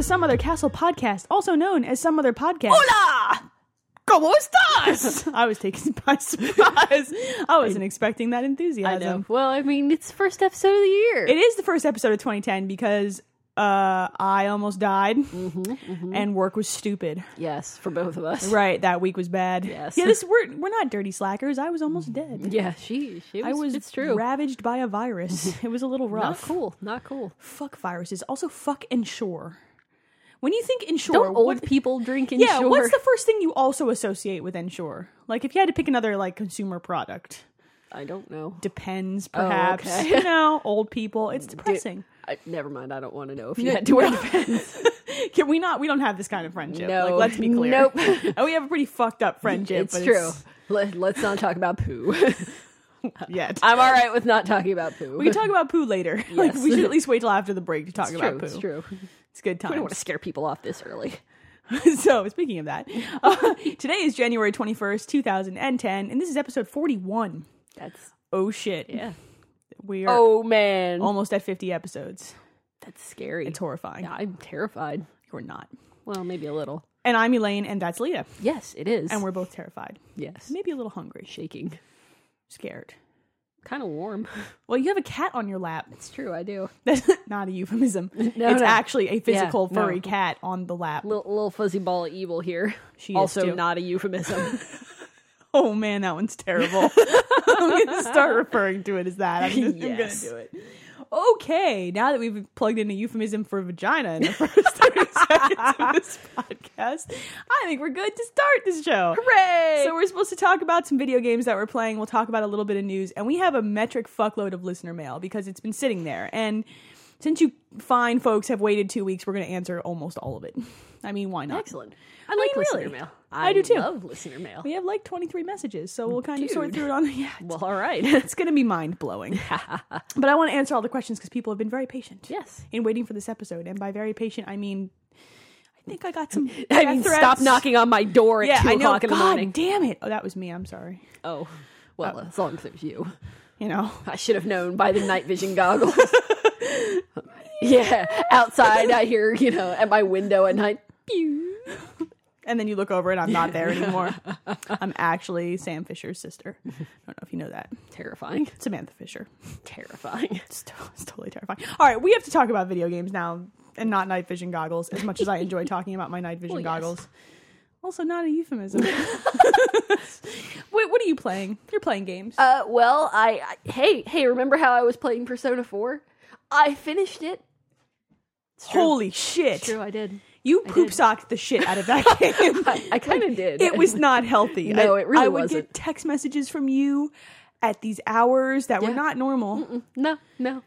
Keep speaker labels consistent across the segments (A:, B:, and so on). A: Some Other Castle podcast, also known as Some Other Podcast.
B: Hola! ¿Cómo estás?
A: I was taken by surprise. I wasn't expecting that enthusiasm.
B: Well, I mean, it's the first episode of the year.
A: It is the first episode of 2010 because uh, I almost died
B: Mm-hmm,
A: and work was stupid.
B: yes, for both of us.
A: Right, that week was bad.
B: Yes.
A: Yeah, this we're we're not dirty slackers. I was almost dead.
B: Yeah, she, she was,
A: I was
B: It's true.
A: ravaged by a virus. it was a little
B: not
A: rough.
B: cool. Not cool.
A: Fuck viruses. Also, fuck insure. When you think insure,
B: Don't
A: what,
B: old people drink in
A: yeah,
B: shore?
A: what's the first thing you also associate with insure? Like, if you had to pick another like consumer product,
B: I don't know.
A: depends perhaps.
B: Oh, okay.
A: You know, old people. It's depressing.
B: I, never mind. I don't want to know if you had to wear depends.
A: Can we not? We don't have this kind of friendship.
B: No.
A: Like, let's be clear.
B: Nope.
A: and we have a pretty fucked up friendship.
B: it's
A: but
B: true. Let, let's not talk about poo.
A: Yet.
B: I'm all right with not talking about poo.
A: we can talk about poo later. like
B: Yes.
A: we should at least wait till after the break to talk
B: it's
A: about
B: true.
A: poo.
B: It's true.
A: It's good
B: I don't
A: times.
B: want to scare people off this early.
A: so speaking of that, uh, today is January twenty first, two thousand and ten, and this is episode forty one.
B: That's
A: Oh shit!
B: yeah.
A: we are
B: Oh man,
A: almost at fifty episodes.
B: that's scary.
A: It's horrifying.
B: I'm terrified.
A: We're not.
B: Well, maybe a little.
A: And I'm Elaine, and that's Leah,
B: Yes, it is.
A: and we're both terrified.
B: yes,
A: Maybe a little hungry,
B: shaking.
A: scared.
B: Kind of warm.
A: Well, you have a cat on your lap.
B: It's true. I do.
A: That's not a euphemism. it's
B: no.
A: actually a physical
B: Yeah, no.
A: furry cat on the lap.
B: Little, little fuzzy ball of evil here.
A: She is
B: also
A: too.
B: not a euphemism.
A: Oh man, that one's terrible. I'm gonna start referring to it as that. I'm, just,
B: Yes.
A: I'm gonna do it. Okay, now that we've plugged in a euphemism for vagina in the first 30 seconds of this podcast, I think we're good to start this show.
B: Hooray!
A: So we're supposed to talk about some video games that we're playing. We'll talk about a little bit of news, and we have a metric fuckload of listener mail because it's been sitting there. And since you fine folks have waited two weeks, we're going to answer almost all of it. I mean, why not?
B: Excellent. I like
A: mean,
B: listener
A: really.
B: mail.
A: I do too.
B: Love listener mail.
A: We have like 23 messages, so we'll kind of sort
B: Dude.
A: through it on. Yeah,
B: Well, all right.
A: it's going to be mind blowing. but I want to answer all the questions because people have been very patient.
B: Yes.
A: In waiting for this episode, and by very patient, I mean, I think I got some.
B: I
A: death
B: mean,
A: threats.
B: stop knocking on my door at
A: Yeah,
B: two
A: I know.
B: o'clock
A: God
B: in the morning.
A: damn it! Oh, that was me. I'm sorry.
B: oh, well, as long as it was you.
A: You know.
B: I should have known by the night vision goggles. yeah, outside I hear, you know, at my window at night. Pew.
A: And then you look over and I'm not there anymore. I'm actually Sam Fisher's sister. I don't know if you know that.
B: Terrifying.
A: Samantha Fisher.
B: Terrifying.
A: It's, to- it's totally terrifying. All right, we have to talk about video games now and not night vision goggles as much as I enjoy talking about my night vision
B: Well, yes.
A: goggles. Also, not a euphemism. Wait, what are you playing? You're playing games.
B: Uh, well, I, I hey, hey, remember how I was playing Persona 4? I finished it. It's true.
A: Holy shit.
B: It's true, I did.
A: You poop socked the shit out of that game.
B: I, I kind of did.
A: it was not healthy.
B: No,
A: I,
B: it really
A: I would
B: wasn't.
A: get text messages from you at these hours that were
B: Yeah.
A: not normal.
B: No, no.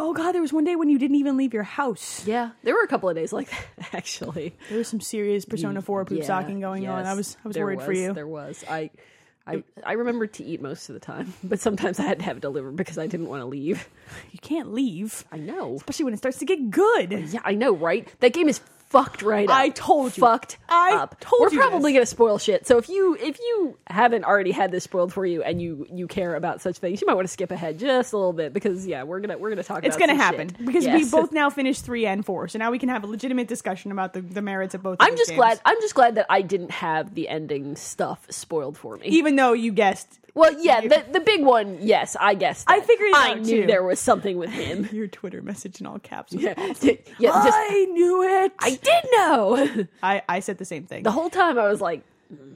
A: Oh god, there was one day when you didn't even leave your house.
B: Yeah, there were a couple of days like that actually.
A: There was some serious Persona Four poop
B: Yeah,
A: socking going on. I
B: yes,
A: was I was
B: there
A: worried for you.
B: There was. I I I remembered to eat most of the time, but sometimes I had to have it delivered because I didn't want to leave.
A: You can't leave,
B: I know.
A: especially when it starts to get good.
B: Oh, Yeah, I know, right? That game is fucked right up.
A: I told you.
B: Fucked
A: I
B: up.
A: told
B: We're
A: you
B: probably
A: this.
B: gonna spoil shit. So if you if you haven't already had this spoiled for you and you you care about such things, you might want to skip ahead just a little bit because yeah, we're gonna we're gonna talk
A: It's
B: about
A: going to
B: some
A: happen
B: shit.
A: because we
B: Yes.
A: both now finished three and four, so now we can have a legitimate discussion about the, the merits of both. of
B: I'm
A: these
B: just
A: games.
B: glad I'm just glad that I didn't have the ending stuff spoiled for me.
A: even though you guessed
B: Well, yeah, the, the big one, yes, I guess.
A: I figured it
B: I
A: out,
B: knew
A: too.
B: there was something with him.
A: your Twitter message in all caps. was
B: yeah,
A: awful.
B: d- yeah, just
A: I knew it.
B: I did know.
A: I, I said the same thing.
B: The whole time I was like, "Mm,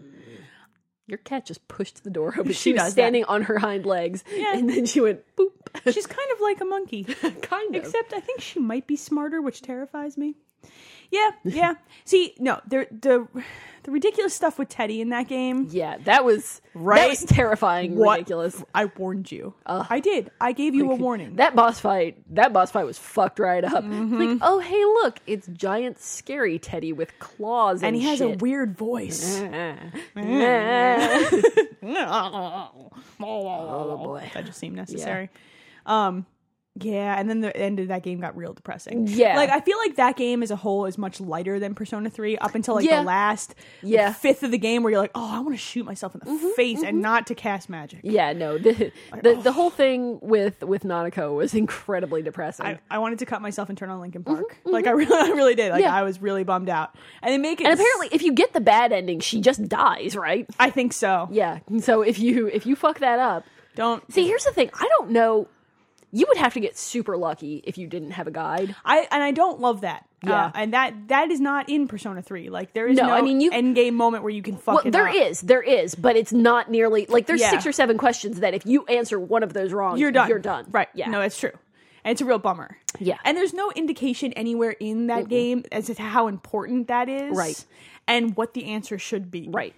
B: your cat just pushed the door open. She,
A: She
B: was
A: does that.
B: standing on her hind legs,
A: Yeah.
B: and then she went boop.
A: She's kind of like a monkey.
B: kind of.
A: Except I think she might be smarter, which terrifies me. Yeah, yeah. See, no, the the the ridiculous stuff with Teddy in that game.
B: yeah, that was That
A: Right?
B: was terrifying,
A: What-
B: ridiculous.
A: I warned you. I did. I gave you a warning. Mm-hmm.
B: That boss fight, that boss fight was fucked right up. It's like, oh hey, look, it's giant scary Teddy with claws, and,
A: and he has a
B: shit.
A: weird Mm-hmm. voice.
B: oh boy. Oh,
A: That just seemed necessary. Um Yeah, and then the end of that game got real depressing.
B: Yeah.
A: like I feel like that game as a whole is much lighter than Persona Three up until like
B: Yeah.
A: the last like,
B: Yeah. Mm-hmm,
A: fifth of the game where you're like, oh, I want to shoot myself in the face and not to cast magic.
B: Yeah, no. The, the the whole thing with with Nanako was incredibly depressing.
A: I, I wanted to cut myself and turn on Linkin Park. Like I really, I really did. Like
B: Mm-hmm, Yeah.
A: I was really bummed out. And they make it.
B: and apparently, if you get the bad ending, she just dies, right?
A: I think so.
B: Yeah. So if you if you fuck that up,
A: Don't
B: see, here's the thing. I don't know. You would have to get super lucky if you didn't have a guide.
A: I and I don't love that.
B: Yeah.
A: Uh, and that that is not in Persona Three. Like there is no,
B: No, I mean, you-
A: end game moment where you can fuck.
B: Well,
A: it
B: there
A: up.
B: is, there is, but it's not nearly like there's
A: Yeah.
B: six or seven questions that if you answer one of those wrong,
A: You're done.
B: You're done.
A: Right.
B: Yeah.
A: No, it's true. And it's a real bummer.
B: Yeah.
A: And there's no indication anywhere in that game as to how important that is.
B: Right.
A: And what the answer should be.
B: right.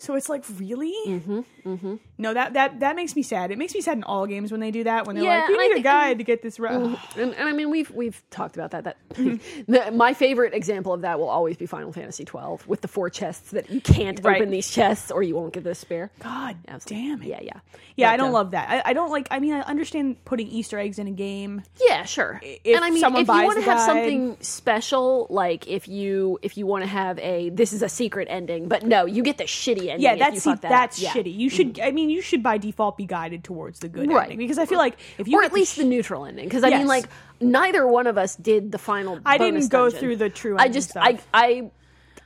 A: So it's like, really? Mm-hmm. Mm-hmm. No, that that that makes me sad. It makes me sad in all games when they do that. When they're
B: Yeah,
A: like, you
B: and I
A: need a
B: think- Mm-hmm.
A: guide to get this right. Oh,
B: And, and I mean, we've we've talked about that. That the, my favorite example of that will always be Final Fantasy twelve with the four chests that you can't
A: Right.
B: open these chests or you won't get this spear.
A: God
B: Absolutely.
A: damn it.
B: Yeah, yeah,
A: Yeah,
B: But,
A: I don't
B: uh,
A: love that. I, I don't like. I mean, I understand putting Easter eggs in a game.
B: Yeah, sure.
A: if
B: and I mean,
A: someone
B: if
A: buys
B: you want
A: the
B: to have
A: guide-
B: something special, like if you if you want to have a this is a secret ending, but no, you get the shitty ending.
A: Yeah,
B: if you
A: that's see,
B: fuck that
A: that's
B: up. Yeah. Mm-hmm.
A: shitty. You should. I mean, you should by default be guided towards the good
B: Right.
A: ending because I feel like if you
B: or
A: get
B: at
A: the
B: least the neutral ending because i
A: Yes.
B: mean like neither one of us did the final
A: I
B: bonus
A: didn't go
B: dungeon.
A: through the true
B: i
A: ending
B: just
A: stuff.
B: i i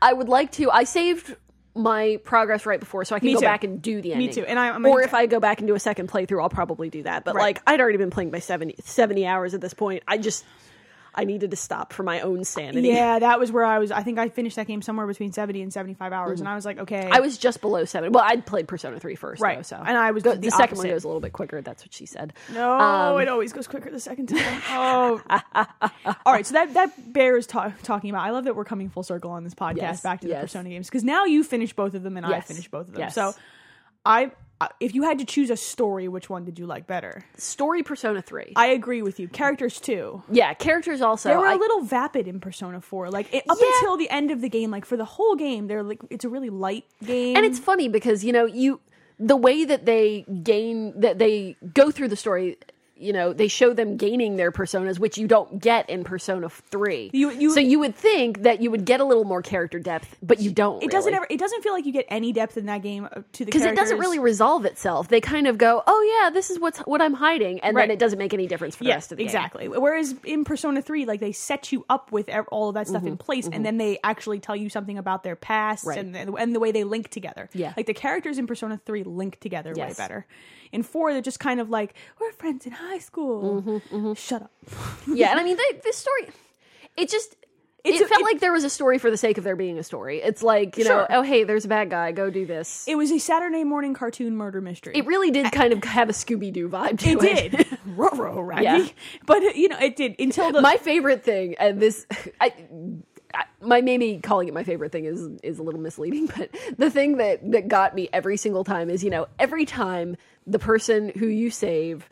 B: i would like to i saved my progress right before so i can
A: Me
B: go
A: too.
B: back and do the
A: Me
B: ending
A: too, and I- I'm-
B: or if i go back and do a second playthrough i'll probably do that but
A: Right.
B: like i'd already been playing by 70, 70 hours at this point i just i needed to stop for my own sanity
A: Yeah, that was where I was. I think I finished that game somewhere between 70 and 75 hours,
B: Mm-hmm.
A: and I was like, okay.
B: I was just below seven. Well, I'd played Persona three first,
A: Right.
B: Though, so
A: And I was
B: the,
A: the
B: the second one
A: opposite.
B: goes a little bit quicker. That's what she said.
A: no,
B: Um,
A: it always goes quicker the second time. Oh. All right, so that, that Bear is ta- talking about. I love that we're coming full circle on this podcast
B: Yes,
A: back to the
B: yes.
A: Persona games because now you finished both of them and I
B: Yes,
A: finished both of them.
B: yes.
A: So I. I- If you had to choose a story, which one did you like better?
B: Story Persona three.
A: I agree with you. Characters too.
B: yeah, characters also.
A: They were a
B: I-
A: little vapid in Persona Four. Like it, up
B: Yeah.
A: until the end of the game, like for the whole game, they're like it's a really light game.
B: and it's funny because you know you the way that they gain that they go through the story you know they show them gaining their personas which you don't get in persona 3
A: You- you-
B: so you would think that you would get a little more character depth but you don't
A: It doesn't ever. It doesn't feel like you get any depth in that game uh, to the
B: because it doesn't
A: characters.
B: really resolve itself they kind of go oh yeah this is what's what i'm hiding and
A: Right.
B: then it doesn't make any difference for the
A: Yeah,
B: rest of the game
A: exactly. Whereas in Persona Three, like they set you up with ev- all of that stuff in place, and then they actually tell you something about their past
B: Mm-hmm, Right.
A: and and the way they link together.
B: Yeah.
A: like the characters in Persona Three link together way
B: Yes.
A: better. In Four, they're just kind of like we're friends in high school.
B: Mm-hmm,
A: Shut up.
B: yeah and i mean they, this story it just
A: It's
B: it
A: a-
B: felt
A: it-
B: like there was a story for the sake of there being a story it's like you
A: Sure.
B: know oh hey there's a bad guy go do this
A: It was a Saturday morning cartoon murder mystery.
B: It really did kind of have a Scooby Doo vibe to it.
A: It did. Roro, right?
B: Yeah.
A: But uh, you know, it did until the
B: my favorite thing, and this, I, I, my maybe calling it my favorite thing is is a little misleading, but the thing that that got me every single time is you know every time the person who you save.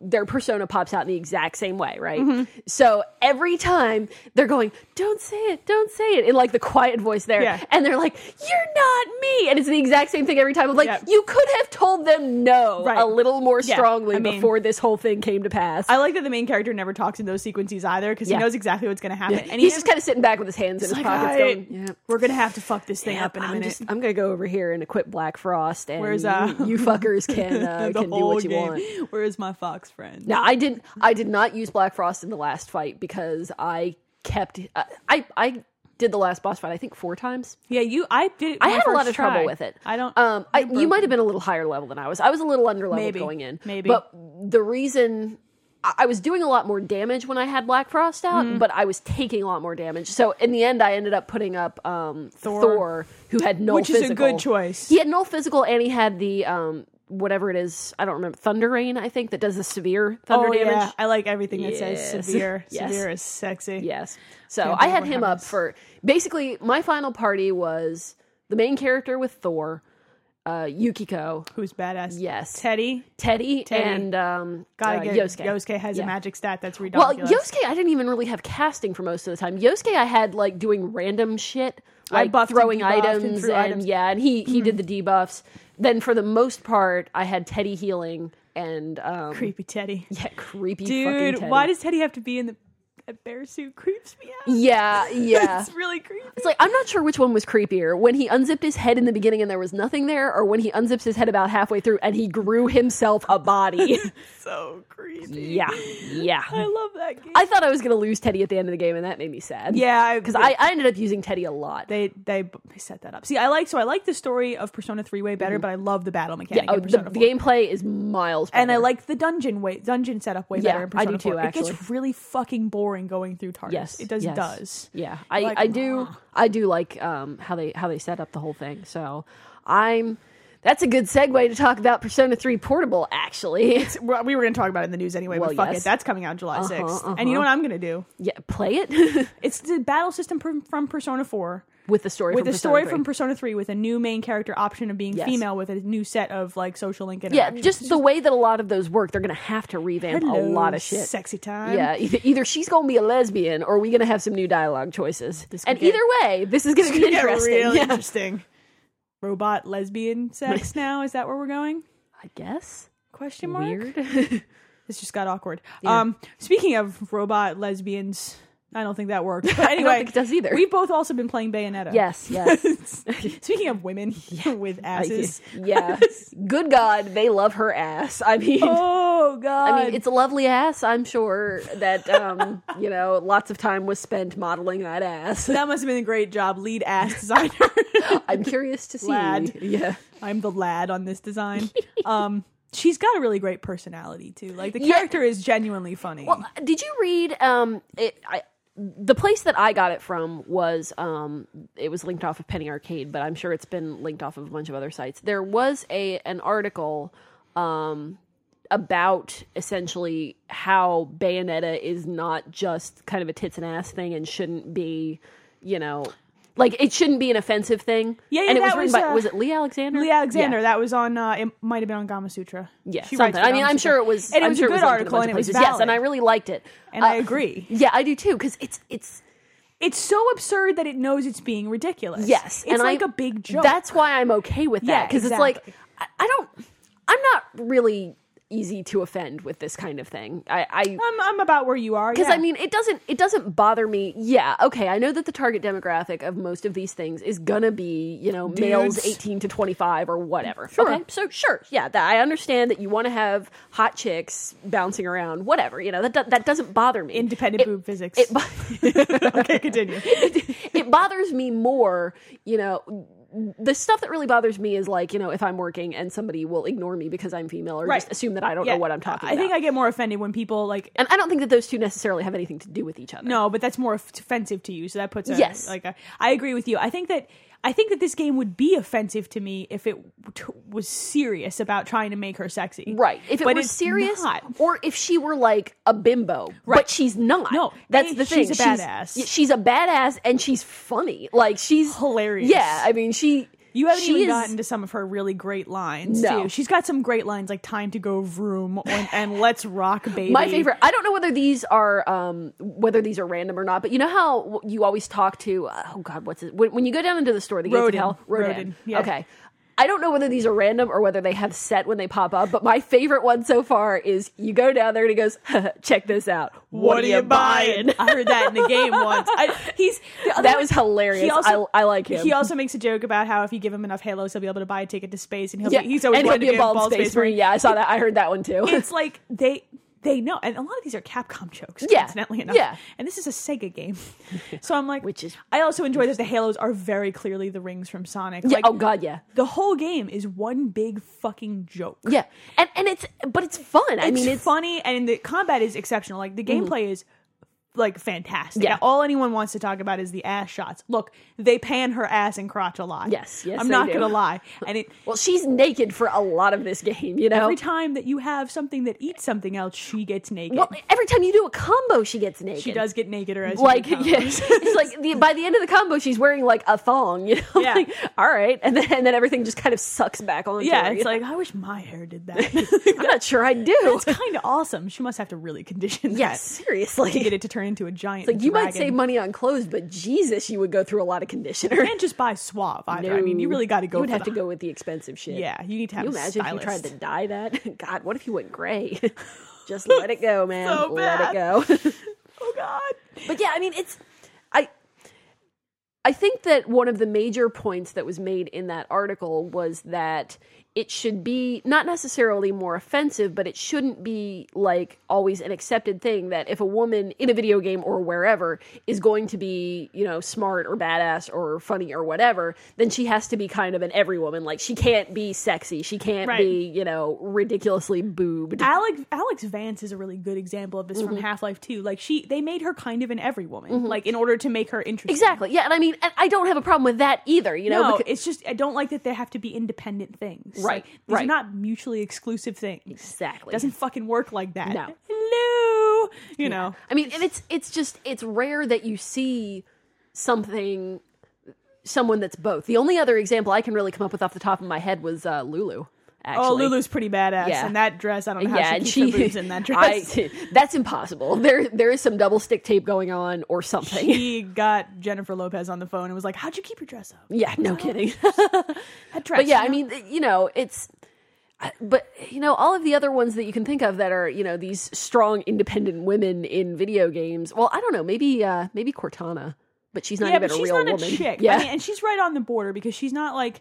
B: Their persona pops out in the exact same way, right?
A: Mm-hmm.
B: So every time they're going, "Don't say it, don't say it," in like the quiet voice there,
A: Yeah.
B: and they're like, "You're not me," and it's the exact same thing every time. I'm like,
A: Yep.
B: "You could have told them no
A: Right.
B: a little more
A: Yeah,
B: strongly
A: I mean-
B: before this whole thing came to pass."
A: I like that the main character never talks in those sequences either because
B: Yeah.
A: he knows exactly what's going to happen, and
B: he's
A: he
B: just kind of sitting back with his hands in his
A: like,
B: pockets,
A: "All right,
B: going, "Yeah,
A: we're gonna have to fuck this thing
B: yeah,
A: up in a
B: I'm
A: minute.
B: just- I'm gonna go over here and equip Black Frost, and
A: Where's, uh,
B: you, you fuckers can uh,
A: the
B: can do
A: whole
B: what you
A: game.
B: want."
A: Where is my fox friend?
B: Now, I didn't. I did not use Black Frost in the last fight because I kept. I I, I did the last boss fight. I think four times.
A: Yeah, you. I did.
B: I had a lot of trouble with it.
A: I don't.
B: Um, I,
A: remember.
B: you might have been a little higher level than I was. I was a little under level
A: Maybe.
B: going in.
A: Maybe.
B: But the reason I, I was doing a lot more damage when I had Black Frost out,
A: Mm.
B: but I was taking a lot more damage. So in the end, I ended up putting up um,
A: Thor.
B: Thor. who had no
A: Which is a
B: physical.
A: good choice.
B: He had no physical, and he had the um, whatever it is. I don't remember thunder rain. I think that does the severe thunder
A: Oh
B: damage.
A: yeah, I like everything that says
B: Yes.
A: severe.
B: Yes.
A: Severe is sexy.
B: Yes. So
A: Can't
B: I
A: believe
B: had
A: what
B: him up
A: happens.
B: for basically my final party was the main character with Thor, uh, Yukiko,
A: Who's badass?
B: Yes.
A: Teddy.
B: Teddy,
A: Teddy.
B: and um,
A: Gotta
B: uh,
A: get
B: Yosuke.
A: has a
B: Yeah.
A: magic stat that's
B: Well,
A: ridiculous.
B: Yosuke, I didn't even really have casting for most of the time. Yosuke, I had like doing random shit,
A: I
B: like
A: buffed and
B: throwing
A: debuffed and
B: items,
A: threw
B: and
A: items. Mm-hmm.
B: yeah, and he he did the debuffs. Then for the most part, I had Teddy healing and um,
A: Creepy Teddy.
B: yeah, creepy fucking
A: Dude,
B: Teddy.
A: why does Teddy have to be in the that bear suit? Creeps me out.
B: yeah, yeah.
A: It's really creepy.
B: It's like I'm not sure which one was creepier when he unzipped his head in the beginning and there was nothing there, or when he unzips his head about halfway through and he grew himself a body.
A: So creepy.
B: yeah, yeah.
A: I love that game.
B: I thought I was gonna lose Teddy at the end of the game, and that made me sad.
A: yeah,
B: because I, I ended up using Teddy a lot.
A: they they b- they set that up. See, I like so I like the story of Persona Three way better, but I love the battle mechanic.
B: Mm-hmm. oh,
A: in
B: the,
A: Persona
B: the
A: 4.
B: gameplay is miles.
A: and I
B: better.
A: like the dungeon way dungeon setup way
B: Yeah,
A: better in
B: I
A: Persona
B: do too,
A: 4. It
B: actually.
A: gets really fucking boring going through TARDIS.
B: Yes,
A: it does
B: yes.
A: does.
B: Yeah, I,
A: Like,
B: I do I do like um, how they how they set up the whole thing. So I'm that's a good segue to talk about Persona Three Portable. Actually,
A: Well, We were going to talk about it in the news anyway,
B: Well,
A: but fuck
B: yes. Uh-huh,
A: it. That's coming out July 6th. And you know what I'm going to do?
B: yeah, play it
A: It's the battle system pr- from Persona 4
B: with the story
A: with
B: from
A: a
B: Persona
A: story
B: 3.
A: from Persona 3 with a new main character option of being
B: Yes.
A: female with a new set of like social link
B: yeah,
A: interactions.
B: just the way that a lot of those work, they're gonna have to revamp a
A: Hello,
B: lot of shit.
A: Sexy time.
B: Yeah, either, either she's gonna be a lesbian, or we're gonna have some new dialogue choices.
A: This could
B: And
A: get-
B: either way, this is gonna be
A: You get
B: interesting.
A: really
B: yeah.
A: interesting. Robot lesbian sex now? Is that where we're going?
B: I guess
A: Question mark.
B: weird.
A: This just got awkward. Um, speaking of robot lesbians, I don't think that worked. But
B: I
A: anyway,
B: don't think it does either.
A: We've both also been playing Bayonetta.
B: yes, yes.
A: Speaking of women with asses.
B: yeah. Good God, they love her ass. I mean,
A: Oh god.
B: I mean, it's a lovely ass. I'm sure that um, you know, lots of time was spent modeling that ass.
A: that must have been a great job, lead ass designer.
B: I'm curious to see.
A: Lad.
B: Yeah,
A: I'm the lad on this design. Um, she's got a really great personality too. Like the
B: Yeah.
A: character is genuinely funny.
B: Well, did you read um it I the place that I got it from was um it was linked off of Penny Arcade, but I'm sure it's been linked off of a bunch of other sites. There was a an article um about essentially how Bayonetta is not just kind of a tits and ass thing and shouldn't be, you know, like it shouldn't be an offensive thing.
A: Yeah, yeah,
B: and it was
A: that was,
B: written by
A: uh,
B: was it Lee Alexander?
A: Lee Alexander.
B: Yeah.
A: That was on. Uh, it might have been on Gama Sutra.
B: Yeah,
A: She writes
B: something.
A: for
B: I mean,
A: Gama
B: I'm
A: Sutra.
B: sure it was.
A: And it
B: I'm
A: was
B: sure
A: a good
B: linked in
A: article,
B: bunch
A: and
B: of
A: it was
B: places. yes, and I
A: valid.
B: really liked it.
A: And I
B: Uh,
A: agree.
B: Yeah, I do too. Because it's it's
A: It's so absurd that it knows it's being ridiculous.
B: yes,
A: it's
B: and
A: like
B: I-
A: a big joke.
B: That's why I'm okay with
A: Yeah,
B: that. Because it's
A: exactly.
B: like I, I don't. I'm not really easy to offend with this kind of thing. I. I
A: I'm, I'm about where you are.
B: because
A: yeah.
B: I mean, it doesn't it doesn't bother me. Yeah, okay. I know that the target demographic of most of these things is gonna be you know males
A: Dudes.
B: eighteen to twenty five or whatever. Okay, so sure, yeah. That, I understand that you want to have hot chicks bouncing around, whatever. You know that do- that doesn't bother me.
A: independent boob physics.
B: It, bo-
A: okay, continue.
B: it bothers me more, you know. The stuff that really bothers me is like, you know, if I'm working and somebody will ignore me because I'm female or
A: Right.
B: just assume that I don't know what I'm talking
A: I
B: about.
A: think I get more offended when people like.
B: and I don't think that those two necessarily have anything to do with each other.
A: No, but that's more off- offensive to you. So that puts a,
B: Yes.
A: Like a, I agree with you. I think that I think that this game would be offensive to me if it t- was serious about trying to make her sexy.
B: Right. If it
A: But
B: was
A: it's
B: serious
A: not.
B: or if she were like a bimbo, but
A: Right.
B: she's not.
A: No,
B: That's
A: A,
B: the thing.
A: she's a badass.
B: yeah, She's a badass and she's funny. Like she's
A: Hilarious.
B: Yeah, I mean she
A: You haven't
B: she
A: even
B: is-
A: gotten to some of her really great lines.
B: No.
A: too. she's got some great lines like "Time to go vroom" and, and "Let's rock, baby."
B: My favorite. I don't know whether these are um, whether these are random or not, but you know how w- you always talk to oh god, what's it? When, when you go down into the store, the gates of
A: Rodin.
B: hell, Rodin.
A: Rodin, yeah.
B: Okay. I don't know whether these are random or whether they have set when they pop up, but my favorite one so far is you go down there and he goes, "Check this out.
A: What, are you buying? I heard that in the game once. I, he's the other
B: That
A: one-
B: was hilarious. I- I like him.
A: He also makes a joke about how if you give him enough halos, he'll be able to buy a ticket to space, and he'll
B: Yeah,
A: be, he's always
B: and he'll
A: wanted
B: be a
A: to be
B: bald, space, marine. Yeah, I saw that. I heard that one too.
A: It's like they they know, and a lot of these are Capcom jokes.
B: Yeah,
A: incidentally enough.
B: yeah.
A: and this is a Sega game, so I'm like,
B: Which is-
A: I also enjoy that the halos are very clearly the rings from Sonic.
B: Yeah,
A: Like,
B: oh god, yeah.
A: the whole game is one big fucking joke.
B: Yeah. And and it's but it's fun. I mean, it's Mm-hmm.
A: funny and the combat is exceptional. Like the gameplay is like fantastic.
B: Yeah.
A: All anyone wants to talk about is the ass shots. Look, they pan her ass and crotch a lot.
B: Yes, yes,
A: I'm
B: they
A: not
B: do.
A: gonna lie. And it
B: well, she's naked for a lot of this game, you know.
A: every time that you have something that eats something else, she gets naked.
B: Well, every time you do a combo, she gets naked.
A: she does get naked or as you
B: Like, yeah,
A: become.
B: it's like the, by the end of the combo, she's wearing like a thong. You know,
A: Yeah.
B: like, all right, and then and then everything just kind of sucks back on.
A: Yeah, it's like I wish my hair did that.
B: I'm not sure I do.
A: it's kind of awesome. She must have to really condition that
B: Yes,
A: to
B: seriously.
A: get it to turn turn into a giant.
B: Like you might
A: dragon.
B: save money on clothes, but Jesus, you would go through a lot of conditioner.
A: You can't just buy Suave either. I mean, you really got to go.
B: You would
A: for
B: have
A: the-
B: to go with the expensive shit.
A: Yeah, you need to have
B: Can you
A: a
B: imagine
A: stylist.
B: if you tried to dye that? God, what if you went gray? Just let it go, man.
A: So
B: let it
A: bad.
B: go.
A: oh God.
B: but yeah, I mean, it's I. I think that one of the major points that was made in that article was that it should be not necessarily more offensive, but it shouldn't be like always an accepted thing that if a woman in a video game or wherever is going to be, you know, smart or badass or funny or whatever, then she has to be kind of an every woman. Like she can't be sexy, she can't
A: Right.
B: be, you know, ridiculously boobed.
A: Alex Alex Vance is a really good example of this from
B: Mm-hmm.
A: Half Life Two. Like she, they made her kind of an every woman, like in order to make her interesting.
B: Exactly. Yeah, and I mean, and I don't have a problem with that either. You know,
A: No,
B: because-
A: it's just I don't like that they have to be independent things.
B: Right,
A: Like, these
B: right.
A: are not mutually exclusive things.
B: Exactly.
A: Doesn't fucking work like that.
B: No.
A: Hello. You know.
B: I mean, and it's it's just it's rare that you see something someone that's both. The only other example I can really come up with off the top of my head was uh, Lulu. Actually.
A: Oh, Lulu's pretty badass,
B: Yeah.
A: and that dress. I don't know how she
B: and
A: keeps her boobs in that dress.
B: I- that's impossible. There, there is some double stick tape going on or something.
A: he got Jennifer Lopez on the phone and was like, "How'd you keep your dress up?
B: yeah, no kidding.
A: That dress."
B: but yeah,
A: you
B: I
A: know?
B: mean, you know, it's. I- But you know, all of the other ones that you can think of that are you know these strong, independent women in video games. Well, I don't know, maybe uh maybe Cortana, but she's not
A: yeah,
B: even
A: but
B: a
A: she's
B: real
A: not
B: woman.
A: a chick.
B: Yeah,
A: I mean, and she's right on the border because she's not like,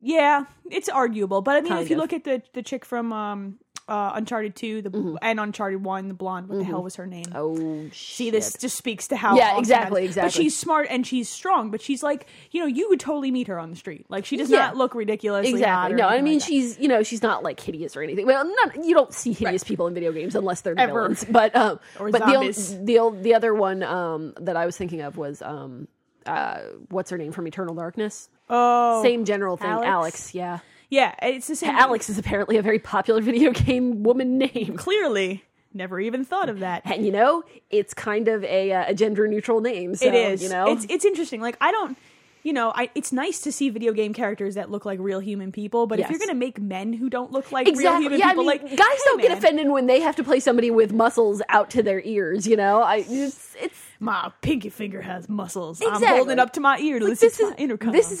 A: yeah, it's arguable. But I mean,
B: Kind
A: if you
B: of.
A: look at the the chick from um, uh, Uncharted Two, the and Uncharted One, the blonde, what the hell was her name?
B: Mm-hmm. oh,
A: See, this just speaks to how
B: Yeah,
A: oftentimes-
B: exactly,
A: But
B: exactly.
A: she's smart and she's strong. But she's like, you know, you would totally meet her on the street. Like she does
B: Yeah.
A: not look ridiculously hot
B: Exactly.
A: or
B: No, I
A: anything
B: mean
A: like that.
B: she's you know she's not like hideous or anything. Well, not you don't see hideous people in video games unless they're
A: Ever.
B: villains. But um,
A: Or
B: but the,
A: zombies.
B: ol- the ol- the other one um that I was thinking of was um uh what's her name from Eternal Darkness.
A: oh
B: Same general thing,
A: Alex?
B: Alex yeah.
A: yeah, it's the same.
B: Alex is apparently a very popular video game woman name.
A: clearly never even thought of that.
B: And you know, it's kind of a, uh, a gender neutral name. So,
A: it is
B: You know,
A: it's it's interesting like i don't you know I, it's nice to see video game characters that look like real human people but if you're
B: Yes.
A: gonna make men who don't look like real
B: exactly.
A: human
B: Yeah, I
A: people
B: mean,
A: like
B: guys
A: hey,
B: don't get
A: man,
B: offended when they have to play somebody with muscles out to their ears. You know, I it's it's
A: my pinky finger has muscles i'm
B: Exactly.
A: holding it up to my ear to listen
B: this
A: to
B: is
A: my intercom
B: this is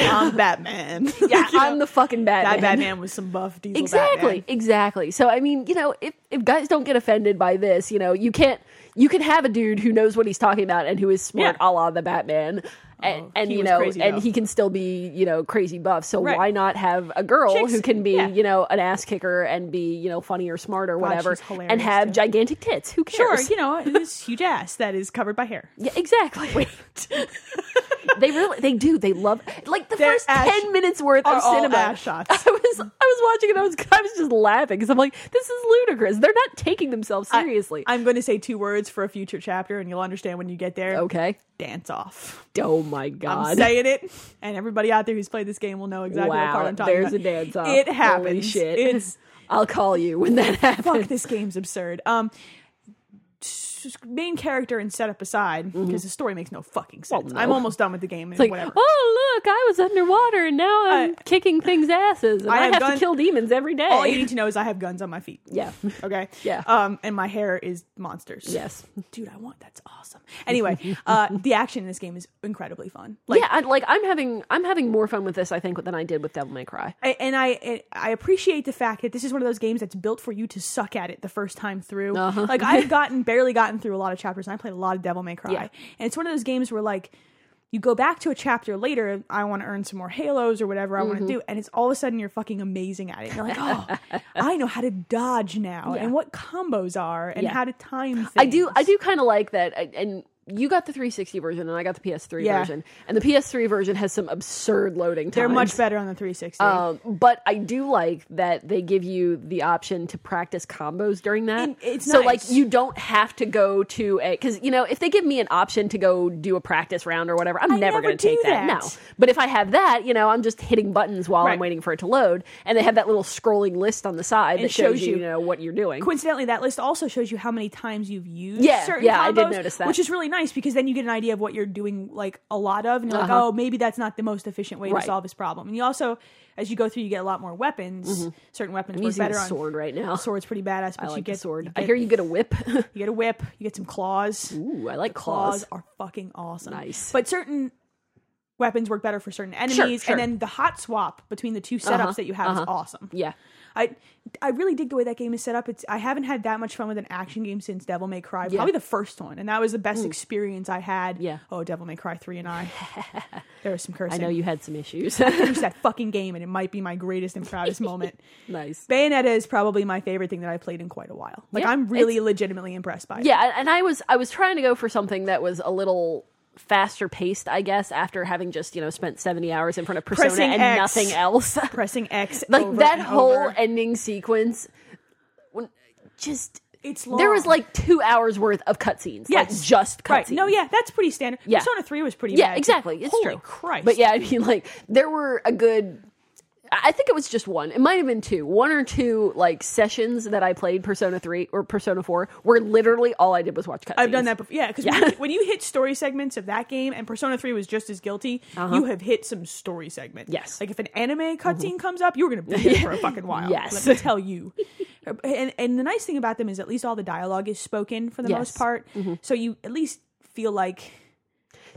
A: i'm batman
B: yeah, I'm the fucking Batman.
A: that batman was some buff diesel
B: Exactly,
A: Batman.
B: exactly. So I mean, you know, if if guys don't get offended by this, you know, you can't. You can have a dude who knows what he's talking about and who is smart,
A: Yeah.
B: a la the Batman, and,
A: Oh,
B: and
A: he
B: you
A: was
B: know,
A: crazy,
B: and
A: though.
B: he can still be you know crazy buff. So
A: Right.
B: why not have a girl
A: Chicks,
B: who can be
A: yeah.
B: you know an ass kicker and be you know funny or smart or whatever,
A: she's hilarious,
B: and have
A: too.
B: gigantic tits? Who cares?
A: sure you know this huge ass that is covered by hair
B: Yeah, exactly. they really they do. They love like the
A: Their
B: first
A: ass
B: ten minutes worth
A: are
B: of
A: all
B: cinema
A: ass shots.
B: I was I was watching and I was I was just laughing because I'm like, this is ludicrous. They're not taking themselves seriously.
A: i'm gonna say two words for a future chapter and you'll understand when you get there
B: okay.
A: dance off
B: Oh my
A: I'm
B: god.
A: saying it, and everybody out there who's played this game will know exactly what part
B: wow.
A: I'm talking
B: There's
A: about.
B: a dance off.
A: It
B: Holy
A: happens.
B: shit.
A: It's
B: I'll call you when that happens.
A: fuck. This game's absurd. Um, s- main character and setup aside, because the story makes no fucking sense.
B: Mm-hmm. no.
A: I'm almost done with the game.
B: Like,
A: whatever.
B: oh look, I was underwater and now I'm
A: I-
B: kicking things asses and
A: I
B: I,
A: have
B: have
A: done-
B: to kill demons every day.
A: All you need to know is I have guns on my feet.
B: yeah.
A: Okay.
B: Yeah.
A: Um, and my hair is monsters.
B: Yes.
A: Dude, I want that's awesome. Anyway, uh, the action in this game is incredibly fun. Like,
B: yeah, I, like I'm having I'm having more fun with this I think than I did with Devil May Cry.
A: I, and I and I appreciate the fact that this is one of those games that's built for you to suck at it the first time through.
B: Uh-huh.
A: Like I've gotten barely gotten through a lot of chapters, and I played a lot of Devil May Cry,
B: Yeah.
A: and it's one of those games where like you go back to a chapter later, I want to earn some more halos or whatever I want
B: Mm-hmm.
A: to do, and it's all of a sudden you're fucking amazing at it. You're like, oh, I know how to dodge now,
B: Yeah.
A: and what combos are, and
B: Yeah.
A: how to time. Things.
B: I do I do kind of like that I- and you got the 360 version and I got the PS3
A: Yeah.
B: version and the PS3 version has some absurd loading times.
A: They're much better on the 360.
B: Um, but I do like that they give you the option to practice combos during that.
A: And it's
B: so
A: nice.
B: like you don't have to go to a because you know if they give me an option to go do a practice round or whatever, I'm never,
A: never
B: going to
A: do
B: take that.
A: that.
B: No, but if I have that, you know, I'm just hitting buttons while
A: Right.
B: I'm waiting for it to load, and they have that little scrolling list on the side that shows,
A: shows
B: you,
A: you-
B: you know, what you're doing.
A: coincidentally that list also shows you how many times you've used
B: Yeah,
A: certain
B: yeah,
A: combos,
B: I did notice that.
A: which is really nice because then you get an idea of what you're doing like a lot of, and you're like,
B: Uh-huh.
A: oh, maybe that's not the most efficient way
B: Right.
A: to solve this problem. And you also, as you go through, you get a lot more weapons. Certain weapons
B: Mm-hmm. I'm
A: work
B: using a
A: better on
B: sword right now.
A: Sword's pretty badass, but
B: I
A: you
B: like
A: get
B: a sword.
A: You
B: I
A: get,
B: hear you get a whip.
A: you get a whip, you get some claws.
B: Ooh, I like
A: claws
B: claws.
A: are fucking awesome.
B: Nice.
A: But certain weapons work better for certain enemies,
B: sure.
A: and then the hot swap between the two setups
B: Uh-huh,
A: that you have is
B: uh-huh.
A: awesome.
B: Yeah.
A: I I really dig the way that game is set up. It's I haven't had that much fun with an action game since Devil May Cry, probably the first one, and that was the best experience I had.
B: Yeah.
A: Oh, Devil May Cry three and I. there was some
B: I
A: cursing.
B: know you had some issues.
A: finished that fucking game, and it might be my greatest and proudest moment.
B: nice.
A: Bayonetta is probably my favorite thing that I played in quite a while. Like
B: Yeah,
A: I'm really legitimately impressed by it.
B: Yeah, and- and I was I was trying to go for something that was a little faster paced, I guess, after having just, you know, spent 70 hours in front of Persona
A: Pressing
B: and
A: X.
B: nothing else.
A: Pressing X
B: like
A: over
B: that
A: and
B: whole e-
A: over.
B: ending sequence when just
A: It's
B: there was
A: long.
B: like 2 hours worth of cutscenes. Like just cutscenes.
A: right. No, yeah, that's pretty standard.
B: Yeah.
A: Persona three was pretty.
B: Yeah,
A: bad, too.
B: exactly. It's
A: Holy
B: true.
A: Christ.
B: But yeah, I mean, like there were a good. I I think it was just one. It might have been two, one or two like sessions that I played Persona Three or Persona Four, where literally all I did was watch cutscenes.
A: I've done that before. Yeah, because when, you hit story segments of that game, and Persona Three was just as guilty. You have hit some story segment.
B: Uh-huh. Yes. Mm-hmm.
A: like if an anime cutscene comes up, you're going to be there for a fucking while.
B: Yes.
A: let me tell you. and and the nice thing about them is at least all the dialogue is spoken for the
B: Yes. Mm-hmm.
A: most part, so you at least feel like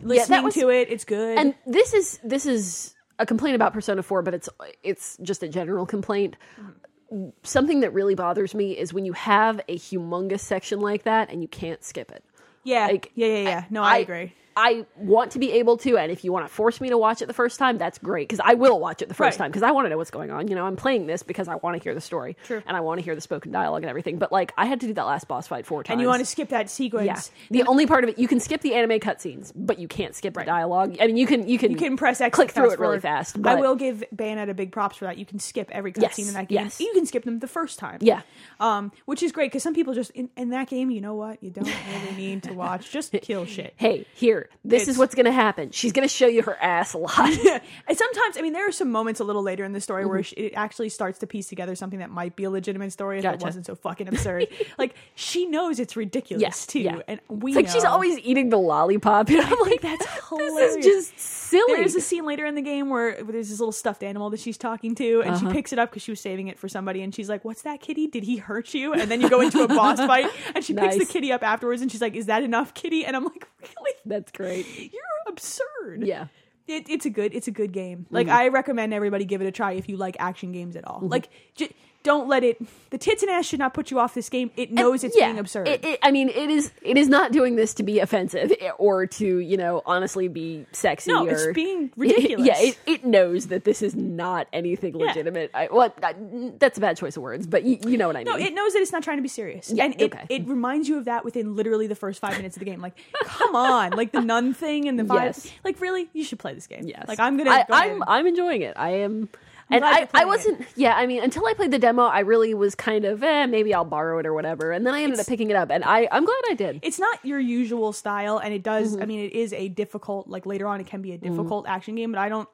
A: listening
B: was-
A: to it. It's good.
B: And this is this is a complaint about Persona Four, but it's it's just a general complaint.
A: Mm-hmm.
B: Something that really bothers me is when you have a humongous section like that and you can't skip it.
A: yeah,
B: like,
A: yeah, yeah, yeah. No, I, agree.
B: I want to be able to, and if you want to force me to watch it the first time, that's great because I will watch it the first
A: Right.
B: time because I want to know what's going on. You know, I'm playing this because I want to hear the story
A: True.
B: and I want to hear the spoken dialogue and everything. But like, I had to do that last boss fight four times.
A: And you want to skip that sequence?
B: yeah. The only part of it you can skip the anime cutscenes, but you can't skip the dialogue. I mean, you can you can
A: You can press X,
B: click
A: to
B: through
A: fast
B: it really
A: forward.
B: fast.
A: I
B: but-
A: will give Bayonetta big props for that. You can skip every cutscene
B: Yes,
A: in that game.
B: yes.
A: You can skip them the first time.
B: Yeah.
A: um, which is great because some people just in, in that game, you know what? You don't really need to watch. Just kill shit.
B: Hey, here, this
A: It's-
B: is what's going to happen. She's going to show you her ass a lot.
A: And sometimes, I mean, there are some moments a little later in the story where
B: Mm-hmm.
A: she, it actually starts to piece together something that might be a legitimate story if it
B: Gotcha.
A: wasn't so fucking absurd. like she knows it's ridiculous
B: yes,
A: too,
B: yeah.
A: and we
B: It's like she's
A: know.
B: always eating the lollipop. And I'm like,
A: that's
B: this
A: hilarious.
B: is just silly.
A: There's a scene later in the game where there's this little stuffed animal that she's talking to, and
B: Uh-huh.
A: she picks it up because she was saving it for somebody, and she's like, "What's that kitty? Did he hurt you?" And then you go into a boss fight, and she picks
B: Nice.
A: the kitty up afterwards, and she's like, "Is that enough, kitty?" And I'm like, "Really?
B: That's great.
A: You're absurd."
B: Yeah. Mm-hmm.
A: It, it's a good it's a good game. Like I recommend everybody give it a try if you like action games at all. Like j- don't let it. The tits and ass should not put you off this game. It knows it's
B: Yeah.
A: being absurd.
B: It, it, I mean, it is. It is not doing this to be offensive or to you know honestly be sexy.
A: No,
B: or,
A: it's being ridiculous.
B: yeah, it, it knows that this is not anything legitimate. I, well, I- that's a bad choice of words, but you, you know what I
A: No,
B: mean.
A: it knows that it's not trying to be serious,
B: Yeah,
A: and it
B: okay.
A: it reminds you of that within literally the first five minutes of the game. Like, come on, like the nun thing and the vibe.
B: Yes.
A: Like, really, you should play this game.
B: yes,
A: Like, I'm gonna.
B: I,
A: go ahead
B: I'm.
A: and-
B: I'm enjoying it. I am. And
A: glad you're
B: I, I
A: playing it.
B: wasn't, yeah. I mean, until I played the demo, I really was kind of, eh, maybe I'll borrow it or whatever. And then I ended up picking it up, and I, I'm glad I did.
A: it's not your usual style, and it does.
B: Mm-hmm.
A: I mean, it is a difficult. Like later on, it can be a difficult action game, but I don't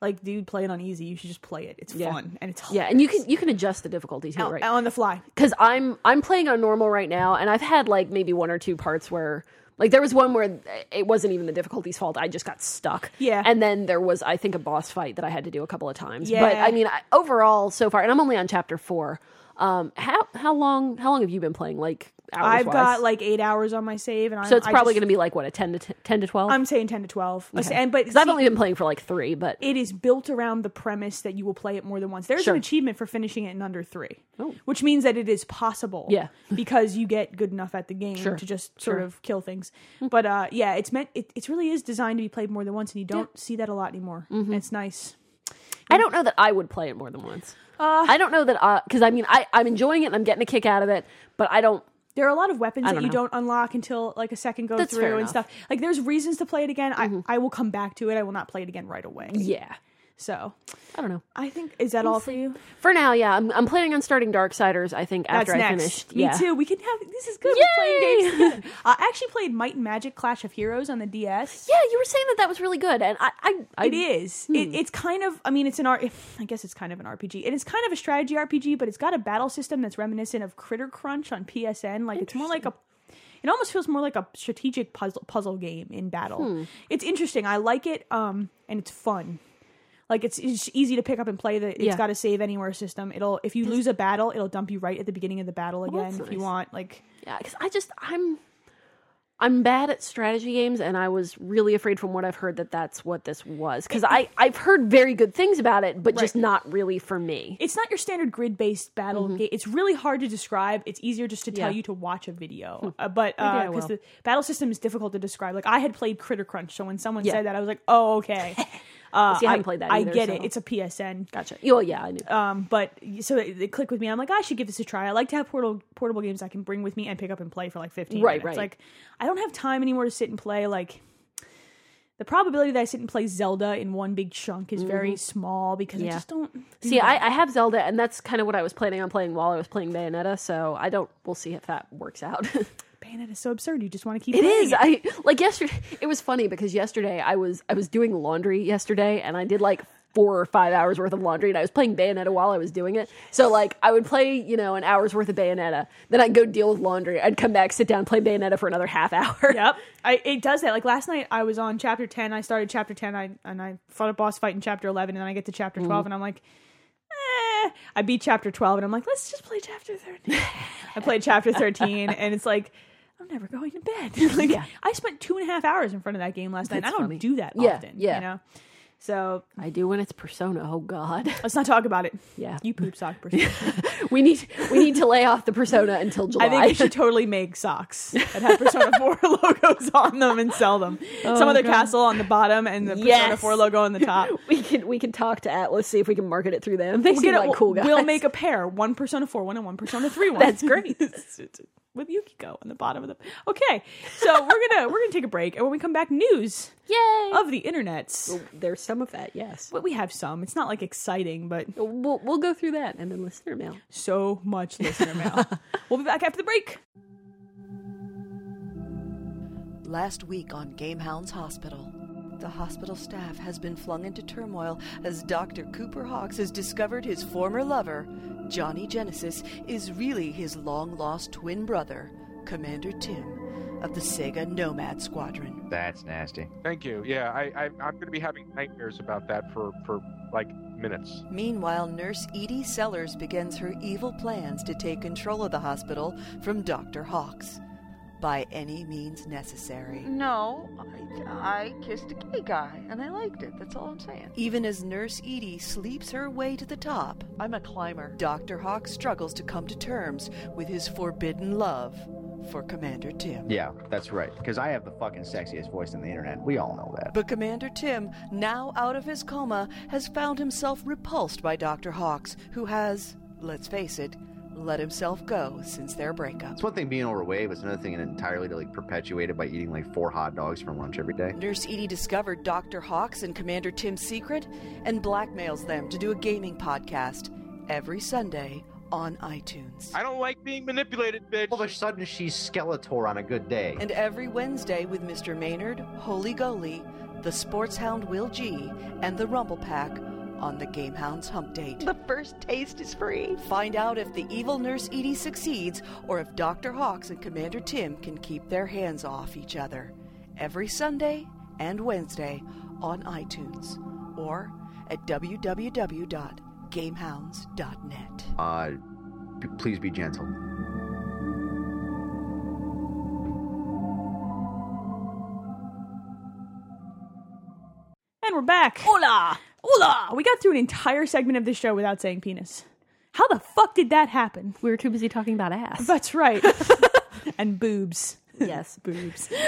A: like. Dude, play it on easy. You should just play it. It's
B: Yeah.
A: fun and it's
B: yeah, and you can, you can adjust the difficulty too,
A: hilarious.
B: right?
A: on, on the fly.
B: because I'm I'm playing on normal right now, and I've had like maybe one or two parts where like there was one where it wasn't even the difficulty's fault. I just got stuck.
A: Yeah.
B: and then there was I think a boss fight that I had to do a couple of times.
A: Yeah.
B: but I mean I, overall so far, and I'm only on chapter four. Um, how how long how long have you been playing? Like hours
A: I've got like eight hours on my save, and I'm,
B: so it's
A: I
B: probably
A: just-
B: going to be like what a ten to t- ten to twelve.
A: I'm saying ten to twelve. And but
B: because I've
A: see-
B: only been playing for like three, but
A: it is built around the premise that you will play it more than once. There's
B: Sure.
A: an achievement for finishing it in under three,
B: Oh.
A: which means that it is possible.
B: Yeah.
A: because you get good enough at the game
B: Sure.
A: to just sort
B: Sure.
A: of kill things. But uh, yeah, it's meant. It, it really is designed to be played more than once, and you don't see that a lot anymore.
B: Mm-hmm.
A: And it's nice.
B: I don't know that I would play it more than once.
A: Uh.
B: I don't know that because I mean I I'm enjoying it and I'm getting a kick out of it, but I don't
A: There are a lot of weapons that
B: don't
A: you
B: know.
A: don't unlock until like a second go
B: That's fair
A: through and
B: enough. Mm-hmm.
A: stuff. Like there's reasons to play it again. I I will come back to it. I will not play it again right away.
B: yeah
A: So
B: I don't know.
A: I think is that all for you?
B: For now, yeah. I'm, I'm planning on starting Darksiders, I think, after
A: That's
B: I
A: next.
B: finished.
A: Me
B: yeah.
A: too. We can have this is good.
B: Yay!
A: We're playing games. together. Uh, I actually played Might and Magic Clash of Heroes on the DS.
B: Yeah, you were saying that that was really good, and I, I, I
A: It is.
B: Hmm.
A: It, it's kind of. I mean, it's an R. I guess it's kind of an RPG, and it's kind of a strategy RPG, but it's got a battle system that's reminiscent of Critter Crunch on PSN. Like it's more like a. It almost feels more like a strategic puzzle puzzle game in battle.
B: Hmm.
A: It's interesting. I like it, um, and it's fun. Like it's, it's easy to pick up and play. The it's
B: Yeah.
A: got a save anywhere system. It'll if you lose a battle, it'll dump you right at the beginning of the battle again
B: Oh, that's
A: if you
B: nice.
A: want. Like
B: Yeah, because I just I'm I'm bad at strategy games, and I was really afraid from what I've heard that that's what this was. Because I I've heard very good things about it, but just
A: Right.
B: not really for me.
A: it's not your standard grid based battle game. It's really hard to describe. It's easier just to tell
B: Mm-hmm. Yeah. Hmm.
A: you to watch a video. Uh, but
B: I
A: because
B: will.
A: the battle system is difficult to describe. Like I had played Critter Crunch, so when someone
B: Yeah.
A: said that, I was like, oh okay. Uh,
B: See, I haven't played that
A: I
B: either,
A: get
B: so-
A: it. It's a PSN.
B: Gotcha. Oh yeah, I knew.
A: Um, but so it, it clicked with me. I'm like, I should give this a try. I like to have portal, portable games I can bring with me and pick up and play for like 15
B: Right,
A: minutes.
B: right.
A: Like, I don't have time anymore to sit and play. Like, the probability that I sit and play Zelda in one big chunk is very small because I
B: Mm-hmm. Yeah.
A: just don't. do
B: See,
A: that.
B: I, I have Zelda, and that's kind of what I was planning on playing while I was playing Bayonetta. So I don't. We'll see if that works out.
A: Bayonetta is so absurd. You just want to keep
B: it
A: playing
B: is. I like yesterday. It was funny because yesterday I was I was doing laundry yesterday, and I did like four or five hours worth of laundry, and I was playing Bayonetta while I was doing it. So like I would play you know an hour's worth of Bayonetta, then I'd go deal with laundry. I'd come back, sit down, play Bayonetta for another half hour.
A: Yep, I, it does that. Like last night, I was on chapter ten. I started chapter ten, I, and I fought a boss fight in chapter eleven, and then I get to chapter twelve, and I'm like, eh. I beat chapter twelve, and I'm like, let's just play chapter thirteen. I played chapter thirteen, and it's like, I'm never going to bed. like
B: Yeah.
A: I spent two and a half hours in front of that game last night. and I
B: That's
A: don't
B: funny.
A: do that
B: Yeah,
A: often.
B: yeah.
A: You know, so
B: I do when it's Persona. Oh God,
A: let's not talk about it.
B: Yeah.
A: you poop sock person.
B: we need we need to lay off the Persona until July.
A: I think we should totally make socks that have Persona 4 logos on them and sell them. Some other castle on the bottom and the Persona
B: Oh Yes.
A: 4 logo on the top.
B: we can we can talk to Atlas, see if we can market it through them. They
A: We'll,
B: seem
A: get a-
B: like cool guys.
A: we'll make a pair, one Persona 4 one and one Persona 3 one.
B: That's great.
A: With Yukiko on the bottom of the Okay. So we're gonna we're gonna take a break and when we come back, news
B: yay.
A: of the internets.
B: There's some of that, yes.
A: But we have some. It's not like exciting, but
B: We'll we'll go through that and then listener mail.
A: so much listener mail. we'll be back after the break.
C: Last week on Gamehounds Hospital. The hospital staff has been flung into turmoil as Dr. Cooper Hawks has discovered his former lover, Johnny Genesis, is really his long lost twin brother, Commander Tim, of the Sega Nomad Squadron.
D: That's nasty.
E: Thank you. Yeah, I, I I'm going to be having nightmares about that for for like minutes.
C: Meanwhile, Nurse Edie Sellers begins her evil plans to take control of the hospital from Dr. Hawks by any means necessary.
F: No, I, I kissed a gay guy and I liked it. That's all I'm saying.
C: Even as Nurse Edie sleeps her way to the top,
F: I'm a climber.
C: Dr. Hawk struggles to come to terms with his forbidden love for Commander Tim.
D: Yeah, that's right. Because I have the fucking sexiest voice on the internet. We all know that.
C: But Commander Tim, now out of his coma, has found himself repulsed by Dr. Hawks, who has, let's face it, let himself go since their breakup.
D: It's one thing being overweight, but it's another thing entirely to like perpetuate it by eating like four hot dogs for lunch every day.
C: Nurse Edie discovered Dr. Hawks and Commander Tim's secret and blackmails them to do a gaming podcast every Sunday on iTunes.
E: I don't like being manipulated, bitch.
D: All of a sudden, she's Skeletor on a good day.
C: And every Wednesday with Mr. Maynard, Holy Goalie, the sports hound Will G, and the Rumble Pack on the Gamehounds Hump Date.
F: The first taste is free.
C: Find out if the evil Nurse Edie succeeds or if Dr. Hawks and Commander Tim can keep their hands off each other. Every Sunday and Wednesday on iTunes or at www.gamehounds.net.
D: Uh, p- please be gentle.
A: And we're back. Hola! Hola! We got through an entire segment of this show without saying penis. How the fuck did that happen?
B: We were too busy talking about ass.
A: That's right. and boobs.
B: yes, boobs.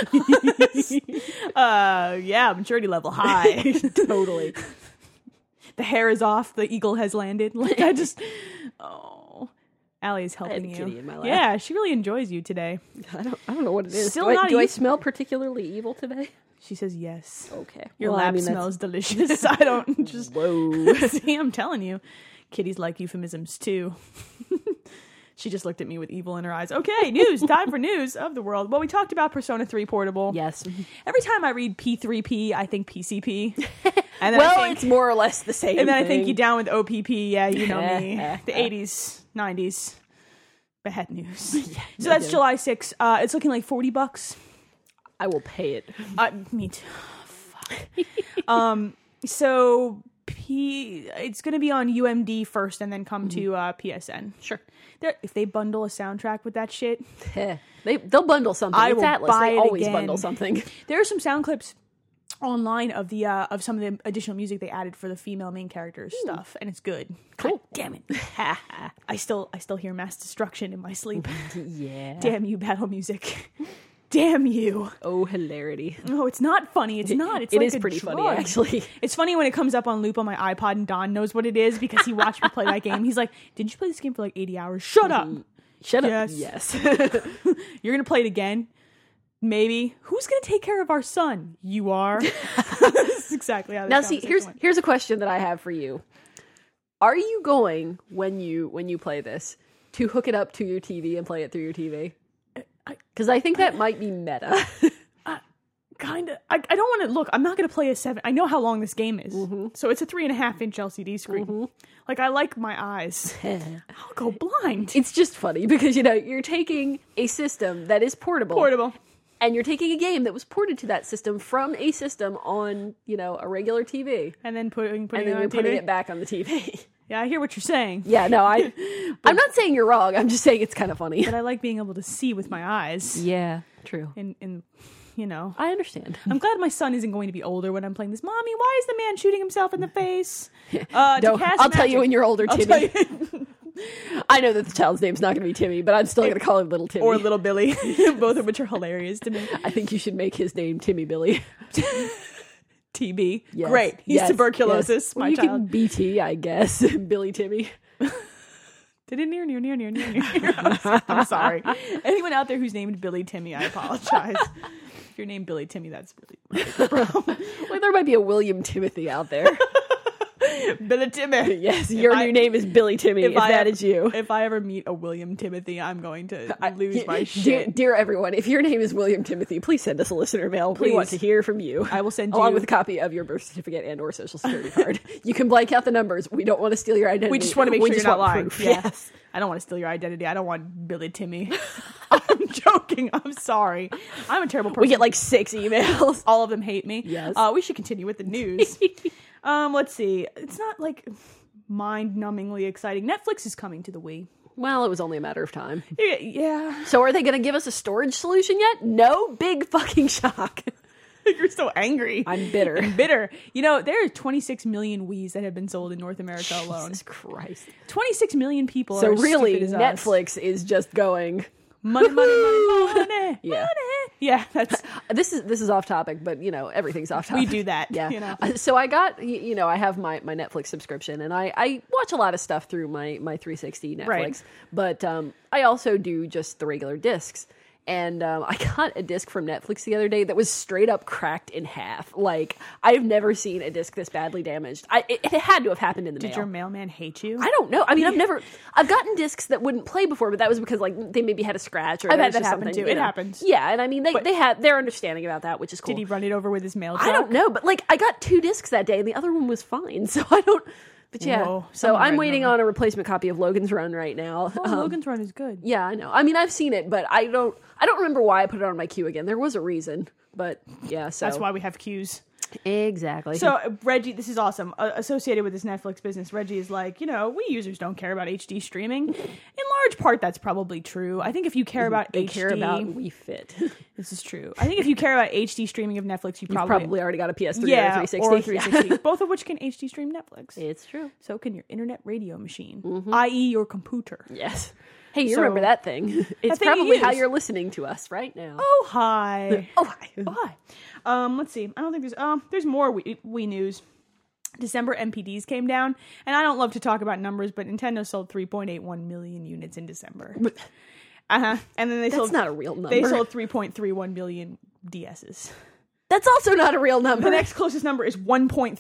A: Uh, yeah, maturity level high.
B: totally.
A: the hair is off. The eagle has landed. Like, I just. Oh. Allie is
B: had a
A: helping you.
B: kitty in my lap.
A: Yeah, she really enjoys you today.
B: I don't I don't know what it is.
A: Still
B: do I,
A: not
B: do I
A: used-
B: smell particularly evil today?
A: She says yes.
B: Okay.
A: Your
B: Well,
A: lap
B: I mean, that's-
A: smells delicious. I don't just.
B: Whoa.
A: See, I'm telling you, kitties like euphemisms too. she just looked at me with evil in her eyes. Okay, news. time for news of the world. Well, we talked about Persona 3 Portable.
B: Yes.
A: Every time I read P3P, I think PCP. And then
B: Well,
A: I think,
B: it's more or less the same.
A: and then I
B: thing.
A: think you down with OPP. Yeah, you know me. the 80s, 90s. Bad news. so that's July 6th. Uh, it's looking like 40 bucks.
B: I will pay it.
A: Uh, me too. Fuck. um, so P, it's going to be on UMD first, and then come
B: Mm-hmm.
A: to uh, PSN. Sure. There, if they bundle a soundtrack with that shit,
B: Heh. they they'll bundle something.
A: I
B: it's
A: will
B: Atlas.
A: buy
B: they
A: it
B: always
A: again.
B: bundle something.
A: there are some sound clips online of the uh, of some of the additional music they added for the female main characters
B: Hmm.
A: stuff, and it's good. Cool. damn it. I still I still hear mass destruction in my sleep.
B: yeah.
A: damn you, battle music. Damn you!
B: Oh, hilarity.
A: No, it's not funny. It's not. It's
B: It
A: like
B: is
A: a
B: pretty funny,
A: drug.
B: actually.
A: It's funny when it comes up on loop on my iPod and Don knows what it is because he watched me play that game. He's like, "Did you play this game for like 80 hours? Shut up.
B: Mm-hmm. Shut up.
A: Yes.
B: Yes.
A: You're going to play it again." Maybe who's going to take care of our son? You are. That's exactly how. This
B: now, see, here's
A: conversation went.
B: here's a question that I have for you. Are you going when you when you play this to hook it up to your TV and play it through your TV? Because I think that might be meta.
A: kind of. I, I don't want to look. I'm not going to play a seven. I know how long this game is,
B: Mm-hmm.
A: so it's a three and a half inch LCD screen. Like I like my eyes. I'll go blind.
B: it's just funny because you know you're taking a system that is portable,
A: Portable.
B: and you're taking a game that was ported to that system from a system on you know a regular TV,
A: And then putting putting
B: and
A: it
B: then you're
A: on
B: putting
A: TV.
B: it back on the TV.
A: Yeah, I hear what you're saying.
B: yeah, no, I I'm not saying you're wrong. I'm just saying it's kind of funny.
A: But I like being able to see with my eyes.
B: Yeah, true.
A: And and you know,
B: I understand.
A: I'm glad my son isn't going to be older when I'm playing this. Mommy, why is the man shooting himself in the face? Uh, to
B: No, I'll
A: cast
B: tell you
A: magic-
B: when you're older,
A: I'll
B: Timmy.
A: tell you-
B: I know that the child's name's not going to be Timmy, but I'm still going to call him Little Timmy.
A: or little Billy, both of which are hilarious to me.
B: I think you should make his name Timmy Billy.
A: TB,
B: Yes,
A: great. He's
B: yes,
A: tuberculosis.
B: yes. Well,
A: My
B: you
A: child.
B: can BT, I guess. Billy Timmy.
A: Did it near, near, near, near, near, near. I'm sorry. Anyone out there who's named Billy Timmy, I apologize. if you're named Billy Timmy, that's really my problem.
B: Well, there might be a William Timothy out there.
A: Billy Timmy.
B: yes, your
A: I-
B: new name is Billy Timmy. If, that is
A: ever-
B: you.
A: If I ever meet a William Timothy, I'm going to lose my
B: Dear-
A: shit.
B: Dear everyone, if your name is William Timothy, please send us a listener mail. We want
A: Please.
B: to hear from you.
A: I will send
B: along
A: you-
B: with a copy of your birth certificate and or social security card. You can blank out the numbers. We don't want to steal your identity.
A: We just want to make
B: We
A: sure you're
B: just
A: not
B: want
A: lying.
B: proof.
A: Yeah.
B: Yes.
A: I don't want to steal your identity. I don't want Billy Timmy. I'm joking. I'm sorry. I'm a terrible person.
B: We get like six emails.
A: all of them hate me.
B: Yes.
A: Uh, we should continue with the news. um, let's see. It's not like mind-numbingly exciting. Netflix is coming to the Wii.
B: Well, it was only a matter of time.
A: Yeah, yeah.
B: So are they going to give us a storage solution yet? No, big fucking shock.
A: You're so angry.
B: I'm bitter.
A: bitter. You know, there are 26 million Wii's that have been sold in North America alone.
B: Jesus Christ.
A: 26 million people.
B: So
A: are as
B: really,
A: stupid as us.
B: Netflix is just going.
A: money, money, money, money,
B: Yeah.
A: money. Yeah, that's
B: This is this is off topic, but you know everything's off topic.
A: we do that.
B: Yeah.
A: you know.
B: Uh, So I got y- you know I have my, my Netflix subscription and I, I watch a lot of stuff through my my 360 Netflix,
A: Right.
B: but um, I also do just the regular discs. And um, I got a disc from Netflix the other day that was straight up cracked in half. Like I've never seen a disc this badly damaged. I it, it had to have happened in the
A: Did
B: mail.
A: your mailman hate you?
B: I don't know. I mean, I've never. I've gotten discs that wouldn't play before, but that was because like they maybe had a scratch or
A: I've
B: there
A: had
B: was
A: that
B: just
A: happen,
B: something,
A: too.
B: you
A: It
B: know.
A: happens.
B: Yeah, and I mean they
A: But-
B: they have their understanding about that, which is cool.
A: Did he run it over with his mail? Truck?
B: I don't know, but like I got two discs that day, and the other one was fine. So I don't. But yeah,
A: Whoa,
B: so
A: someone read
B: I'm
A: it
B: waiting
A: over.
B: on a replacement copy of Logan's Run right now.
A: Oh,
B: Um,
A: Logan's Run is good.
B: yeah, I know. I mean, I've seen it, but I don't. I don't remember why I put it on my queue again. There was a reason, but yeah. So
A: That's why we have cues.
B: exactly.
A: So uh, Reggie, this is awesome. Uh, associated with this Netflix business, Reggie is like, you know, we users don't care about HD streaming. In large part, that's probably true. I think if you care about
B: they
A: HD,
B: care about We Fit. You've
A: this is true. I think if you care about HD streaming of Netflix, you probably,
B: probably, already got a PS3
A: yeah
B: or a 360.
A: or 360, both of which can HD stream Netflix.
B: Yeah. Mm-hmm. It's true.
A: So can your internet radio machine, i.e., your computer.
B: Yes. Hey, you
A: So-
B: remember that thing? It's
A: thing you
B: probably how
A: use.
B: you're listening to us right now.
A: Oh hi.
B: Oh, hi.
A: Why? Um, let's see. I don't think there's um there's more we, we news. December MPDs came down, and I don't love to talk about numbers, but Nintendo sold 3.81 million units in December. Uh huh. And then they
B: That's
A: sold
B: not a real number.
A: they sold 3.31 million DSs.
B: That's also not a real number.
A: The next closest number is 1.36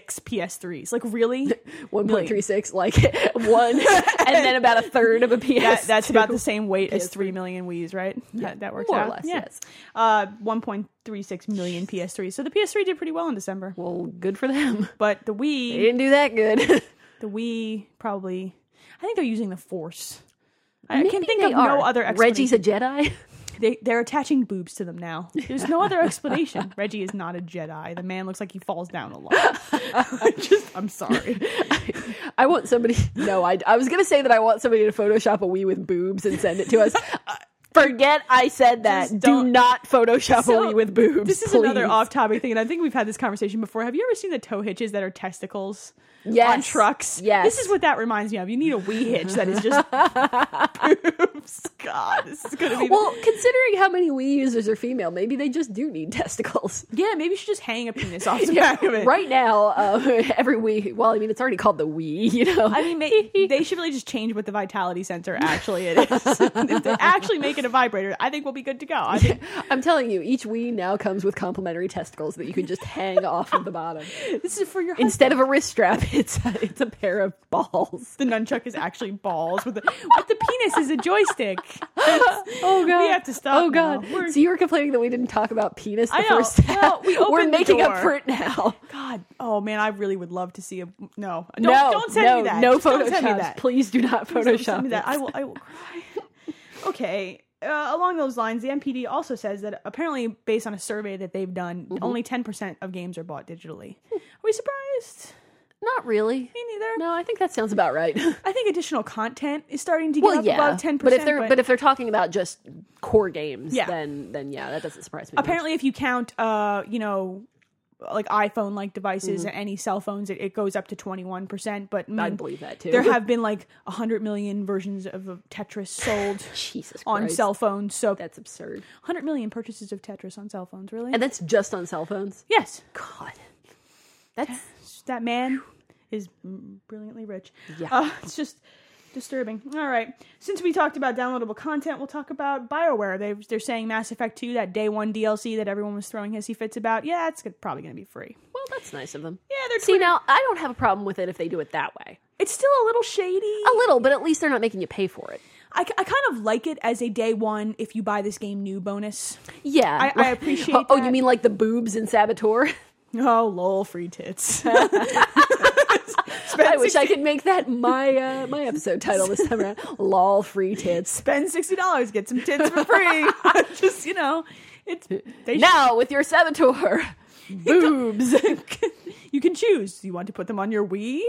A: PS3s. Like really,
B: one point three six, like one, and then about a third of a PS.
A: that, that's about the same weight as 3 million Wii's, right? that, that works
B: more or
A: out.
B: less,
A: Yeah.
B: yes.
A: Uh, 1.36 million PS3s. So the PS3 did pretty well in December,
B: well, good for them.
A: but the Wii
B: They didn't do that good.
A: the Wii probably. I think they're using the Force I
B: Maybe
A: can think
B: they
A: of
B: are.
A: no other explanation.
B: Reggie's a Jedi.
A: they, they're attaching boobs to them now. There's no other explanation. Reggie is not a Jedi. The man looks like he falls down a lot. I just, I'm sorry.
B: I want somebody. No, I, I was going to say that I want somebody to Photoshop a Wii with boobs and send it to us. Forget I said that.
A: Just
B: Do
A: don't.
B: not Photoshop
A: So,
B: a Wii with boobs.
A: This is
B: please.
A: another off-topic thing, and I think we've had this conversation before. Have you ever seen the tow hitches that are testicles
B: yes.
A: on trucks?
B: Yes.
A: This is what that reminds me of. You need a wee hitch that is just boobs. God, this is gonna be.
B: Well, considering how many Wii users are female, maybe they just do need testicles.
A: yeah, maybe you should just hang a penis off the back of it.
B: Right now, uh, every Wii. Well, I mean, it's already called the Wii. You know.
A: I mean, they, they should really just change what the vitality sensor actually it is. if they actually make it a vibrator, I think we'll be good to go. I think
B: I'm telling you, each Wii now comes with complimentary testicles that you can just hang off of the bottom.
A: this is for your husband.
B: Instead of a wrist strap, it's a, it's a pair of balls.
A: the nunchuck is actually balls with the, with the penis is a joystick.
B: Oh god,
A: have to stop
B: Oh god,
A: now. We're-
B: so you were complaining that we didn't talk about penis the
A: I know.
B: first half.
A: Well, we
B: are
A: opened the
B: making up
A: door.
B: for it now.
A: God, oh man, I really would love to see a no. Don't,
B: no,
A: don't send
B: no,
A: me that.
B: No
A: Just
B: Photoshop.
A: Don't send me that.
B: Please do not
A: Please
B: Photoshop.
A: don't send me that.
B: this.
A: I will. I will cry. okay. Uh, along those lines, the MPD also says that apparently, based on a survey that they've done,
B: Mm-hmm.
A: only ten percent of games are bought digitally. Are we surprised?
B: Not really.
A: Me neither.
B: No, I think that sounds about right.
A: I think additional content is starting to get
B: well,
A: up
B: yeah,
A: above ten
B: but
A: percent.
B: if they're but, if they're talking about just core games,
A: Yeah.
B: then then yeah, that doesn't surprise me. much.
A: apparently if you count uh you know like iphone like devices
B: Mm-hmm.
A: and any cell phones it, it goes up to 21% but
B: I
A: mean,
B: believe that too.
A: there have been like 100 million versions of of tetris sold
B: Jesus
A: on
B: Christ.
A: cell phones so
B: That's absurd,
A: 100 million purchases of tetris on cell phones really
B: and that's just on cell phones.
A: yes
B: God, that's
A: that man is brilliantly rich
B: Yeah.
A: Uh, it's just disturbing all right since we talked about downloadable content we'll talk about bioware they, they're saying mass effect 2 that day one dlc that everyone was throwing hissy fits about yeah it's good- probably going to be free
B: well, that's nice of them.
A: Yeah, they're
B: See now, I don't have a problem with it if they do it that way.
A: It's still a little shady.
B: A little, but at least they're not making you pay for it.
A: I, I kind of like it as a day one if you buy this game new bonus.
B: Yeah,
A: I- I
B: like-
A: appreciate
B: Oh, you
A: that.
B: mean like the boobs in Saboteur?
A: Oh, lol, free tits.
B: I wish I could make that my uh, my episode title this time around. Lol, free tits.
A: Spend sixty dollars, get some tits for free. Just you know, it's they
B: Now with your Saboteur boobs.
A: you can choose. You want to put them on your Wii,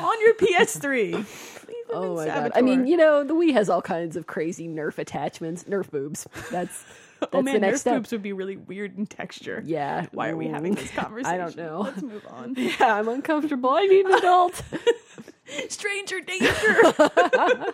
A: on your PS3. Leave them in
B: Oh my god!
A: Saboteur.
B: I mean, you know, the Wii has all kinds of crazy Nerf attachments, Nerf boobs. That's that's
A: oh man,
B: the next
A: their
B: step.
A: boobs would be really weird in texture.
B: Yeah.
A: Why are we having
B: Ooh.
A: this conversation?
B: I don't know.
A: Let's move on.
B: Yeah, I'm uncomfortable. I need an adult.
A: Stranger danger. I'm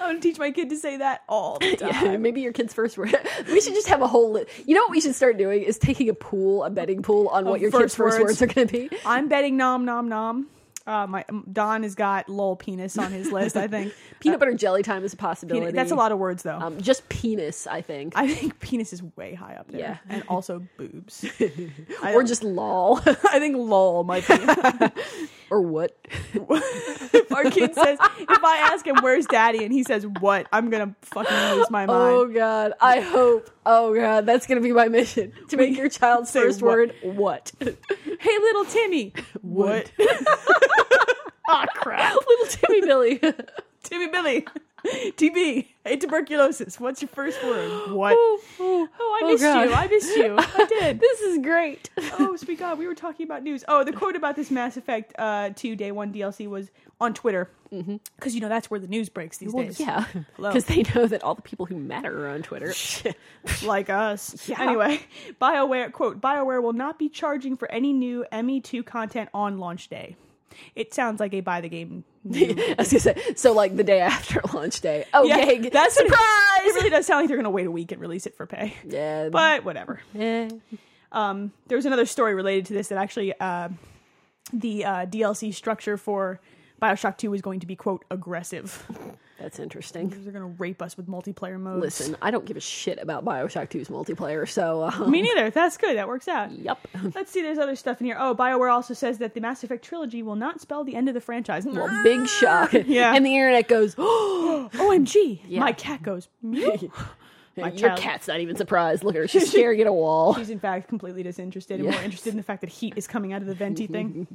A: gonna teach my kid to say that all the time.
B: Yeah, maybe your kid's first word. We should just have a whole. Li- you know what we should start doing is taking a pool, a betting pool on what your kid's
A: first
B: first words
A: words.
B: are going to be.
A: I'm betting nom nom nom. Uh, my um, Don has got lol penis on his list. I think
B: Peanut butter jelly time is a possibility.
A: Penis- Uh, that's a lot of words though.
B: Um, just penis, I think,
A: I think penis is way high up there,
B: Yeah.
A: and also boobs. I,
B: or just lol,
A: I think lol might be.
B: or what?
A: if our kid says, if I ask him where's daddy, and he says what, I'm gonna fucking lose my mind.
B: Oh god, I hope. Oh god, that's going to be my mission to make your child's
A: Say
B: first
A: what?
B: word what.
A: hey, little Timmy, what? oh crap,
B: Little Timmy Billy.
A: Timmy Billy, TB, hey tuberculosis. What's your first word? What?
B: Oh, oh,
A: Oh, I
B: oh,
A: missed
B: God.
A: you. I missed you. I did.
B: this is great.
A: oh, sweet God, we were talking about news. Oh, the quote about this Mass Effect uh, 2 Day 1 DLC was on Twitter. Because, you know, that's where the news breaks these
B: Well,
A: days.
B: Mm-hmm. yeah,
A: Hello.
B: because they know that all the people who matter are on Twitter.
A: Like us. Anyway, BioWare, quote, BioWare will not be charging for any new ME2 content on launch day. It sounds like a buy the game.
B: I was gonna say, so like the day after launch day. Oh,
A: Yeah,
B: yay!
A: that's what it-
B: surprise.
A: It really does sound like they're going to wait a week and release it for pay.
B: yeah,
A: But whatever.
B: eh.
A: um, there was another story related to this that actually uh, the uh, DLC structure for Bioshock 2 was going to be, quote, aggressive.
B: that's interesting.
A: They're going to rape us with multiplayer modes.
B: Listen, I don't give a shit about Bioshock 2's multiplayer, so uh,
A: Me neither. That's good. That works out.
B: yep.
A: Let's see. There's other stuff in here. Oh, BioWare also says that the Mass Effect trilogy will not spell the end of the franchise.
B: Well, big shock.
A: Yeah.
B: and the internet goes, oh,
A: OMG.
B: Yeah.
A: My cat goes, meow. My
B: your
A: child-
B: cat's not even surprised. Look at her; she's staring at a wall.
A: She's in fact completely disinterested and more
B: Yes.
A: interested in the fact that heat is coming out of the venti thing.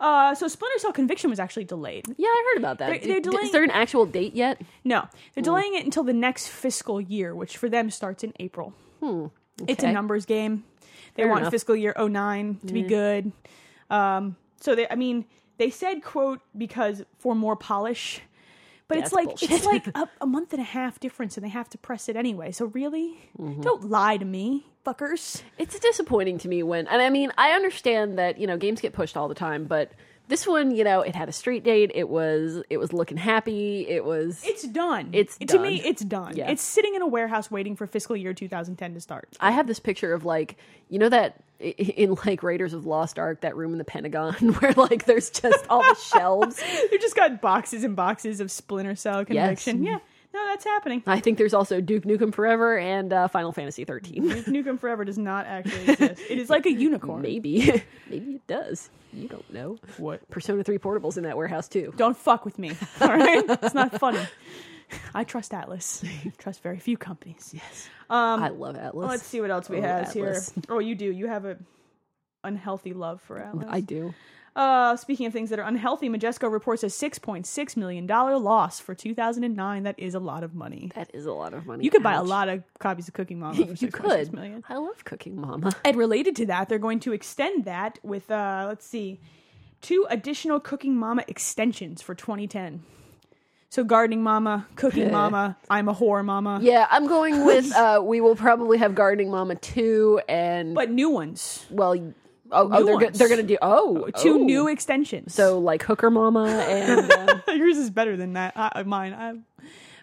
A: Uh, so Splinter Cell Conviction was actually delayed.
B: Yeah, I heard about that.
A: They're-
B: Did-
A: they're
B: did-
A: delaying-
B: Is there an actual date yet?
A: No,
B: Hmm.
A: they're delaying it until the next fiscal year, which for them starts in April. It's a
B: Hmm, okay.
A: numbers game. They
B: Fair
A: want
B: enough. Hmm.
A: fiscal year 09 to be good. Um, so they, I mean, they said quote because for more polish, but it's
B: That's
A: like
B: bullshit.
A: it's like a, a month and a half difference, and they have to press it anyway. So really,
B: Mm-hmm.
A: don't lie to me, fuckers.
B: It's disappointing to me when, and I mean, I understand that you know games get pushed all the time, but this one, you know, it had a street date. It was it was looking happy. It was.
A: It's done.
B: It's
A: to me,
B: done.
A: it's done.
B: Yeah.
A: It's sitting in a warehouse waiting for fiscal year 2010 to start.
B: I have this picture of like you know that i- in like Raiders of the Lost Ark that room in the Pentagon where like there's just all the shelves.
A: They've just got boxes and boxes of Splinter Cell Conviction. Yeah, no, that's happening.
B: I think there's also Duke Nukem Forever and uh, Final Fantasy 13.
A: Nukem Forever does not actually exist. It is like a unicorn.
B: Maybe maybe it does. You don't know.
A: What?
B: Persona 3 portables in that warehouse too.
A: Don't fuck with me. All right, it's not funny. I trust Atlas. trust very few companies.
B: I love Atlas.
A: Let's see what else we
B: Oh,
A: have here.
B: Atlas.
A: Oh, you do. You have a unhealthy love for Atlas.
B: I do.
A: Uh, speaking of things that are unhealthy, Majesco reports a six point six million dollar loss for two thousand and nine. That is a lot of money.
B: That is a lot of money.
A: You could buy a
B: Ouch.
A: lot of copies of Cooking Mama. For
B: you
A: $6.6
B: could.
A: million.
B: I love cooking, Mama.
A: And related to that, they're going to extend that with uh let's see, two additional Cooking Mama extensions for 2010. So gardening mama, cooking mama, I'm a whore mama.
B: Yeah, I'm going with. Uh, we will probably have Gardening Mama two and
A: But new ones.
B: well, oh, oh they're go-
A: Nuance.
B: they're gonna do oh
A: two
B: oh.
A: new extensions.
B: so like Hooker Mama and uh,
A: yours is better than that. I, I- mine. I,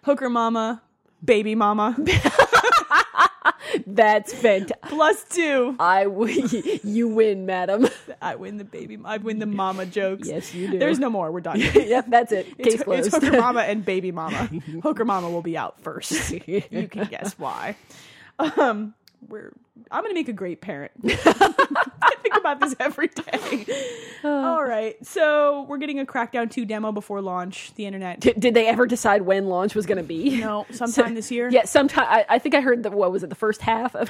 A: hooker mama, baby mama,
B: that's fantastic.
A: plus two.
B: I w- you win, madam.
A: I win the baby. I win the mama jokes.
B: Yes, you do.
A: There's no more. We're done.
B: yep, that's it. Case
A: It's, it's
B: closed.
A: hooker mama and baby mama. hooker mama will be out first. you can guess why. Um, we're I'm gonna make a great parent. I think about this every day.
B: Oh.
A: All right, so we're getting a Crackdown 2 demo before launch. The internet.
B: Did, did they ever decide when launch was gonna be?
A: No, sometime this year.
B: Yeah, sometime. I, I think I heard that. What was it? The first half of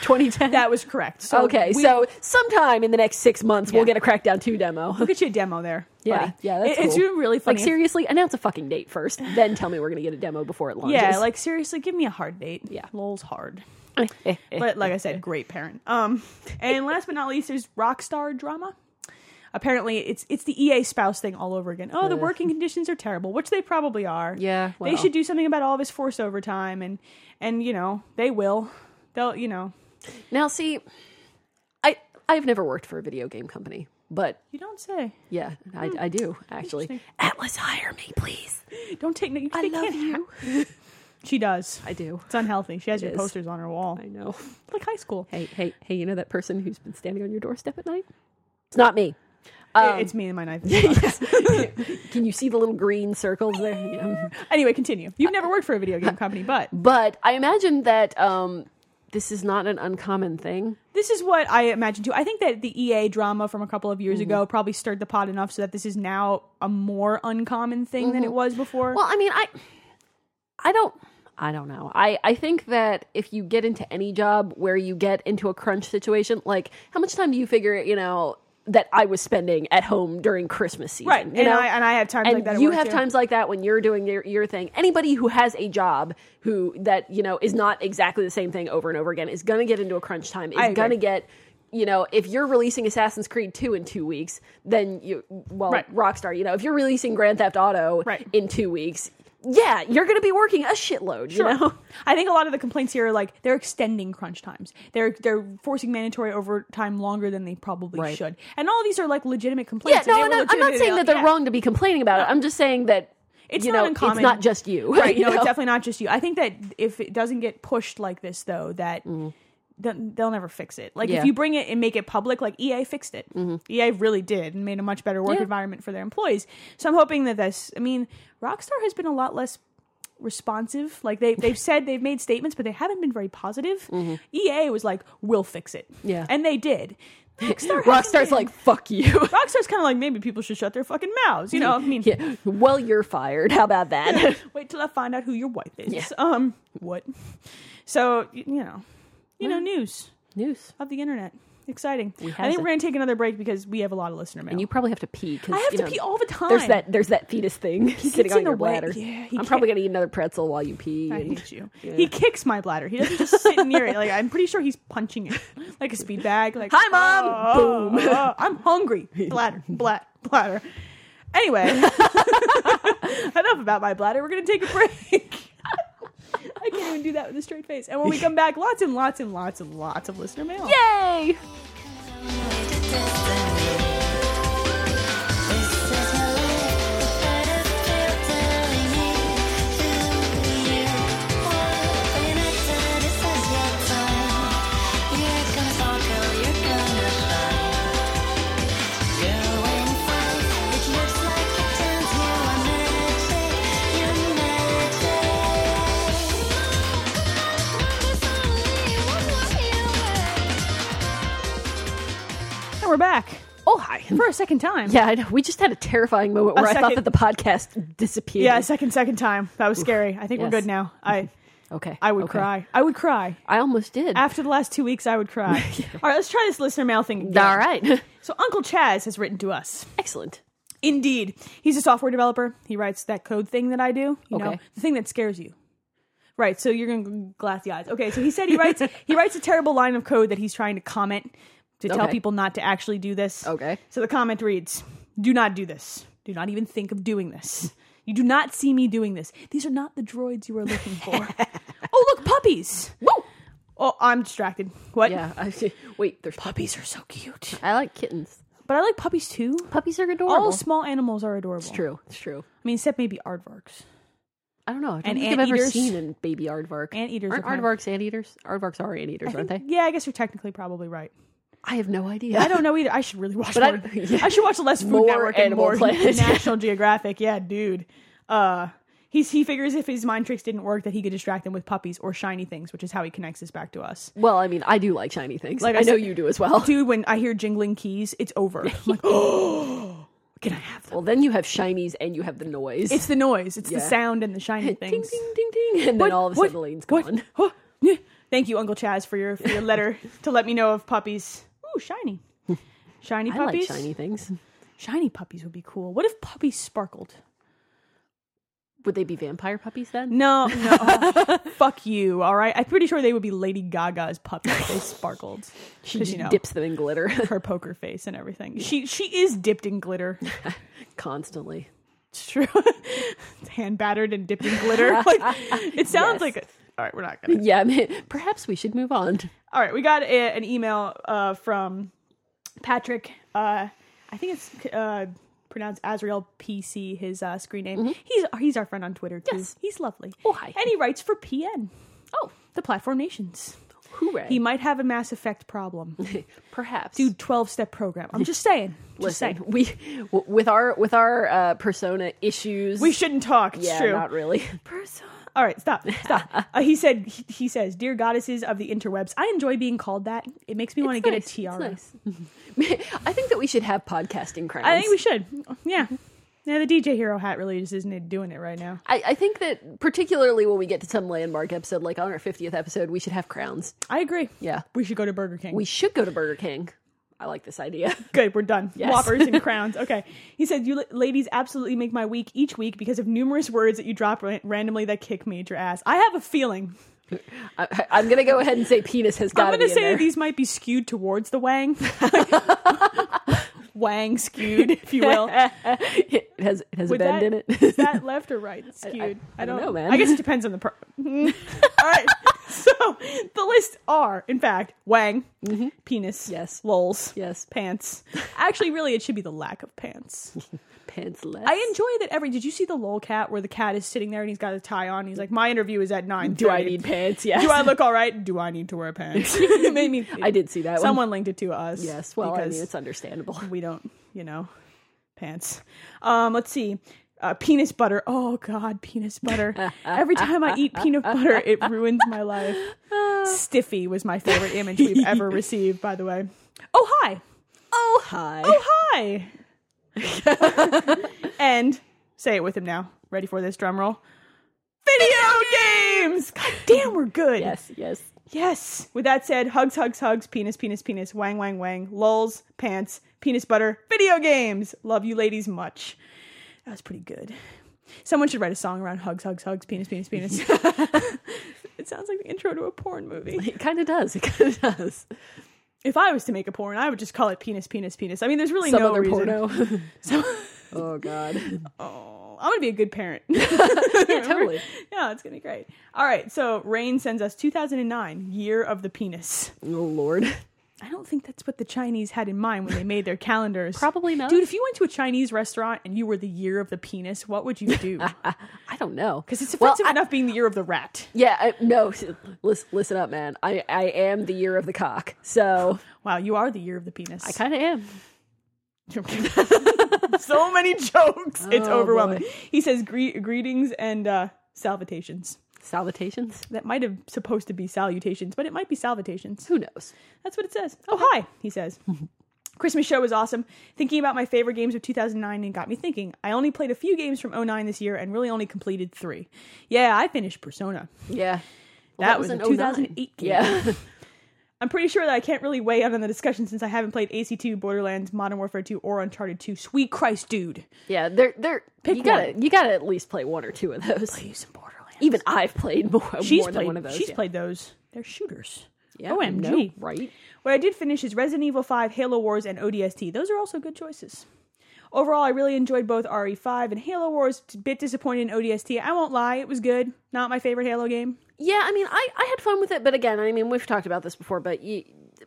B: 2010.
A: that was correct. So
B: okay.
A: we-
B: so sometime in the next six months, we'll
A: Yeah.
B: get a Crackdown two demo.
A: we'll get you a demo there.
B: Yeah,
A: buddy.
B: yeah, that's
A: It- it's
B: cool.
A: been really funny.
B: Like seriously, announce a fucking date first, then tell me we're gonna get a demo before it launches.
A: yeah, like seriously, give me a hard date.
B: Yeah.
A: lol's hard.
B: like
A: but like I said, great parent. Um, and last but not least, there's Rockstar drama. Apparently, it's it's the EA spouse thing all over again. Oh, the working conditions are terrible, which they probably are.
B: Yeah,
A: they
B: well.
A: should do something about all this force overtime, and and you know they will. They'll you know
B: now see, I I've never worked for a video game company, but
A: you don't say.
B: yeah, I, I do actually. Atlas, hire me, please.
A: Don't take no. You,
B: I
A: they
B: love
A: can't ha-
B: you.
A: she does.
B: I do.
A: It's unhealthy. She has your
B: is.
A: posters on her wall,
B: I know.
A: like high school.
B: Hey, hey, hey! You know that person who's been standing on your doorstep at night? It's not me. um,
A: I- it's me and my knife. in the box.
B: Can you see the little green circles there? Yeah.
A: anyway, continue. You've never worked for a video game company, but
B: But I imagine that um, this is not an uncommon thing.
A: This is what I imagine too. I think that the EA drama from a couple of
B: Mm-hmm.
A: years ago probably stirred the pot enough so that this is now a more uncommon thing than it was before.
B: Mm-hmm. Well, I mean, I, I don't, I don't know. I, I think that if you get into any job where you get into a crunch situation, like how much time do you figure, you know, that I was spending at home during Christmas season,
A: right.
B: You
A: and
B: know?
A: I and I have times
B: and
A: like that. at
B: you
A: work,
B: have
A: too.
B: times like that when you're doing your, your thing anybody who has a job who that you know is not exactly the same thing over and over again is going to get into a crunch time
A: I
B: is
A: agree.
B: going to get you know if you're releasing assassin's creed 2 in two weeks then you well
A: Right.
B: rockstar you know if you're releasing grand theft auto
A: Right.
B: in two weeks yeah you're going to be working a shitload you know
A: I think a lot of the complaints here are like they're extending crunch times. They're they're forcing mandatory overtime longer than they probably
B: Right.
A: should. And all these are like legitimate
B: yeah
A: complaints. and
B: no
A: they
B: I'm
A: were
B: not, I'm not
A: legitimate- uh,
B: saying that they're
A: yeah.
B: wrong to be complaining about it i'm just saying that
A: It's
B: you
A: not
B: know,
A: uncommon.
B: it's not just you
A: Right.
B: you
A: No, it's
B: know?
A: definitely not just you. I think that if it doesn't get pushed like this, though, that th- they'll never fix it. Like
B: Mm-hmm. Yeah. Mm-hmm.
A: if you bring it and make it public, like EA fixed it. EA really did and made a much better work
B: Yeah.
A: environment for their employees. So I'm hoping that this. I mean, Rockstar has been a lot less responsive. Like they they've said they've made statements, but they haven't been very positive. EA was like, "We'll fix it,"
B: Mm-hmm. Yeah.
A: and they did. Rockstar hasn't
B: rockstar's
A: been-
B: like fuck you
A: Rockstar's kind of like maybe people should shut their fucking mouths. You know, I mean,
B: yeah well you're fired how about that
A: Wait till I find out who your wife is.
B: Yeah.
A: Um, what? So y- you know, you know, news
B: news
A: of the internet. exciting.
B: We
A: I
B: has
A: think
B: it.
A: we're going to take another break because we have a lot of listener mail.
B: And you probably have to pee. 'cause,
A: I have
B: you
A: to
B: know,
A: pee all the time.
B: There's that. There's that fetus thing sitting
A: gets
B: on
A: in
B: your
A: the way.
B: bladder.
A: Yeah, he
B: I'm probably
A: can't-
B: gonna eat another pretzel while you pee.
A: I
B: and-
A: hate you. He kicks my bladder. He doesn't just sit near it. Like I'm pretty sure he's punching it like a speed bag. Like
B: Hi, Mom!
A: Boom. I'm hungry. Bladder. Bladder. Bladder. Anyway, enough about my bladder. We're gonna take a break. I can't even do that with a straight face. And when we come back, lots and lots and lots and lots of listener mail. Yeah.
B: Yay!
A: And we're back
B: Oh hi.
A: for a second time.
B: Yeah, I know. we just had a terrifying moment
A: A
B: where I thought
A: second-
B: that the podcast disappeared.
A: Yeah, second, second time. That was scary. I think we're
B: Yes.
A: good now. I
B: Okay.
A: I would
B: okay.
A: cry. I would cry.
B: I almost did.
A: After the last two weeks, I would cry. All right, let's try this listener mail thing. Again.
B: All right.
A: So Uncle Chaz has written to us.
B: Excellent.
A: Indeed. He's a software developer. He writes that code thing that I do, you know,
B: Okay.
A: the thing that scares you. Right, so you're going to glass the eyes. Okay, so he said he writes he writes a terrible line of code that he's trying to comment to tell
B: Okay.
A: people not to actually do this.
B: Okay.
A: So the comment reads, "Do not do this. Do not even think of doing this. You do not see me doing this. These are not the droids you are looking for." oh, look, puppies.
B: Woo!
A: Oh, I'm distracted. What?
B: Yeah. I, wait. There's
A: Puppies are so cute.
B: I like kittens.
A: But I like puppies too.
B: Puppies are adorable.
A: All small animals are adorable.
B: It's true. It's true.
A: I mean, except maybe aardvarks.
B: I don't know. I don't
A: And
B: think I've ever
A: anteaters.
B: seen a baby aardvark.
A: Anteaters
B: aren't
A: are kind of-
B: aardvarks anteaters? Aardvarks are anteaters, aren't they?
A: Yeah, I guess you're technically probably right.
B: I have no idea.
A: I don't know either. I should really watch.
B: But I-
A: more, I,
B: yeah.
A: should watch less Food
B: More
A: Network and
B: Animal
A: more
B: Planet.
A: National Geographic. Yeah, dude. Uh, he's he figures if his mind tricks didn't work, that he could distract them with puppies or shiny things, which is how he connects this back to us.
B: Well, I mean, I do like shiny things.
A: Like
B: Like
A: I
B: I, know
A: said-
B: you do as well.
A: Dude, when I hear jingling keys, it's over. I'm like, oh, can I have them?
B: Well, then you have shinies and you have the noise.
A: It's the noise. It's the
B: Yeah.
A: sound and the shiny
B: ding,
A: things.
B: ding, ding, ding, and then all of a sudden the lane's
A: what?
B: gone.
A: Huh? Yeah. Thank you, Uncle Chaz, for your for your letter to let me know of puppies. Ooh, shiny, shiny
B: I like
A: puppies.
B: shiny things.
A: Shiny puppies would be cool. What if puppies sparkled?
B: Would they be vampire puppies then?
A: No, no. Fuck you, all right? I'm pretty sure they would be Lady Gaga's puppies. if They sparkled.
B: She
A: 'Cause,
B: just
A: you know,
B: dips them in glitter
A: her poker face and everything. She she is dipped in glitter.
B: constantly.
A: It's true. It's hand battered and dipped in glitter. Like, it sounds
B: Yes.
A: like. A, all right, we're not gonna.
B: Yeah, I mean, perhaps we should move on.
A: All right, we got a, an email uh, from Patrick. Uh, I think it's uh, pronounced Azrael PC. His uh, screen name. He's he's our friend on Twitter too.
B: Mm-hmm. Yes.
A: he's lovely.
B: Oh, hi.
A: And he writes for PN,
B: Oh,
A: the Platform Nations.
B: hooray!
A: He might have a Mass Effect problem.
B: perhaps,
A: Dude, 12 step program. I'm just saying. Just
B: Listen,
A: saying.
B: we w- with our with our uh, persona issues.
A: We shouldn't talk. It's
B: yeah,
A: true.
B: not really.
A: All right, stop. Stop. uh, he said he, he says, "Dear goddesses of the interwebs, I enjoy being called that. It makes me want to get a tiara.
B: I think that we should have podcasting crowns.
A: I think we should. Yeah. Yeah, the DJ Hero hat really just isn't doing it right now.
B: I, I think that particularly when we get to some landmark episode, like on our fiftieth episode, we should have crowns.
A: I agree.
B: Yeah,
A: We should go to Burger King.
B: we should go to Burger King. I like this idea.
A: Good, we're done.
B: Yes.
A: Whoppers and crowns. Okay. He said, You la- ladies absolutely make my week each week because of numerous words that you drop ra- randomly that kick me at your ass. I have a feeling
B: I, I'm gonna go ahead and say penis has got
A: I'm
B: to
A: going
B: be
A: to
B: in
A: say
B: there.
A: that these might be skewed towards the Wang. wang skewed, if you will.
B: it has it has
A: Would
B: a bend
A: that-
B: in it.
A: Is that left or right skewed?
B: I don't know, man.
A: I guess it depends on the. Per- Mm. All right. So the lists are, in fact, Wang, penis,
B: Mm-hmm. Yes.
A: lols,
B: Yes.
A: pants. Actually, really, it should be the lack of pants.
B: Pants less.
A: I enjoy that every. Did you see the lol cat where the cat is sitting there and he's got a tie on? He's like, my interview is at nine.
B: Do I need pants? Yes.
A: Do I look all right? Do I need to wear pants? it made me.
B: I did see that one.
A: Someone linked it to us.
B: Yes. Well, I
A: because
B: mean, it's understandable.
A: we don't, you know, pants. Um, let's see. Uh, penis butter. Oh God, penis butter. Every time I eat peanut butter, it ruins my life. Stiffy was my favorite image we've ever received, by the way. Oh hi.
B: Oh hi.
A: Oh hi. and say it with him now. Ready for this drum roll? Video games. God damn, we're good.
B: Yes. Yes.
A: Yes. With that said, hugs, hugs, hugs, penis, penis, penis, wang, wang, wang, lulls, pants, peanut butter, video games. Love you ladies much. That was pretty good. Someone should write a song around hugs, hugs, hugs, penis, penis, penis. it sounds like the intro to a porn movie.
B: It kind of does. It kind of does.
A: If I was to make a porn, I would just call it penis, penis, penis. I mean, there's really
B: Some
A: no
B: other
A: reason.
B: porno.
A: So,
B: oh God.
A: oh, I'm gonna be a good parent.
B: yeah, totally.
A: yeah, it's gonna be great. All right, so Rain sends us 2009, year of the penis.
B: Oh Lord.
A: I don't think that's what the Chinese had in mind when they made their calendars.
B: Probably not.
A: Dude, if you went to a Chinese restaurant and you were the year of the penis, what would you do? Because
B: I don't know. Because
A: it's offensive enough being the year of the rat.
B: Yeah, I, no. s- Listen, listen up, man. I, I am the year of the cock, so
A: Wow, you are the year of the penis.
B: I kind of am.
A: so many jokes. it's
B: Oh,
A: overwhelming.
B: boy.
A: He says Gre- greetings and uh, salutations.
B: Salutations.
A: That might have supposed to be salutations, but it might be salutations.
B: Who knows?
A: That's what it says. Oh, hi, he says. Christmas show was awesome. Thinking about my favorite games of 2009 and got me thinking. I only played a few games from 09 this year and really only completed three. Yeah, I finished Persona.
B: Yeah.
A: that, was, a
B: in
A: 2008 game.
B: oh Yeah.
A: I'm pretty sure that I can't really weigh in on the discussion since I haven't played AC2, Borderlands, Modern Warfare 2, or Uncharted 2. Sweet Christ, dude.
B: yeah. They're they're.
A: Pick
B: you gotta
A: one.
B: you gotta at least play one or two of those.
A: Play some Borderlands.
B: Even I've played more,
A: she's
B: more
A: played
B: than one of those.
A: She's
B: yeah.
A: played those. They're shooters.
B: Yeah,
A: OMG.
B: no, right?
A: What I did finish is Resident Evil 5, Halo Wars, and ODST. Those are also good choices. Overall, I really enjoyed both RE5 and Halo Wars. A bit disappointed in ODST. I won't lie, it was good. Not my favorite Halo game.
B: Yeah, I mean, I, I had fun with it, but again, I mean, we've talked about this before, but you,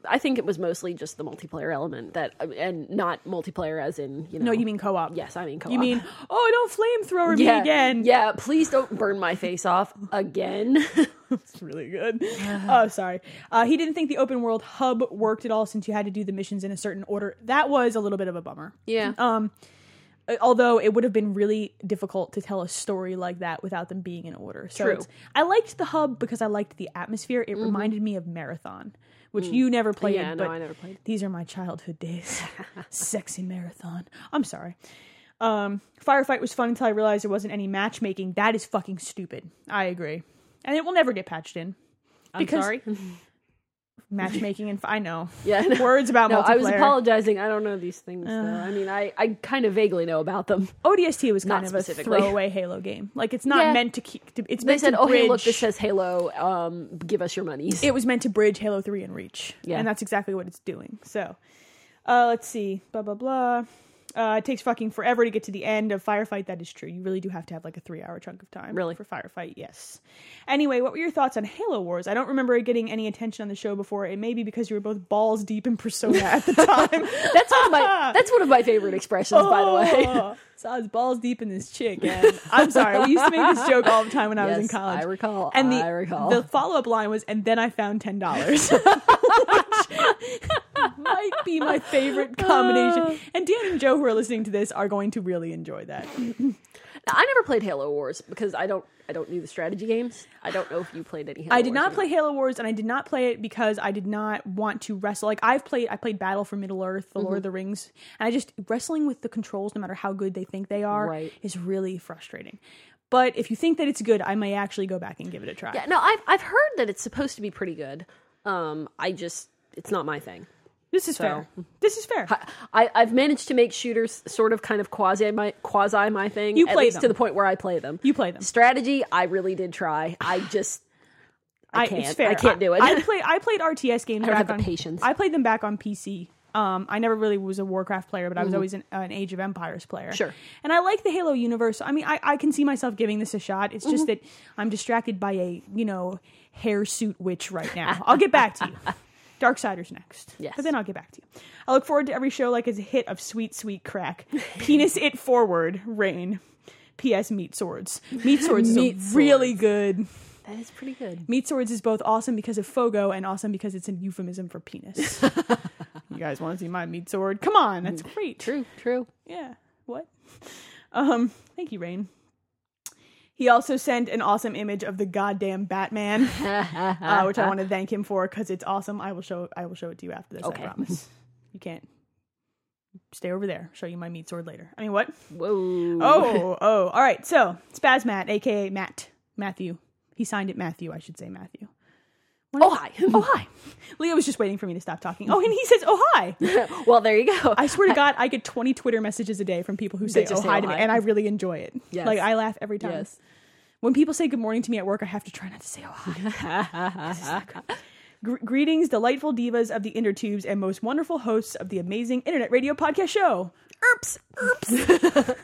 B: I think it was mostly just the multiplayer element that, and not multiplayer as in you know.
A: No, you mean co-op.
B: yes, I mean co-op.
A: You mean, oh, don't flamethrower
B: yeah,
A: me again.
B: Yeah, please don't burn my face off again.
A: It's really good. oh, sorry. Uh, he didn't think the open world hub worked at all since you had to do the missions in a certain order. That was a little bit of a bummer.
B: yeah,
A: Um, uh, although it would have been really difficult to tell a story like that without them being in order. So
B: True. Mm-hmm.
A: it's- I liked the hub because I liked the atmosphere. It reminded me of Marathon, which you never played.
B: Mm. Yeah, no,
A: but
B: I never played.
A: These are my childhood days. Sexy Marathon. I'm sorry. Um, firefight was fun until I realized there wasn't any matchmaking. That is fucking stupid. I agree, and it will never get patched in.
B: I'm
A: because-
B: sorry.
A: Matchmaking and I know
B: Yeah, I know.
A: words about
B: No,
A: multiplayer.
B: I was apologizing. I don't know these things. though. I mean, I, I kind of vaguely know about them.
A: ODST was kind
B: Not
A: of a
B: specifically.
A: throwaway Halo game. Like it's not
B: Yeah.
A: meant to keep. To, it's
B: They
A: meant
B: said,
A: to
B: "Oh,
A: bridge.
B: hey, look, this says Halo. Um, give us your monies."
A: it was meant to bridge Halo Three and Reach,
B: Yeah.
A: and that's exactly what it's doing. So, uh, let's see, blah blah blah. Uh, it takes fucking forever to get to the end of firefight. That is true. You really do have to have like a three-hour chunk of time,
B: Really?
A: for firefight. Yes. Anyway, what were your thoughts on Halo Wars? I don't remember it getting any attention on the show before. It may be because you were both balls deep in Persona at the time.
B: that's one of my that's one of my favorite expressions, by the way.
A: Oh, so I was balls deep in this chick. And I'm sorry. We used to make this joke all the time when I was in
B: Yes,
A: college.
B: I recall,
A: And the,
B: I recall.
A: the follow up line was, and then I found ten dollars. Which might be my favorite combination. And Dan and Joe who are listening to this are going to really enjoy that.
B: I never played Halo Wars because I don't I don't do the strategy games. I don't know if you played any. Halo
A: I did
B: Wars
A: not
B: or
A: play Halo Wars, and I did not play it because I did not want to wrestle. Like I've played, I played Battle for Middle Earth, The
B: Mm-hmm.
A: Lord of the Rings, and I just wrestling with the controls, no matter how good they think they are,
B: Right.
A: is really frustrating. But if you think that it's good, I may actually go back and give it a try.
B: Yeah, no, I've I've heard that it's supposed to be pretty good. Um, I just it's not my thing.
A: this is fair. This is fair.
B: I, I've managed to make shooters sort of kind of quasi my quasi my thing.
A: You
B: at
A: play
B: least to
A: them.
B: the point where I play them.
A: You play them.
B: Strategy, I really did try. I just I, can't.
A: It's fair.
B: I can't do it.
A: I, play. I played RTS games.
B: don't
A: back
B: have the
A: on,
B: patience.
A: I played them back on PC. Um, I never really was a Warcraft player, but I was always an, an Age of Empires player.
B: Mm-hmm. Sure.
A: And I like the Halo universe. I mean, I, I can see myself giving this a shot. It's just
B: Mm-hmm.
A: that I'm distracted by a you know hair suit witch right now. I'll get back to you. Darksiders next.
B: Yes.
A: But then I'll get back to you. I look forward to every show like it's a hit of sweet, sweet crack. Penis it forward, rain. P.S. Meat Swords. Meat Swords
B: Meat
A: is a really good
B: that is pretty good.
A: Meat swords is both awesome because of Fogo and awesome because it's a euphemism for penis. you guys want to see my meat sword? Come on, that's great.
B: Mm, True, true.
A: Yeah. What? Um, thank you, Rain. He also sent an awesome image of the goddamn Batman, uh, which I want to thank him for because it's awesome. I will show I will show it to you after this.
B: Okay.
A: I promise. You can't stay over there. Show you my meat sword later. I mean, what?
B: Whoa.
A: Oh, oh. All right. So, Spaz Matt, aka Matt, Matthew. He signed it Matthew. I should say Matthew.
B: Oh hi. Oh hi.
A: Leo was just waiting for me to stop talking. Oh, and he says, "Oh hi."
B: Well, there you go.
A: I swear to God, I get twenty Twitter messages a day from people who say,
B: just
A: "Oh
B: say,
A: hi"
B: "Oh,
A: to me,
B: hi."
A: and I really enjoy it.
B: Yes.
A: Like I laugh every time.
B: Yes.
A: When people say good morning to me at work, I have to try not to say, "Oh hi." Gr- greetings, delightful divas of the inner tubes and most wonderful hosts of the amazing internet radio podcast show. Erps, erps.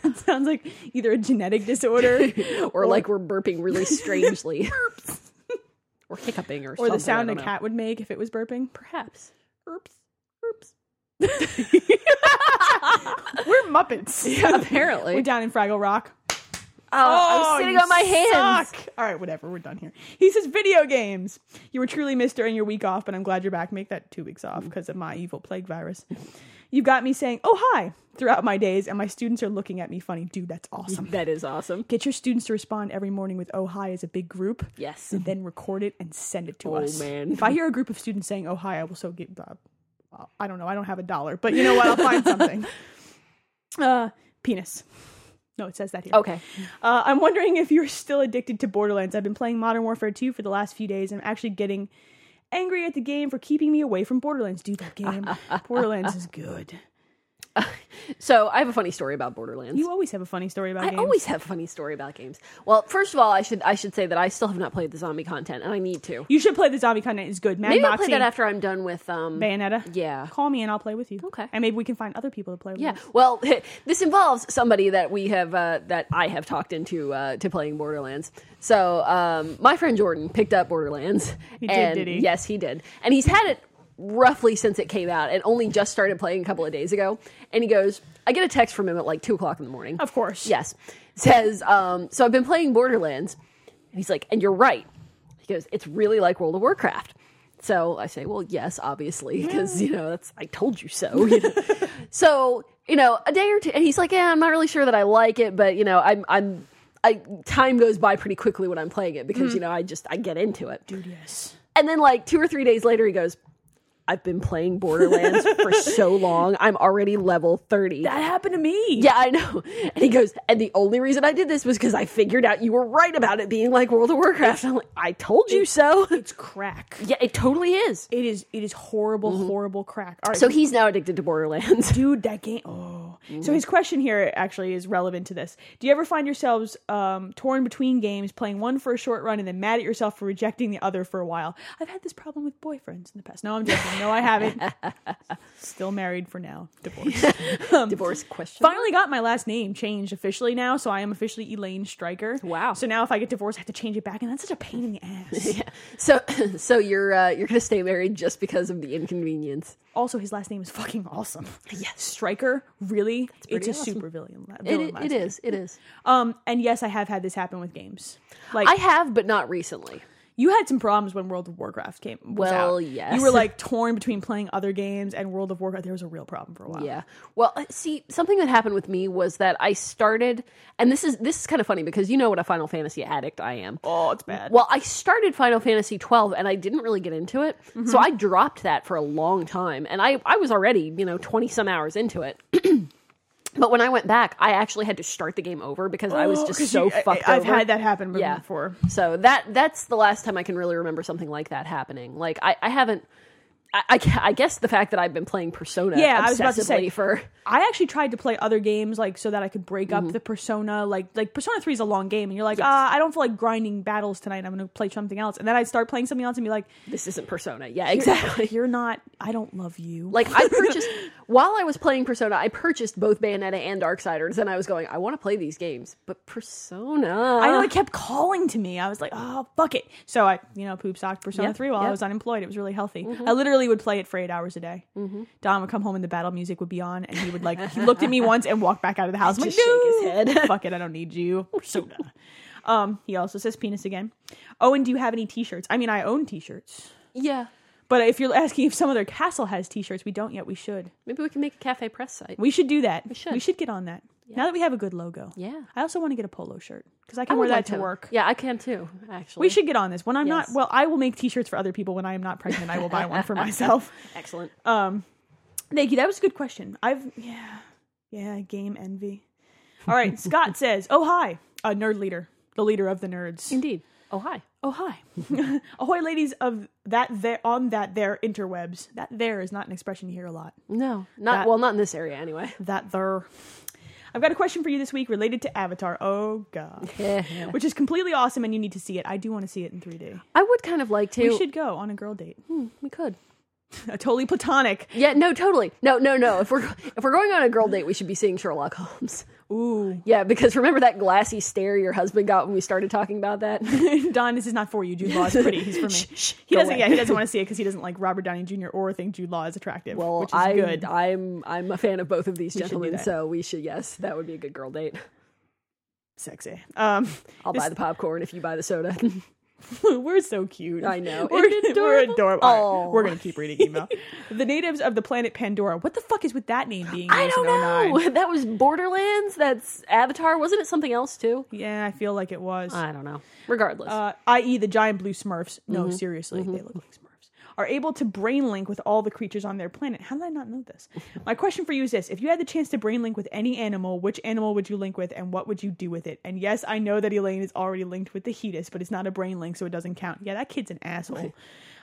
A: it sounds like either a genetic disorder
B: or like we're burping really strangely. or hiccuping or,
A: or
B: something.
A: the sound
B: I
A: a
B: don't know.
A: cat would make if it was burping.
B: Perhaps.
A: Erps, erps. We're Muppets.
B: Apparently.
A: We're down in Fraggle Rock.
B: Oh,
A: Oh,
B: I'm sitting
A: you
B: on my hands.
A: suck. All right, whatever. We're done here. He says, "Video games. You were truly missed during your week off, but I'm glad you're back. Make that two weeks
B: Mm.
A: off because of my evil plague virus. You've got me saying, oh hi, throughout my days, and my students are looking at me funny. Dude, that's awesome.
B: That is awesome.
A: Get your students to respond every morning with oh hi as a big group.
B: Yes.
A: And then record it and send it to
B: Oh,
A: us.
B: man.
A: If I hear a group of students saying oh hi, I will so get. Uh, well, I don't know. I don't have a dollar, but you know what? I'll find something. Uh, penis. No, it says that here.
B: Okay.
A: Uh, I'm wondering if you're still addicted to Borderlands. I've been playing Modern Warfare 2 for the last few days. I'm actually getting angry at the game for keeping me away from Borderlands. Dude, that game. Borderlands is good.
B: So I have a funny story about Borderlands.
A: You always have a funny story about
B: I
A: games.
B: always have a funny story about games. Well, first of all, I should I should say that I still have not played the zombie content, and I need to.
A: You should play the Zombie Content. It's good. Mad
B: Maybe I'll
A: Moxie,
B: play that after I'm done with um
A: Bayonetta.
B: Yeah.
A: Call me and I'll play with you.
B: Okay.
A: And maybe we can find other people to play with.
B: Yeah.
A: us.
B: Well, this involves somebody that we have uh, that I have talked into uh, to playing Borderlands. So um, my friend Jordan picked up Borderlands. He
A: did,
B: and,
A: did he?
B: Yes, he did, and he's had it roughly since it came out, and only just started playing a couple of days ago. And he goes, I get a text from him at like two o'clock in the morning.
A: Of course.
B: Yes. Says, um, so I've been playing Borderlands. And he's like, and you're right. He goes, it's really like World of Warcraft. So I say, well, yes, obviously, because, you know, that's, I told you so. you know. so, you know, a day or two, and he's like, yeah, I'm not really sure that I like it, but, you know, I'm, I'm, I, time goes by pretty quickly when I'm playing it because, you know, I just, I get into it.
A: Hmm. Dude, yes.
B: And then like two or three days later, he goes, I've been playing Borderlands for so long. I'm already level 30.
A: That happened to me.
B: Yeah, I know. And he goes, and the only reason I did this was because I figured out you were right about it being like World of Warcraft. I'm like, I told you so.
A: It's crack.
B: Yeah, it totally is.
A: It is it is horrible, horrible crack. All right.
B: So he's now addicted to Borderlands.
A: dude that game oh
B: Mm-hmm.
A: so his question here actually is relevant to this do you ever find yourselves um, torn between games playing one for a short run and then mad at yourself for rejecting the other for a while i've had this problem with boyfriends in the past no i'm joking no i haven't still married for now divorced
B: Divorce question.
A: finally got my last name changed officially now so i am officially elaine striker
B: Wow.
A: so now if i get divorced i have to change it back and that's such a pain in the ass
B: So, so you're uh, you're gonna stay married just because of the inconvenience.
A: also his last name is fucking awesome yes striker really it's
B: pretty
A: a
B: awesome.
A: super villain,
B: It,
A: villain last
B: it
A: name.
B: is. It is.
A: Um, and yes, I have had this happen with games. Like
B: I have, but not recently.
A: you had some problems when World of Warcraft came. was
B: Well,
A: out.
B: yes.
A: you were like torn between playing other games and World of Warcraft. There was a real problem for a while.
B: Yeah. Well, uh, see, something that happened with me was that I started, and this is this is kind of funny because you know what a Final Fantasy addict I am.
A: Oh, it's bad.
B: Well, I started Final Fantasy 12 and I didn't really get into it.
A: Mm-hmm.
B: So I dropped that for a long time. And I, I was already, you know, 20 some hours into it. but when I went back, I actually had to start the game over because I was
A: Oh,
B: just
A: 'cause
B: so
A: you- I-
B: fucked
A: I, have
B: over.
A: had that happen
B: Yeah.
A: before.
B: So that that's the last time I can really remember something like that happening. Like I, I haven't I, I, ca- I guess the fact that I've been playing Persona
A: Yeah,
B: obsessively
A: I was about to say-
B: for
A: I actually tried to play other games like so that I could break
B: Mm-hmm.
A: up the persona. Like like Persona Three is a long game, and you're like, ah, I don't feel like grinding battles tonight. I'm going to play something else, and then I'd start playing something else and be like,
B: this isn't Persona. Yeah, exactly.
A: You're not. I don't love you.
B: Like I purchased while I was playing Persona, I purchased both Bayonetta and Darksiders, and I was going, I want to play these games, but Persona.
A: I know it kept calling to me. I was like, oh, fuck it. So I, you know, poop socked Persona
B: Yep,
A: 3 while I
B: yep.
A: was unemployed. It was really healthy.
B: Mm-hmm.
A: I literally would play it for eight hours a day. Don would come home and the battle music would be on, and he would like, he looked at me once and walked back out of the house. I'm
B: Just
A: like,
B: shake his
A: "No,
B: head."
A: fuck it, I don't need you. Persona. um, he also says penis again. Oh, and do you have any t shirts? I mean, I own t shirts.
B: yeah.
A: But if you're asking if some other castle has t shirts, we don't yet. We should.
B: Maybe we can make a cafe press site.
A: We should do that. We
B: should.
A: We should get on that. Now that we have a good logo.
B: Yeah.
A: I also want to get a polo shirt because I
B: I
A: can
B: would
A: wear that
B: like
A: to work.
B: Yeah, I can too. Actually,
A: We should get on this. When I'm
B: Yes.
A: not well, I will make t-shirts for other people. When I am not pregnant, I will buy one for myself.
B: Excellent.
A: Thank you. That was a good question. I've yeah, yeah. Game envy. All right. Scott says, "Oh hi, a nerd leader, the leader of the nerds."
B: Indeed. Oh hi.
A: Oh hi, ahoy, ladies of that there on that there interwebs. That there is not an expression you hear a lot.
B: No, not
A: That-
B: well, not in this area anyway.
A: That there. I've got a question for you this week related to Avatar. Oh god, which is completely awesome, and you need to see it. I do want to see it in 3D.
B: I would kind of like to.
A: We should go on a girl date,
B: We could.
A: a totally platonic.
B: Yeah, no, totally. No, no, no. If we're if we're going on a girl date, we should be seeing Sherlock Holmes.
A: Ooh,
B: Yeah, because remember that glassy stare your husband got when we started talking about that?
A: Don, this is not for you. Jude Law is pretty. He's for me.
B: Shh, shh,
A: he
B: go
A: doesn't.
B: away.
A: Yeah, he doesn't want to see it because he doesn't like Robert Downey Jr. or think Jude Law is attractive.
B: Well,
A: which is
B: I,
A: good.
B: I'm I'm a fan of both of these
A: should do
B: gentlemen,
A: that.
B: so we should yes, that would be a good girl date.
A: Sexy. Um,
B: I'll
A: This-
B: buy the popcorn if you buy the soda.
A: we're so cute.
B: I know.
A: We're
B: Isn't it
A: adorable. We're
B: adorable?
A: adorable. All right,
B: Oh.
A: we're gonna keep reading email. the natives of the planet Pandora. What the fuck is with that name being?
B: I
A: used
B: don't
A: in 09?
B: know. That was Borderlands. That's Avatar. Wasn't it something else too?
A: Yeah, I feel like it was.
B: I don't know. Regardless,
A: uh, i.e., the giant blue Smurfs. No, seriously, they look like Smurfs. Are able to brain link with all the creatures on their planet. How did I not know this? My question for you is this: If you had the chance to brain link with any animal, which animal would you link with, and what would you do with it? And yes, I know that Elaine is already linked with the Hedus, but it's not a brain link, so it doesn't count. Yeah, that kid's an asshole.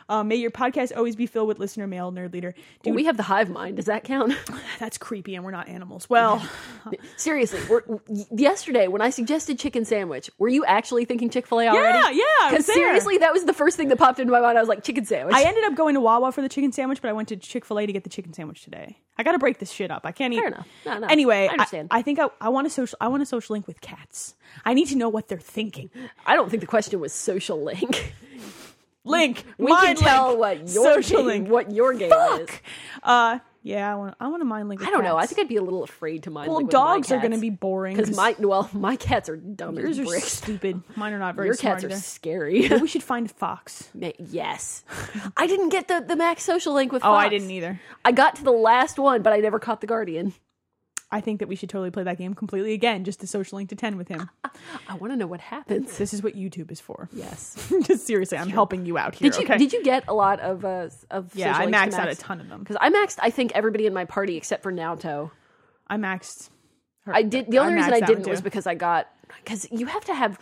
A: Uh, may your podcast always be filled with listener mail, nerd leader. Dude,
B: we have the hive mind. Does that count?
A: that's creepy, and we're not animals. Well,
B: Seriously, we're, y- yesterday when I suggested chicken sandwich, were you actually thinking Chick Fil A already?
A: yeah, I was
B: Because
A: there.
B: seriously, that was the first thing that popped into my mind. I was like, chicken sandwich.
A: I ended up going to Wawa for the chicken sandwich, but I went to Chick Fil A to get the chicken sandwich today. I got to break this shit up. I can't
B: Fair
A: eat.
B: enough. No, no.
A: Anyway,
B: I understand.
A: I, think I, I want to social. I want to social link with cats. I need to know what they're thinking.
B: I don't think the question was social link.
A: Link.
B: We can
A: mind
B: tell
A: link,
B: what your
A: social
B: game,
A: link.
B: what your game is.
A: Fuck. Uh, yeah, I want. I want to mind link. With
B: I don't know. I
A: cats.
B: think I'd be a little afraid to mind.
A: well, dogs are going to be boring
B: because my well, my cats are dumb
A: yours
B: as
A: are
B: bricks.
A: stupid. Mine are not very
B: Your
A: smart.
B: cats are
A: either.
B: scary.
A: Maybe we should find fox.
B: Ma- yes, I didn't get the the Max social link with.
A: Oh, I
B: Fox.
A: didn't either.
B: I got to the last one, but I never caught the Guardian.
A: I think that we should totally play that game completely again, just to social link to ten with him.
B: I want to know what happens.
A: This is what YouTube is for.
B: Yes.
A: just seriously, I'm helping you out here.
B: Did you
A: okay?
B: did you get a lot of uh of
A: Yeah,
B: social
A: I
B: links
A: maxed
B: to
A: out a
B: Max?
A: ton of them.
B: because I maxed I think everybody in my party except for Naoto.
A: I maxed. her-
B: I did. The only reason
A: maxed
B: I
A: that
B: didn't
A: one,
B: was
A: too.
B: because I got because you have to have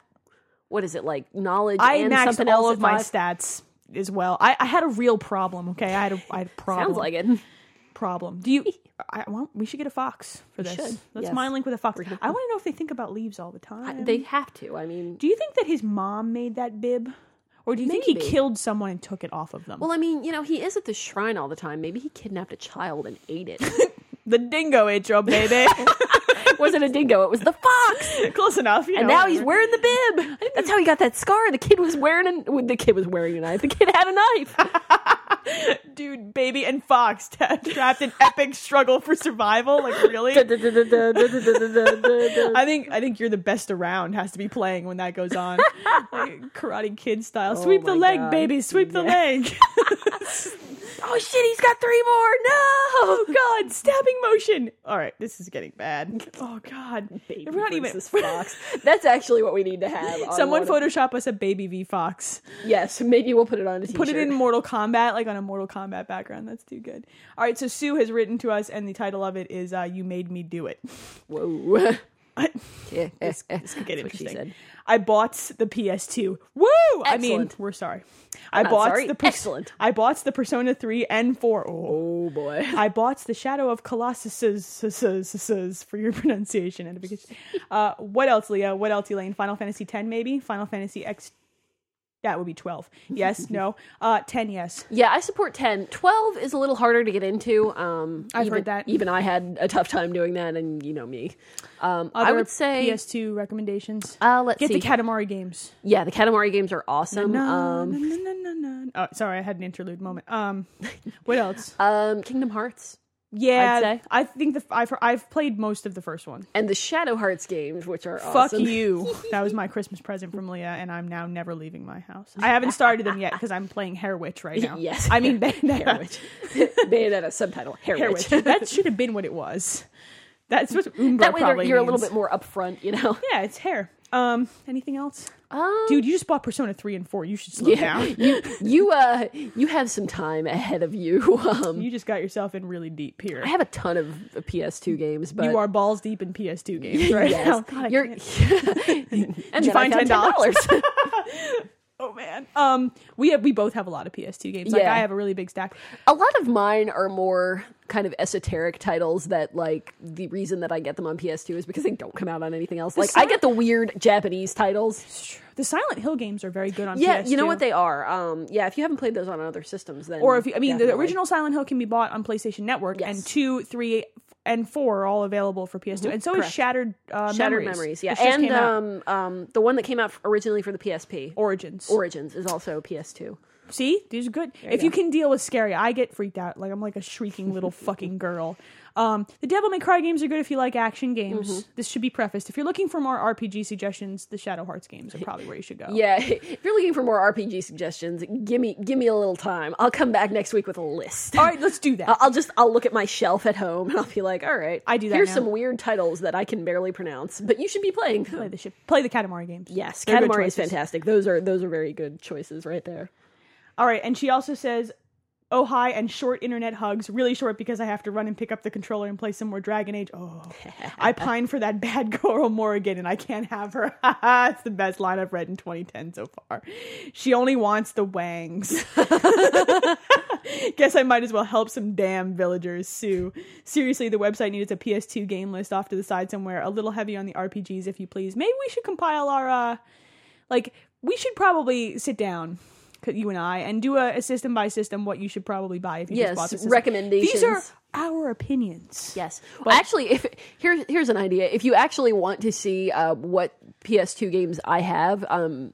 B: what is it like knowledge
A: I
B: and
A: maxed
B: something
A: all
B: else
A: of
B: at
A: my
B: five?
A: stats as well. I, I had a real problem. Okay, I had a, I had a problem.
B: Sounds like it.
A: problem. Do you? I want. We should get a fox for this.
B: should,
A: Let's
B: yes.
A: mind link with a fox. I want to know if they think about leaves all the time.
B: They have to. I mean,
A: Do you think that his mom made that bib, or do you think he
B: Maybe.
A: killed someone and took it off of them?
B: well, I mean, you know, he is at the shrine all the time. Maybe he kidnapped a child and ate it.
A: the dingo ate your baby.
B: it wasn't a dingo. It was the fox.
A: Close enough. you
B: And
A: know,
B: now he's
A: whatever.
B: wearing the bib. That's how he got that scar. The kid was wearing an, well, the kid was wearing a knife. The kid had a knife.
A: dude, baby, and fox trapped in epic struggle for survival. Like really. I think I think you're the best around has to be playing when that goes on, like, Karate Kid style. Sweep the
B: Oh my
A: leg,
B: God.
A: baby. Sweep the
B: Yeah.
A: leg.
B: oh shit! He's got three more. No.
A: oh God, stabbing motion. All right, this is getting bad. Oh God,
B: baby
A: we're not even.
B: versus fox. That's actually what we need to have. on
A: Someone
B: one of-
A: Photoshop us a baby v fox.
B: Yes, maybe we'll put it on a t-shirt.
A: Put it in Mortal Kombat, like on a Mortal Kombat background. That's too good. All right, so Sue has written to us, and the title of it is uh, "You Made Me Do It."
B: Whoa. yeah,
A: this, this could get
B: That's what she
A: interesting.
B: said.
A: I bought the PS2. Woo! I mean,
B: Excellent.
A: we're sorry. i
B: not
A: bought
B: sorry.
A: the pers-
B: Excellent.
A: I bought the Persona 3 and 4. Oh.
B: Oh boy.
A: I bought the Shadow of Colossus for your pronunciation and because- uh what else Leah? What else Elaine? Final Fantasy 10 maybe? Final Fantasy X that would be 12. Yes, no. Uh 10 yes.
B: Yeah, I support 10. 12 is a little harder to get into. Um,
A: I've
B: even,
A: heard that.
B: Even I had a tough time doing that, and you know me. Um, I
A: Other
B: would say,
A: PS2 recommendations.
B: uh, let's
A: Get
B: see.
A: the Katamari games.
B: yeah, the Katamari games are awesome.
A: Na,
B: Um,
A: na, na, na, na, na. Oh, sorry, I had an interlude moment. Um what else?
B: um, Kingdom Hearts
A: Yeah,
B: I'd say.
A: I think the I've I've played most of the first one.
B: and the Shadow Hearts games, which are
A: Fuck
B: awesome.
A: you. that was my Christmas present from Leah, and I'm now never leaving my house. I haven't started them yet because I'm playing Hair Witch right now.
B: Yes.
A: I mean Hair Witch.
B: Bayonetta subtitle, Hair,
A: Hair Witch.
B: Witch.
A: That should have been what it was. That's what Umbra
B: that way they're-
A: probably
B: you're a little
A: means.
B: bit more upfront, you know?
A: Yeah, it's hair. Um, anything else,
B: Um,
A: dude? You just bought Persona three and four. You should slow
B: yeah,
A: down.
B: you you uh you have some time ahead of you. Um,
A: You just got yourself in really deep here.
B: I have a ton of PS2 games, but
A: You are balls deep in PS2 games right now. God, I
B: You're,
A: can't.
B: and
A: you
B: then I
A: find
B: found
A: $10?
B: $10.
A: Oh man. Um, we have we both have a lot of PS2 games. Like
B: Yeah.
A: I have a really big stack.
B: A lot of mine are more kind of esoteric titles that like the reason that I get them on PS2 is because they don't come out on anything else. Like I
A: Silent-
B: get the weird Japanese titles.
A: The Silent Hill games are very good on
B: Yeah,
A: PS2.
B: you know what they are. Um, yeah, if you haven't played those on other systems, then
A: or if you, I mean the
B: definitely.
A: original Silent Hill can be bought on PlayStation Network, and
B: Yes. Mm-hmm.
A: two, three, and four are all available for PS2, and so is
B: correct.
A: Shattered uh,
B: Shattered
A: Memories.
B: Memories, yeah,
A: which just
B: and
A: came out.
B: um, um, the one that came out f- originally for the PSP,
A: Origins.
B: Origins, is also PS2.
A: See, these are good. if you can deal with scary, I get freaked out. Like I'm like a shrieking little fucking girl. Um, the Devil May Cry games are good if you like action games.
B: Mm-hmm.
A: This should be prefaced. If you're looking for more RPG suggestions, the Shadow Hearts games are probably where you should go.
B: Yeah, if you're looking for more RPG suggestions, give me give me a little time. I'll come back next week with a list.
A: All right, let's do that.
B: I- I'll just I'll look at my shelf at home and I'll be like, all right,
A: I do that
B: Here's
A: now.
B: some weird titles that I can barely pronounce, but you should be playing. them.
A: play the ship. Play the Katamari games.
B: Yes,
A: They're good
B: Katamari is
A: choices.
B: fantastic. Those are those are very good choices right there.
A: All right, and she also says, "Oh hi," and short internet hugs. Really short because I have to run and pick up the controller and play some more Dragon Age. Oh, I pine for that bad girl Morrigan, and I can't have her. it's the best line I've read in 2010 so far. She only wants the wangs. Guess I might as well help some damn villagers sue. Seriously, the website needs a PS2 game list off to the side somewhere. A little heavy on the RPGs, if you please. Maybe we should compile our uh, like we should probably sit down c- you and i and do a, a system by system what you should probably buy if you
B: Yes,
A: just bought the system.
B: recommendations.
A: these are our opinions
B: Yes. actually, if here's here's an idea. If you actually want to see uh, what PS2 games I have, um,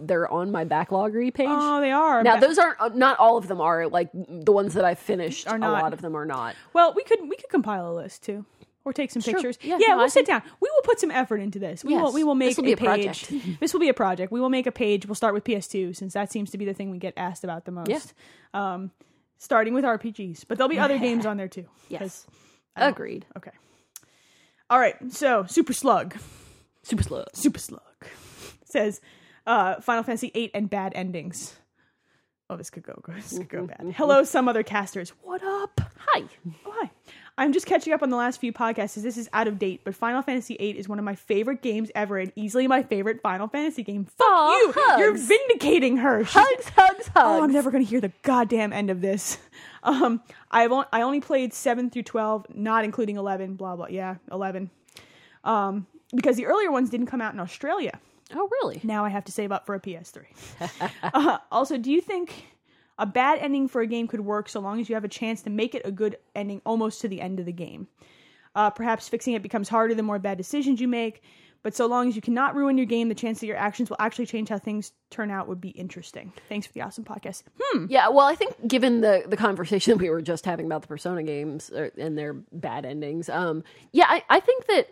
B: they're on my backloggery page.
A: oh they are
B: now
A: Ba-
B: those aren't uh, not all of them are like the ones that I finished.
A: Are
B: a
A: not.
B: lot of them are not.
A: well we could we could compile a list too or take some pictures.
B: Yeah,
A: Yeah,
B: no,
A: we'll
B: I
A: sit down. We will put some effort into this. We will.
B: Yes.
A: We will make
B: This will be a
A: page.
B: project.
A: this will be a project. We will make a page. We'll start with PS2 since that seems to be the thing we get asked about the most.
B: Yeah.
A: Um, starting with RPGs, but there'll be other games on there too. 'Cause-
B: Yes, agreed.
A: Okay. All right. So Super Slug.
B: Super slow.
A: Super Slug says uh, Final Fantasy VIII and bad endings. Oh, this could go. This could go bad. Hello, some other casters. What up?
B: Hi.
A: Oh, hi. I'm just catching up on the last few podcasts. as This is out of date, but Final Fantasy VIII is one of my favorite games ever, and easily my favorite Final Fantasy game. Fuck
B: Aw,
A: you! You're
B: hugs.
A: vindicating her. She's-
B: Hugs, hugs, hugs.
A: Oh, I'm never going to hear the goddamn end of this. Um, I've on- I only played seven through twelve, not including eleven. Blah blah. Yeah, eleven. Um, because the earlier ones didn't come out in Australia.
B: Oh, really?
A: Now I have to save up for a PS3. uh, also, do you think a bad ending for a game could work so long as you have a chance to make it a good ending almost to the end of the game? Uh, perhaps fixing it becomes harder the more bad decisions you make, but so long as you cannot ruin your game, the chance that your actions will actually change how things turn out would be interesting. Thanks for the awesome podcast. Hmm.
B: Yeah, well, I think given the the conversation we were just having about the Persona games uh, and their bad endings, um, yeah, I, I think that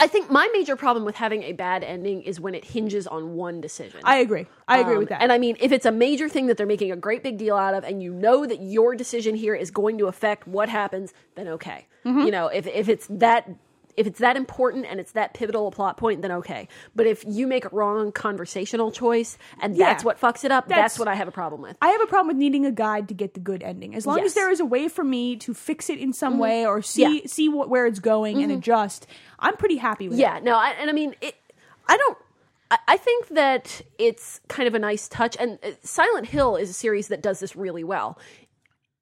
B: I think my major problem with having a bad ending is when it hinges on one decision.
A: I agree. I agree
B: Um,
A: with that.
B: And I mean, if it's a major thing that they're making a great big deal out of, and you know that your decision here is going to affect what happens, then okay.
A: Mm-hmm.
B: You know, if if it's that if it's that important and it's that pivotal a plot point, then okay. But if you make a wrong conversational choice and
A: Yeah.
B: that's what fucks it up, that's,
A: That's-
B: what I have a problem with.
A: I have a problem with needing a guide to get the good ending. As long as
B: Yes. Mm-hmm.
A: there is a way for me to fix it in some way or see
B: Yeah. Mm-hmm.
A: see what, where it's going and adjust, I'm pretty happy with
B: Yeah,
A: it.
B: no, I, and I mean, it, I don't. I- I think that it's kind of a nice touch, and uh, Silent Hill is a series that does this really well.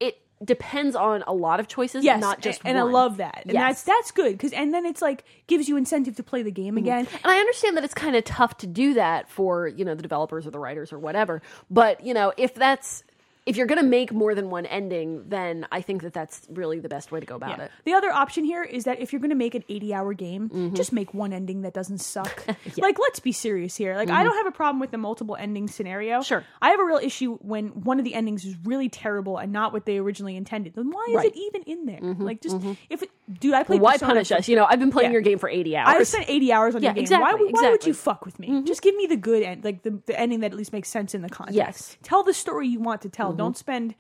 B: It depends on a lot of choices,
A: Yes,
B: not just
A: a- and,
B: one.
A: I love that. And
B: Yes. Mm-hmm.
A: that's that's good because and then it's like gives you incentive to play the game again.
B: And I understand that it's kind of tough to do that for you know the developers or the writers or whatever. But you know, if that's if you're going to make more than one ending, then I think that that's really the best way to go about
A: Yeah.
B: it.
A: Uh, The other option here is that if you're going to make an 80 hour game,
B: Mm-hmm.
A: just make one ending that doesn't suck. Like, let's be serious here. Like, I don't have a problem with the multiple ending scenario.
B: Mm-hmm. Sure.
A: I have a real issue when one of the endings is really terrible and not what they originally intended. Then why
B: Right. Mm-hmm.
A: is it even in there? Like, just if it, dude, I played
B: Why
A: Persona
B: punish
A: for-
B: us? You know, I've been playing
A: Yeah.
B: your game for eighty hours.
A: I spent 80 hours on
B: Yeah,
A: your game.
B: exactly,
A: why, would- why would
B: exactly. Mm-hmm.
A: you fuck with me? Just give me the good end, like the, the ending that at least makes sense in the context.
B: Yes. Mm-hmm.
A: Tell the story you want to tell. Don't spend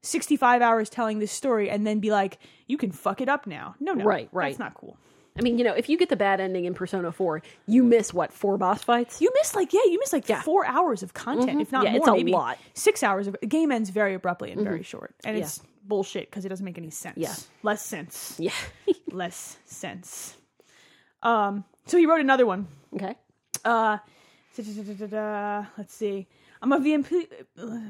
A: 65 hours telling this story and then be like, you can fuck it up now. No, no.
B: Right, right.
A: That's not cool.
B: I mean, you know, if you get the bad ending in Persona Four, you miss what four boss fights.
A: You miss like, yeah, you miss like four hours of content, if not
B: Mm-hmm.
A: more.
B: Yeah, it's a
A: maybe
B: lot. Mm-hmm.
A: Six hours of the game ends very abruptly and very short. And it's bullshit because it doesn't make any sense.
B: Yeah.
A: Less sense.
B: yeah.
A: Less sense. Um, so he wrote another one.
B: okay.
A: Da-da-da-da-da. uh, Let's see. I'm of the imp- uh,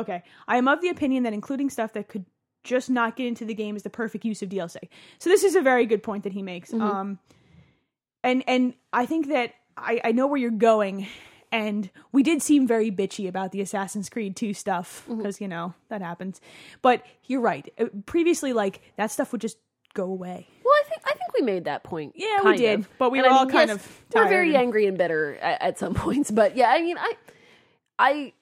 A: okay. I am of the opinion that including stuff that could just not get into the game is the perfect use of DLC. So this is a very good point that he makes. Um, and and I think that I, I know where you're going, and we did seem very bitchy about the Assassin's Creed 2 stuff because you know that happens. But you're right. Uh, Previously, like that stuff would just go away.
B: Well, I think I think we made that point.
A: Yeah, we
B: kind
A: did,
B: of.
A: but we
B: And
A: were
B: I
A: all
B: mean,
A: kind
B: yes,
A: of
B: we're very
A: tired.
B: angry and bitter at, at some points. But yeah, I mean, I, I,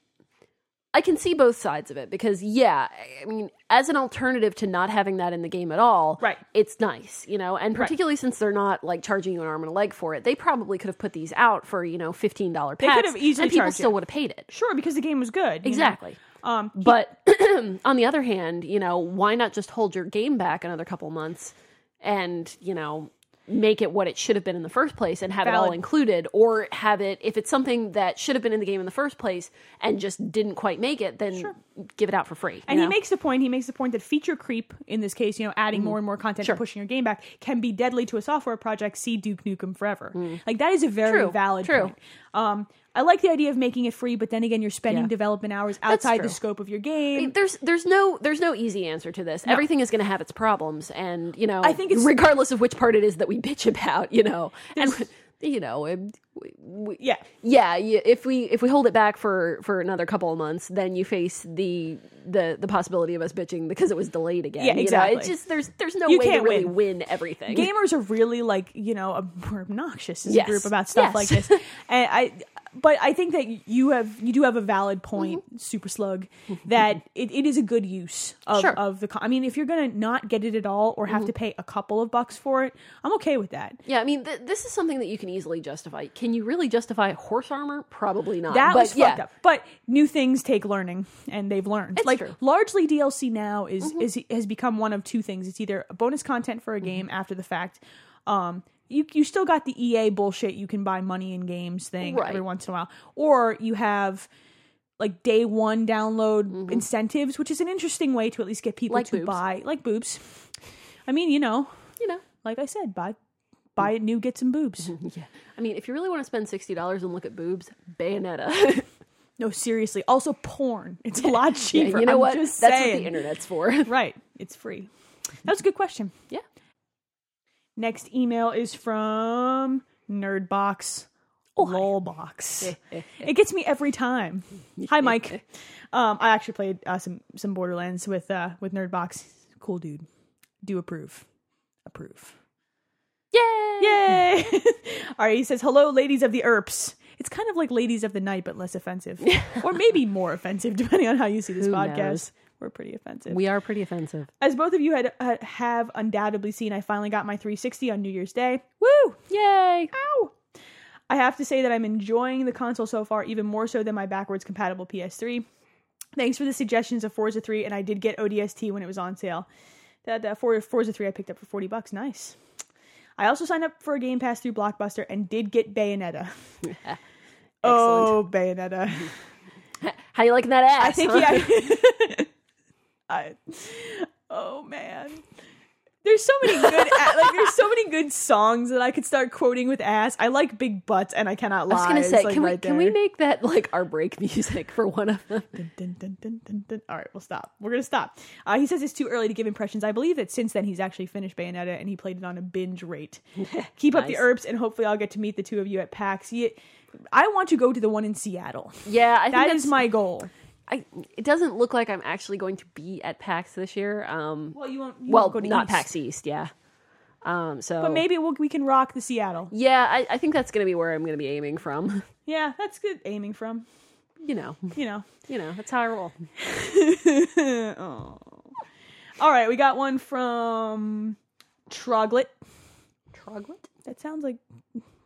B: I can see both sides of it because yeah, I- I mean, as an alternative to not having that in the game at all,
A: Right.
B: It's nice, you know, and particularly since they're not like charging you an arm and a leg for it, they probably could have put these out for you know fifteen dollar packs.
A: could have easily
B: and people
A: charged
B: still
A: you.
B: would have paid it.
A: Sure, because the game was good. you know?
B: Exactly.
A: Um,
B: But on the other hand, you know, why not just hold your game back another couple months and, you know, make it what it should have been in the first place and have it all
A: Valid.
B: included or have it if it's something that should have been in the game in the first place and just didn't quite make it, then give it out for free. you
A: And
B: know?
A: he makes the point. He makes the point that feature creep, in this case, you know,
B: Mm.
A: adding more and more content, and pushing your game back, can be deadly to a software project. See Duke Nukem Forever. Like that is a very
B: Mm. True,
A: valid
B: true.
A: point. Um, I like the idea of making it free, but then again, you're spending
B: Yeah.
A: development hours outside the
B: true.
A: scope of your game.
B: there's there's no there's no easy answer to this. Everything is going to have its problems, and you know,
A: I think it's-
B: regardless of which part it is that we bitch about, you know, and you know, it- we, we,
A: Yeah.
B: yeah. You, if we if we hold it back for for another couple of months, then you face the the the possibility of us bitching because it was delayed again.
A: Yeah,
B: you know?
A: exactly.
B: It's just there's there's no
A: You
B: way to
A: can't
B: really
A: win.
B: win, everything.
A: gamers are really like you know ob- we're obnoxious as
B: Yes.
A: a group about stuff
B: Yes.
A: like this and i but i think that you have you do have a valid point
B: Mm-hmm.
A: super slug that it, it is a good use of,
B: Sure. Mm-hmm.
A: of the co- i mean if you're gonna not get it at all or have to pay a couple of bucks for it i'm okay with that
B: Yeah, I mean, th- this is something that you can easily justify. Can you really justify horse armor? Probably not.
A: that
B: but
A: was
B: yeah,
A: fucked up. But new things take learning, and they've learned.
B: It's
A: like
B: true. Mm-hmm.
A: largely DLC now is is has become one of two things. It's either bonus content for a game after the fact. Um, you you still got the EA bullshit. You can buy money in games thing
B: Right.
A: every once in a while, or you have. Like day one download incentives, which is an interesting way to at least get people
B: Mm-hmm. Like
A: to
B: boobs.
A: buy like boobs. I mean, you know,
B: You know.
A: like I said, buy buy it new, get some boobs.
B: Yeah. I mean, if you really want to spend sixty dollars and look at boobs, Bayonetta.
A: No, seriously. Also, porn. It's a lot cheaper.
B: you know
A: I'm
B: what?
A: Just
B: That's
A: saying.
B: what the internet's for.
A: Right. It's free. That was a good question.
B: yeah.
A: Next email is from Nerdbox.
B: Oh,
A: Lolbox. it gets me every time. Hi, Mike. Um, I actually played uh, some some Borderlands with uh, with Nerdbox. Cool dude. Do approve. Approve.
B: Yay!
A: Yay! All right, he says, "Hello, ladies of the Erps." It's kind of like ladies of the night, but less offensive, or maybe more offensive, depending on how you see this
B: Who
A: podcast.
B: knows?
A: We're pretty offensive.
B: We are pretty offensive.
A: as both of you had uh, have undoubtedly seen, I finally got my 360 on New Year's Day. Woo!
B: Yay!
A: Ow! I have to say that I'm enjoying the console so far, even more so than my backwards compatible PS3. Thanks for the suggestions of Forza 3, and I did get ODST when it was on sale. That uh, For- Forza 3 I picked up for 40 bucks. Nice. I also signed up for a Game Pass through Blockbuster and did get Bayonetta. oh, Bayonetta.
B: How you liking that ass?
A: I think
B: huh?
A: yeah. I, oh man, there's so many good a- like there's so many good songs that I could start quoting with ass. I like big butts, and I cannot
B: I
A: lie.
B: was gonna
A: It's,
B: say,
A: like,
B: can we
A: right
B: can we
A: there.
B: make that like our break music for one of them?
A: Dun, dun, dun, dun, dun. All right, we'll stop. We're gonna stop. Uh, he says it's too early to give impressions. I believe that since then he's actually finished Bayonetta and he played it on a binge rate. Keep up the
B: Nice.
A: herbs, and hopefully I'll get to meet the two of you at PAX. Ye- I want to go to the one in Seattle.
B: Yeah, I think
A: That
B: that's-
A: is my goal.
B: I, it doesn't look like I'm actually going to be at PAX this year. Um,
A: Well, you won't. You
B: well,
A: won't go to
B: not
A: East.
B: PAX East, yeah. Um, so
A: but maybe we'll, we can rock the Seattle.
B: yeah, I, I think that's gonna be where I'm gonna be aiming from.
A: Yeah, that's good aiming from.
B: you know,
A: You know.
B: you know, that's how I roll.
A: Aw. Oh. All right, we got one from Troglit.
B: Troglit.
A: That sounds like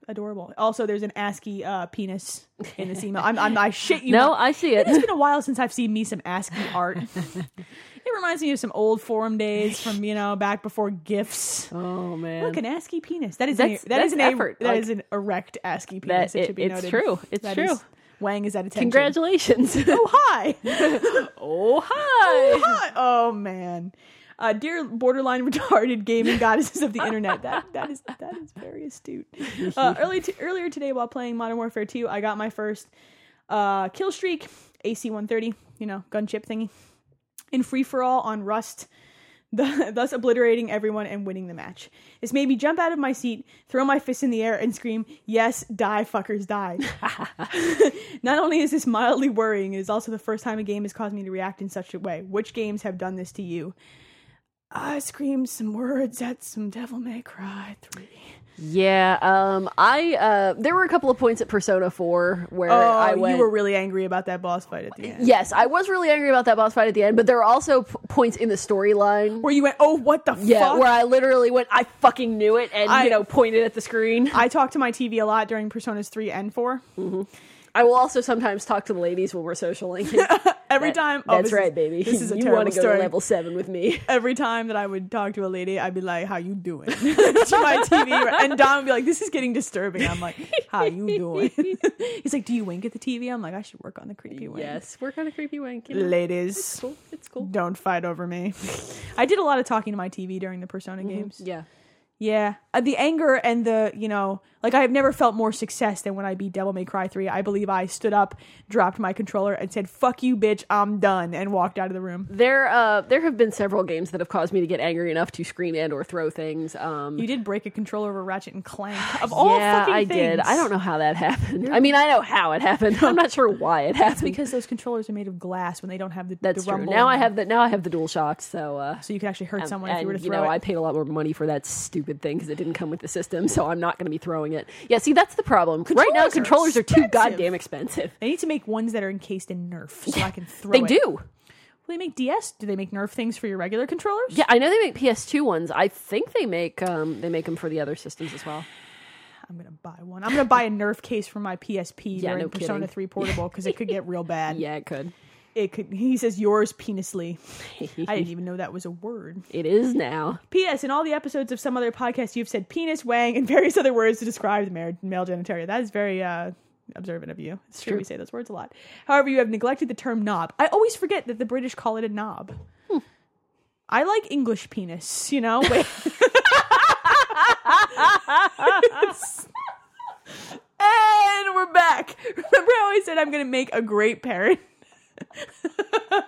A: adorable. Also, there's an ASCII uh, penis in this email. I'm, I'm, I shit you.
B: No,
A: not.
B: I see it.
A: It's been a while since I've seen me some ASCII art. it reminds me of some old forum days from you know back before GIFs.
B: Oh man,
A: Look, an ASCII penis. That is
B: That's-
A: an, that is
B: that's
A: an
B: effort.
A: A, that
B: Like-
A: is an erect ASCII penis. it
B: it-
A: should be
B: it's
A: noted.
B: true. It's
A: That
B: true.
A: is- Wang is at attention.
B: congratulations!
A: Oh hi.
B: oh hi!
A: oh man. Uh, dear borderline retarded gaming goddesses of the internet, that that is that is very astute. Uh, early t- earlier today, while playing Modern Warfare 2, I got my first uh, kill streak, AC-130, you know, gunship thingy, in free for all on Rust th- thus obliterating everyone and winning the match. This made me jump out of my seat, throw my fist in the air, and scream, Yes, die, fuckers, die. Not only is this mildly worrying, it is also the first time a game has caused me to react in such a way. Which games have done this to you? I screamed some words at some Devil May Cry 3.
B: Yeah, um, I uh, there were a couple of points at Persona Four where
A: Oh,
B: I went.
A: you were really angry about that boss fight at the end.
B: yes, I was really angry about that boss fight at the end, but there were also p- points in the storyline.
A: Where you went, Oh, what the
B: Yeah,
A: fuck?
B: where I literally went, I fucking knew it, and
A: I-
B: you know, pointed at the screen.
A: I talked to my TV a lot during Personas 3 and 4.
B: I will also sometimes talk to the ladies when we're socialing.
A: Every time. oh,
B: That's
A: this is-
B: right, baby.
A: This is a
B: you
A: terrible
B: wanna go
A: story.
B: to level seven with me.
A: every time that I would talk to a lady, I'd be like, "How you doing?" to my TV, and Don would be like, "This is getting disturbing." I'm like, "How you doing?" He's like, "Do you wink at the TV?" I'm like, "I should work on the creepy wink."
B: yes, we're kind of creepy wank. you know. It's
A: ladies,
B: cool. It's cool.
A: don't fight over me. I did a lot of talking to my TV during the Persona games.
B: Mm-hmm. Yeah.
A: Yeah, Uh, the anger and the you know, like I have never felt more success than when I beat Devil May Cry three. I believe I stood up, dropped my controller, and said, "Fuck you, bitch, I'm done," and walked out of the room.
B: There, uh, there have been several games that have caused me to get angry enough to scream and or throw things. Um,
A: You did break a controller over Ratchet and Clank. Of all
B: yeah,
A: fucking
B: I
A: things.
B: did. I don't know how that happened. I mean, I know how it happened. I'm not sure why it happened.
A: because those controllers are made of glass when they don't have the,
B: That's
A: the
B: true.
A: rumble.
B: Now I
A: and-
B: have the now I have the dual shocks. So, uh,
A: so you can actually hurt
B: and-
A: someone if you were to
B: and,
A: throw
B: know,
A: it.
B: I paid a lot more money for that stupid thing because it didn't come with the system. So I'm not going to be throwing it. Yeah, see, that's the problem. right now,
A: Controllers are
B: controllers are too
A: expensive.
B: goddamn expensive.
A: they need to make ones that are encased in Nerf, so I can throw.
B: They
A: it.
B: do.
A: Will they make DS? Do they make Nerf things for your regular controllers?
B: Yeah, I know they make PS2 ones. I think they make um, they make them for the other systems as well.
A: I'm gonna buy one. I'm gonna buy a Nerf case for my PSP
B: Yeah,
A: during
B: no
A: Persona
B: kidding.
A: Three Portable because it could get real bad.
B: Yeah, it could.
A: It could. He says yours penisly. I didn't even know that was a word.
B: It is now.
A: P.S. In all the episodes of some other podcast, you've said penis, wang, and various other words to describe the mar- male genitalia. That is very uh, observant of you. It's true. We say those words a lot. However, you have neglected the term knob. I always forget that the British call it a knob. I like English penis, you know? Wait. and we're back. Remember how I said I'm going to make a great parent?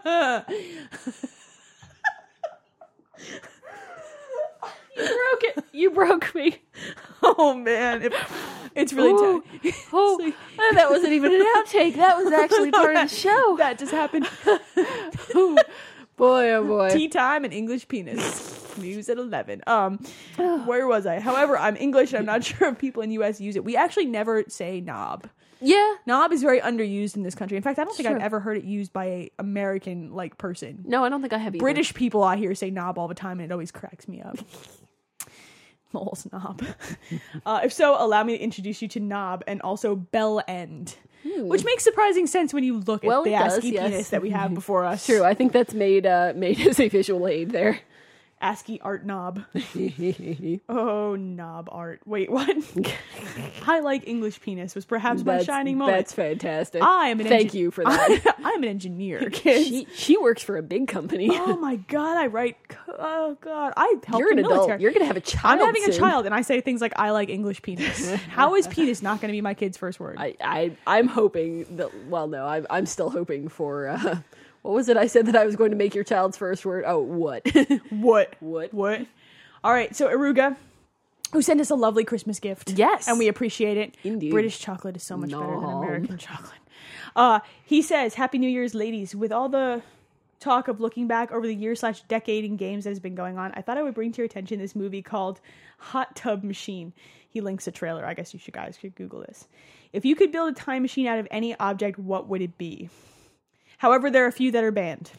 B: broke it. You broke me.
A: Oh, man. If, it's really
B: Ooh.
A: tough.
B: Oh, that wasn't even an outtake. That was actually part of the show.
A: That just happened.
B: boy, oh boy.
A: tea time and English penis. News at eleven. Um, where was I? However, I'm English. and I'm not sure if people in U.S. use it. We actually never say knob.
B: yeah.
A: Knob is very underused in this country. In fact, I don't think I've
B: Sure.
A: ever heard it used by a American like person.
B: No, I don't think I have either.
A: British people I hear say knob all the time, and it always cracks me up. Lol, snob. uh, if so, allow me to introduce you to knob and also bell end, which makes surprising sense when you look
B: Well,
A: at the
B: it does,
A: ASCII
B: yes.
A: penis that we have before us.
B: True. I think that's made uh, made as a visual aid there.
A: ASCII art knob. Oh, knob art. Wait, what? I like English penis was perhaps my
B: That's-
A: shining moment.
B: That's fantastic.
A: I am an
B: Thank
A: engi-
B: you for that.
A: I, am an engineer, kids.
B: she she works for a big company.
A: oh my god, I write. co- Oh god, I help
B: You're
A: the
B: an
A: military.
B: adult. You're gonna have a child.
A: I'm having a
B: soon.
A: child, and I say things like "I like English penis." How is penis not going to be my kid's first word?
B: I, I I'm hoping that. Well, no, I'm I'm still hoping for. Uh, what was it I said that I was going to make your child's first word? Oh, what?
A: what?
B: What?
A: What? All right, so Aruga, who sent us a lovely Christmas gift,
B: Yes.
A: and we appreciate it.
B: Indeed.
A: British chocolate is so much better than
B: Nom.
A: American chocolate. Uh, he says, "Happy New Year's, ladies! With all the talk of looking back over the year slash decade in games that has been going on, I thought I would bring to your attention this movie called Hot Tub Machine. He links a trailer. I guess you should guys could Google this. If you could build a time machine out of any object, what would it be? However, there are a few that are banned."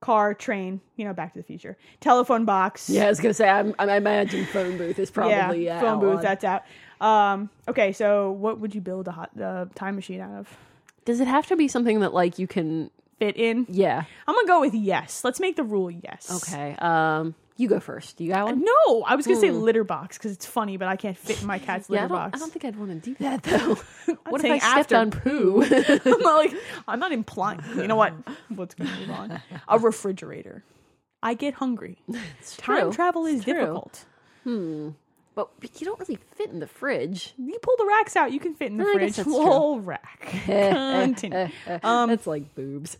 A: Car, train, you know, Back to the Future, telephone box,
B: yeah, I was gonna say. I'm, I imagine phone booth is probably uh,
A: phone booth.
B: outlawed.
A: That's out. Um, okay, so what would you build a hot uh, time machine out of?
B: Does it have to be something that like you can?
A: Fit in?
B: Yeah.
A: I'm gonna go with yes. Let's make the rule yes.
B: Okay. Um, you go first. You got one.
A: No, I was gonna say litter box because it's funny, but I can't fit in my cat's
B: Hmm. Yeah,
A: litter
B: I don't,
A: box.
B: I don't think I'd want to do that though. what if
A: saying
B: I stepped
A: after
B: on poo?
A: I'm not like I'm not implying. You know what? Let's move on. A refrigerator. I get hungry.
B: It's
A: Time
B: true.
A: travel is
B: It's true.
A: difficult.
B: Hmm. But you don't really fit in the fridge.
A: You pull the racks out, you can fit in the
B: I guess
A: fridge.
B: that's true.
A: Whole rack. Continue. Um,
B: That's like boobs.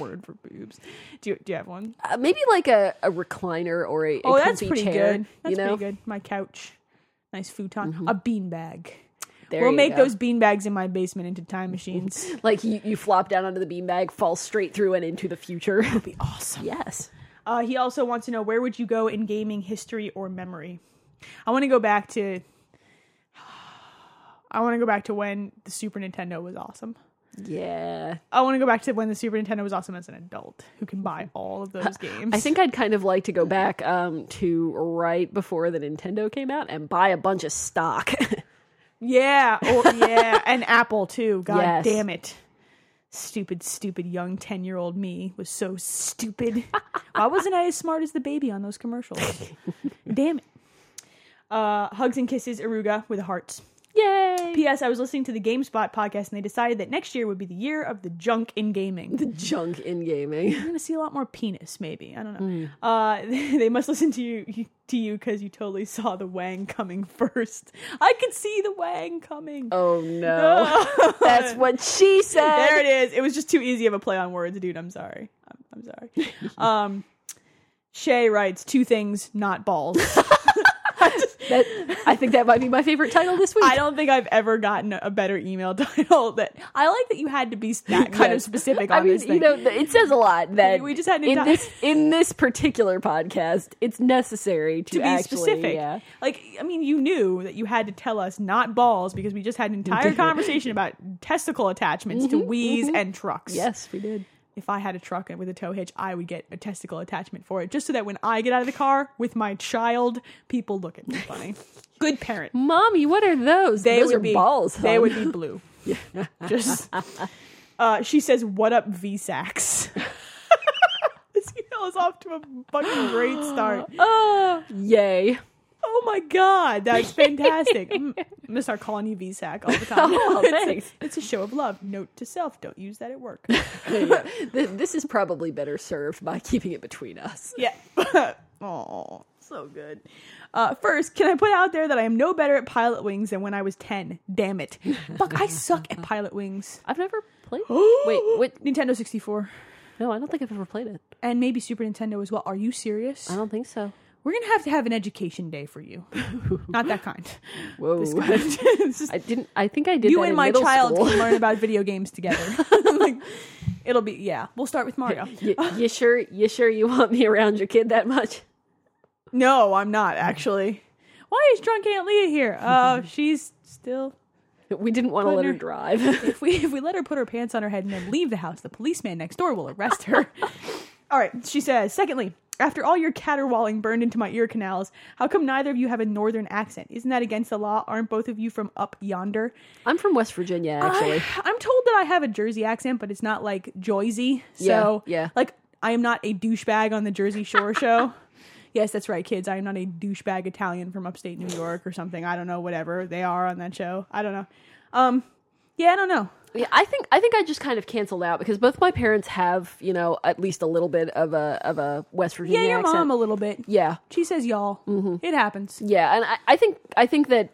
A: word for boobs. Do you, do you have one?
B: Uh, maybe like a, a recliner or a, a
A: oh, that's
B: comfy
A: pretty
B: chair,
A: good. That's
B: you know, Mm-hmm.
A: pretty good. My couch, nice futon, a bean bag.
B: There
A: we'll
B: you
A: make
B: go.
A: those bean bags in my basement into time machines.
B: like you, you flop down onto the beanbag, fall straight through and into the future.
A: be awesome.
B: yes.
A: Uh, he also wants to know where would you go in gaming history or memory? I want to go back to. I want to go back to when the Super Nintendo was awesome.
B: Yeah.
A: I want to go back to when the Super Nintendo was awesome as an adult who can buy all of those games.
B: Mm-hmm. I think I'd kind of like to go back um, to right before the Nintendo came out and buy a bunch of stock.
A: Yeah, or yeah, and Apple too. God
B: Yes.
A: damn it. Stupid, stupid young 10 year old me was so stupid. Why wasn't I as smart as the baby on those commercials? damn it. Uh, hugs and kisses, Aruga with hearts.
B: Yay.
A: P.S. I was listening to the GameSpot podcast and they decided that next year would be the year of the junk in gaming.
B: The junk in gaming.
A: I'm gonna see a lot more penis, maybe. I don't
B: Mm.
A: know. Uh, they must listen to you to you because you totally saw the Wang coming first. I could see the Wang coming.
B: Oh no. That's what she said.
A: there it is. It was just too easy of a play on words, dude. I'm sorry. I'm, I'm sorry. Um, Shay writes two things, not balls.
B: That, I think that might be my favorite title this week.
A: I don't think I've ever gotten a better email title. That I like that you had to be that kind of
B: Yes.
A: specific on
B: I mean,
A: this thing.
B: you know, th- it says a lot that
A: We just had to
B: in
A: die.
B: this in this particular podcast, it's necessary to,
A: to be
B: actually,
A: specific.
B: Yeah.
A: Like, I mean, you knew that you had to tell us not balls because we just had an entire conversation about testicle attachments to wheeze and trucks.
B: Mm-hmm, Yes, we did.
A: If I had a truck with a tow hitch, I would get a testicle attachment for it just so that when I get out of the car with my child, people look at me funny. Good parent.
B: Mommy, what are those?
A: They
B: those
A: would
B: are
A: be
B: balls.
A: They
B: hon.
A: would be blue. Just. Uh, she says, "What up, V Sacks?" this email is off to a fucking great start.
B: Oh, yay.
A: Oh my god, that's fantastic! I'm gonna start calling you VSAC all the time.
B: Oh,
A: it's,
B: thanks.
A: A, it's a show of love. Note to self: don't use that at work.
B: Th- this is probably better served by keeping it between us.
A: yeah. oh, so good. Uh, first, can I put out there that I am no better at pilot wings than when I was ten? Damn it! Fuck, I suck at pilot wings.
B: I've never played. Wait, what?
A: Nintendo 64
B: No, I don't think I've ever played it.
A: and maybe Super Nintendo as well. Are you serious?
B: I don't think so.
A: We're gonna have to have an education day for you. Not that kind.
B: Whoa.
A: This kind. It's just-
B: I didn't. I think I did.
A: you
B: that
A: and
B: in
A: my
B: middle
A: child
B: school.
A: can learn about video games together. like, it'll be yeah. We'll start with Mario.
B: you, you sure? You sure you want me around your kid that much?
A: No, I'm not actually. Why is drunk Aunt Leah here? Oh, she's still.
B: We didn't want to let her
A: Wonder-
B: drive.
A: If we if we let her put her pants on her head and then leave the house, the policeman next door will arrest her. all right, she says. Secondly, after all your caterwauling burned into my ear canals, how come neither of you have a northern accent? Isn't that against the law? Aren't both of you from up yonder?
B: I'm from West Virginia, actually.
A: I, am told that I have a Jersey accent, but it's not like Joysy. So
B: Yeah, yeah.
A: like I am not a douchebag on the Jersey Shore show. Yes, that's right, kids. I am not a douchebag Italian from upstate New York or something. I don't know, whatever they are on that show. I don't know. Um, yeah, I don't know.
B: Yeah, I think I think I just kind of canceled out because both my parents have, you know, at least a little bit of a of a West Virginia
A: Yeah, your
B: accent.
A: mom a little bit.
B: yeah,
A: She says y'all.
B: Mm-hmm.
A: It happens.
B: yeah, and I, I think I think that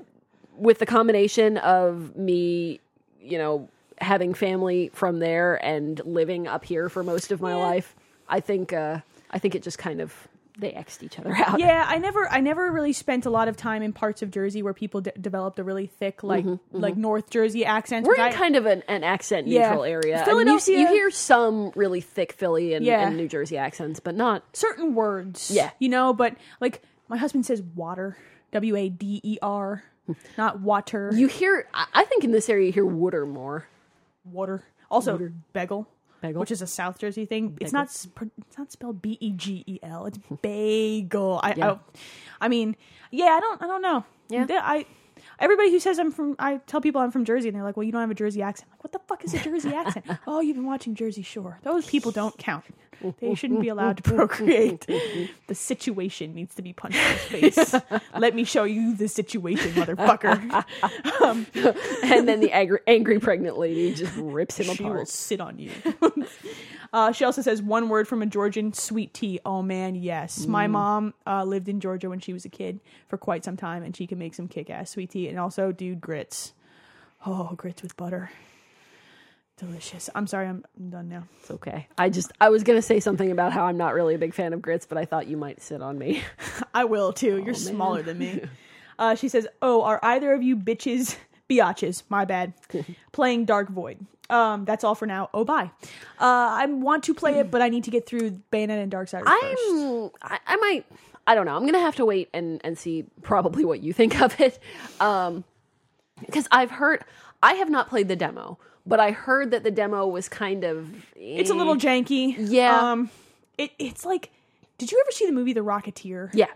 B: with the combination of me, you know, having family from there and living up here for most of my life, I think uh, I think it just kind of they xed each other out.
A: Yeah, I never, I never really spent a lot of time in parts of Jersey where people de- developed a really thick, like, like North Jersey accent.
B: Mm-hmm, We're in kind of an, an accent neutral
A: Yeah.
B: area. I mean, you, see,
A: Philadelphia-
B: you hear some really thick Philly and,
A: Yeah.
B: and New Jersey accents, but not
A: certain words.
B: Yeah.
A: You know, but like my husband says water, W A D E R,
B: Hmm.
A: not water.
B: You hear, I I think in this area you hear wooder more.
A: water. Also, bagel.
B: Bagel.
A: Which is a South Jersey thing. It's not sp- it's not spelled B E G E L. It's bagel. I,
B: Yeah.
A: I I mean, yeah, I don't I don't know.
B: Yeah.
A: Th- I everybody who says I'm from I tell people I'm from Jersey and they're like, "Well, you don't have a Jersey accent." I'm like, "What the fuck is a Jersey accent?" "Oh, you've been watching Jersey Shore." Those people don't count. They shouldn't be allowed to procreate. The situation needs to be punched in the face. Let me show you the situation, motherfucker.
B: And then the angry, angry pregnant lady just rips him
A: she will
B: apart.
A: sit on you. Uh, she also says one word from a Georgian: sweet tea. Oh man, yes. My mom uh, lived in Georgia when she was a kid for quite some time, and she can make some kick-ass sweet tea. And also, dude, grits. Oh, grits with butter. Delicious. I'm sorry, I'm I'm done now.
B: It's okay. I just I was gonna say something about how I'm not really a big fan of grits, but I thought you might sit on me.
A: I will too.
B: Oh,
A: You're smaller than me. Uh, she says, "Oh, are either of you bitches biatches? My bad. Playing Dark Void. Um, that's all for now. Oh, bye. Uh, I want to play it, but I need to get through Bayonetta and Darksiders first.
B: I'm I, I might I don't know. I'm gonna have to wait and and see probably what you think of it. Um because I've heard I have not played the demo, but I heard that the demo was kind of eh,
A: It's a little janky.
B: Yeah.
A: Um, it it's like, did you ever see the movie The Rocketeer?
B: Yeah.